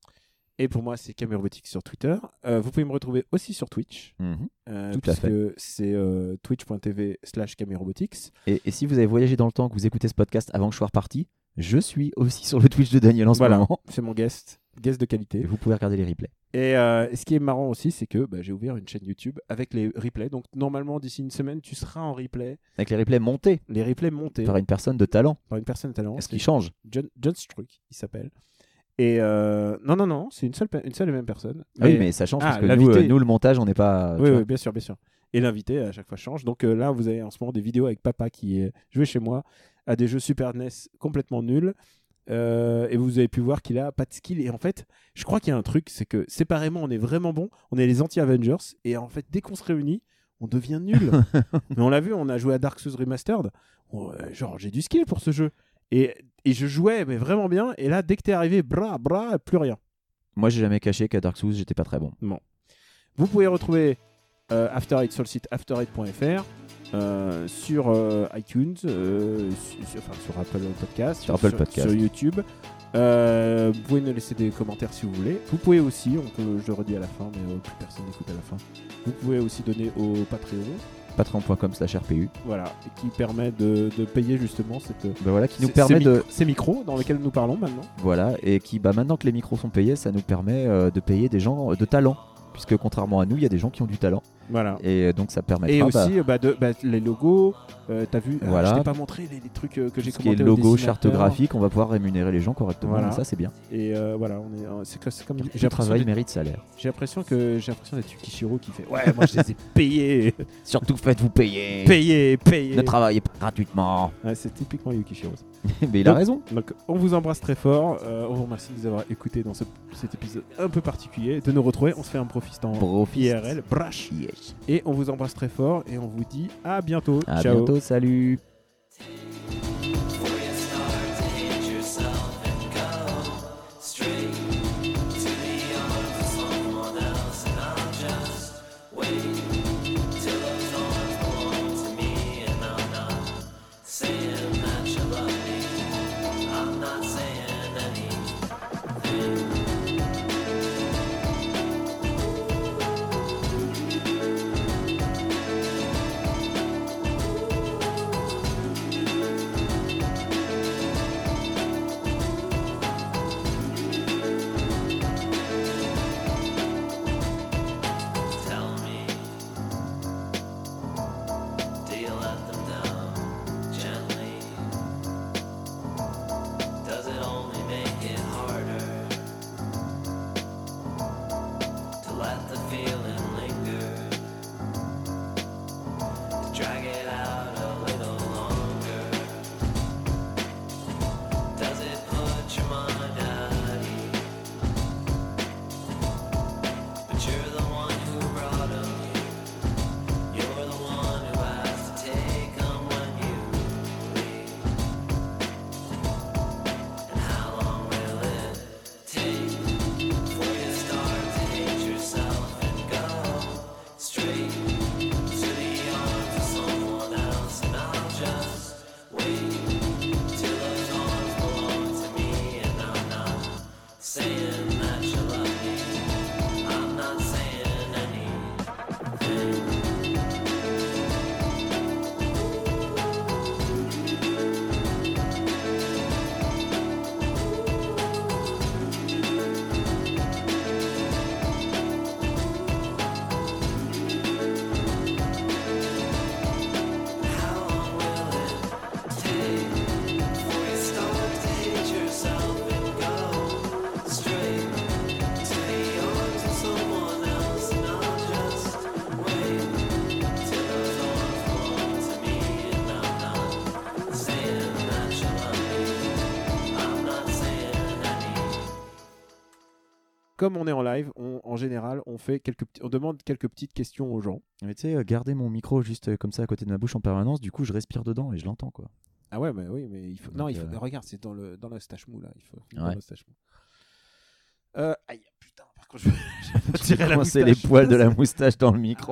Speaker 4: Et pour moi, c'est Camerobotique sur Twitter. Euh, vous pouvez me retrouver aussi sur Twitch,
Speaker 5: Mhm.
Speaker 4: euh,
Speaker 5: Tout à
Speaker 4: puisque c'est euh, twitch.tv slash Camerobotics.
Speaker 5: et, et si vous avez voyagé dans le temps, que vous écoutez ce podcast avant que je sois reparti, je suis aussi sur le Twitch de Daniel en ce
Speaker 4: Voilà,
Speaker 5: moment.
Speaker 4: c'est mon guest, guest de
Speaker 5: Et
Speaker 4: qualité.
Speaker 5: vous pouvez regarder les replays.
Speaker 4: Et euh, ce qui est marrant aussi, c'est que bah, j'ai ouvert une chaîne YouTube avec les replays. Donc normalement, d'ici une semaine, tu seras en replay.
Speaker 5: Avec les replays montés
Speaker 4: Les replays montés
Speaker 5: par une personne de talent.
Speaker 4: par une personne talent.
Speaker 5: Est-ce qu'il change
Speaker 4: John, John Struck, il s'appelle. Et euh, non, non, non, c'est une seule, pe- une seule et même personne.
Speaker 5: Ah Oui, mais ça change
Speaker 4: Ah,
Speaker 5: parce que nous,
Speaker 4: l'invité-
Speaker 5: euh, nous, le montage, on n'est pas. tu
Speaker 4: Oui,
Speaker 5: vois.
Speaker 4: oui, bien sûr, bien sûr. Et l'invité à chaque fois change. Donc euh, là, vous avez en ce moment des vidéos avec papa qui est joué chez moi à des jeux Super NES complètement nuls. Euh, et vous avez pu voir qu'il a pas de skill. Et en fait, je crois qu'il y a un truc, c'est que séparément, on est vraiment bon. On est les anti-Avengers. Et en fait, dès qu'on se réunit, on devient nul. Mais on l'a vu, on a joué à Dark Souls Remastered. On, euh, genre, j'ai du skill pour ce jeu. Et, et je jouais, mais vraiment bien. Et là, dès que t'es arrivé, bra, bra, plus rien.
Speaker 5: Moi, j'ai jamais caché qu'à Dark Souls, j'étais pas très bon.
Speaker 4: Vous pouvez retrouver euh, After Eight sur le site afterite.fr, euh, sur euh, iTunes, euh, su- su- enfin, sur Apple Podcast,
Speaker 5: Sur Apple Podcast.
Speaker 4: sur YouTube. Euh, vous pouvez nous laisser des commentaires si vous voulez. Vous pouvez aussi, on peut, je le redis à la fin, mais euh, plus personne n'écoute à la fin. Vous pouvez aussi donner au Patreon,
Speaker 5: patreon.com slash rpu
Speaker 4: voilà, qui permet de, de payer justement cette, euh,
Speaker 5: ben voilà qui nous
Speaker 4: ces-
Speaker 5: permet
Speaker 4: ces
Speaker 5: de
Speaker 4: micro- ces micros dans lesquels nous parlons maintenant.
Speaker 5: voilà et qui bah maintenant que les micros sont payés ça nous permet euh, de payer des gens euh, de talent puisque contrairement à nous il y a des gens qui ont du talent
Speaker 4: Voilà.
Speaker 5: et euh, donc ça permettra
Speaker 4: Et
Speaker 5: bah,
Speaker 4: aussi euh, bah, de- bah, les logos, euh, t'as vu, euh,
Speaker 5: Voilà.
Speaker 4: je t'ai pas montré les, les trucs euh, que
Speaker 5: tout
Speaker 4: j'ai
Speaker 5: ce qui est
Speaker 4: commenté au
Speaker 5: logo
Speaker 4: dessinateur.
Speaker 5: charte graphique on va pouvoir rémunérer les gens correctement
Speaker 4: Voilà.
Speaker 5: donc ça c'est bien
Speaker 4: Et euh, voilà, on est, euh, c'est, que- c'est comme j'ai
Speaker 5: le
Speaker 4: l'impression,
Speaker 5: travail
Speaker 4: d'être-
Speaker 5: mérite salaire
Speaker 4: j'ai l'impression que j'ai l'impression d'être Yukishiro qui fait ouais, moi je les ai payés,
Speaker 5: surtout faites-vous payer
Speaker 4: payés, payés.
Speaker 5: ne travaillez pas gratuitement
Speaker 4: Ouais, c'est typiquement Yukishiro. ça.
Speaker 5: mais il a
Speaker 4: Donc-
Speaker 5: raison
Speaker 4: Donc on vous embrasse très fort, euh, on vous remercie de nous avoir écoutés dans ce- cet épisode un peu particulier, de nous retrouver, on se fait un profiste en
Speaker 5: profit
Speaker 4: IRL, brash,
Speaker 5: Yes.
Speaker 4: et on vous embrasse très fort et on vous dit à bientôt.
Speaker 5: à
Speaker 4: Ciao.
Speaker 5: bientôt salut
Speaker 4: comme on est en live, on- en général, on, fait quelques, petits- on demande quelques petites questions aux gens.
Speaker 5: Mais tu sais, euh, garder mon micro juste euh, comme ça à côté de ma bouche en permanence, du coup, je respire dedans et je l'entends, quoi.
Speaker 4: Ah ouais, mais oui, mais il faut. non,
Speaker 5: Donc,
Speaker 4: il faut.
Speaker 5: euh,
Speaker 4: Regarde, c'est dans le dans le stache mou là. Il faut.
Speaker 5: Ouais.
Speaker 4: Dans le stache mou. Euh, aïe, putain. Par contre, je vais- je vais me tirer la
Speaker 5: Coincer les
Speaker 4: moustache.
Speaker 5: poils de la moustache dans le micro.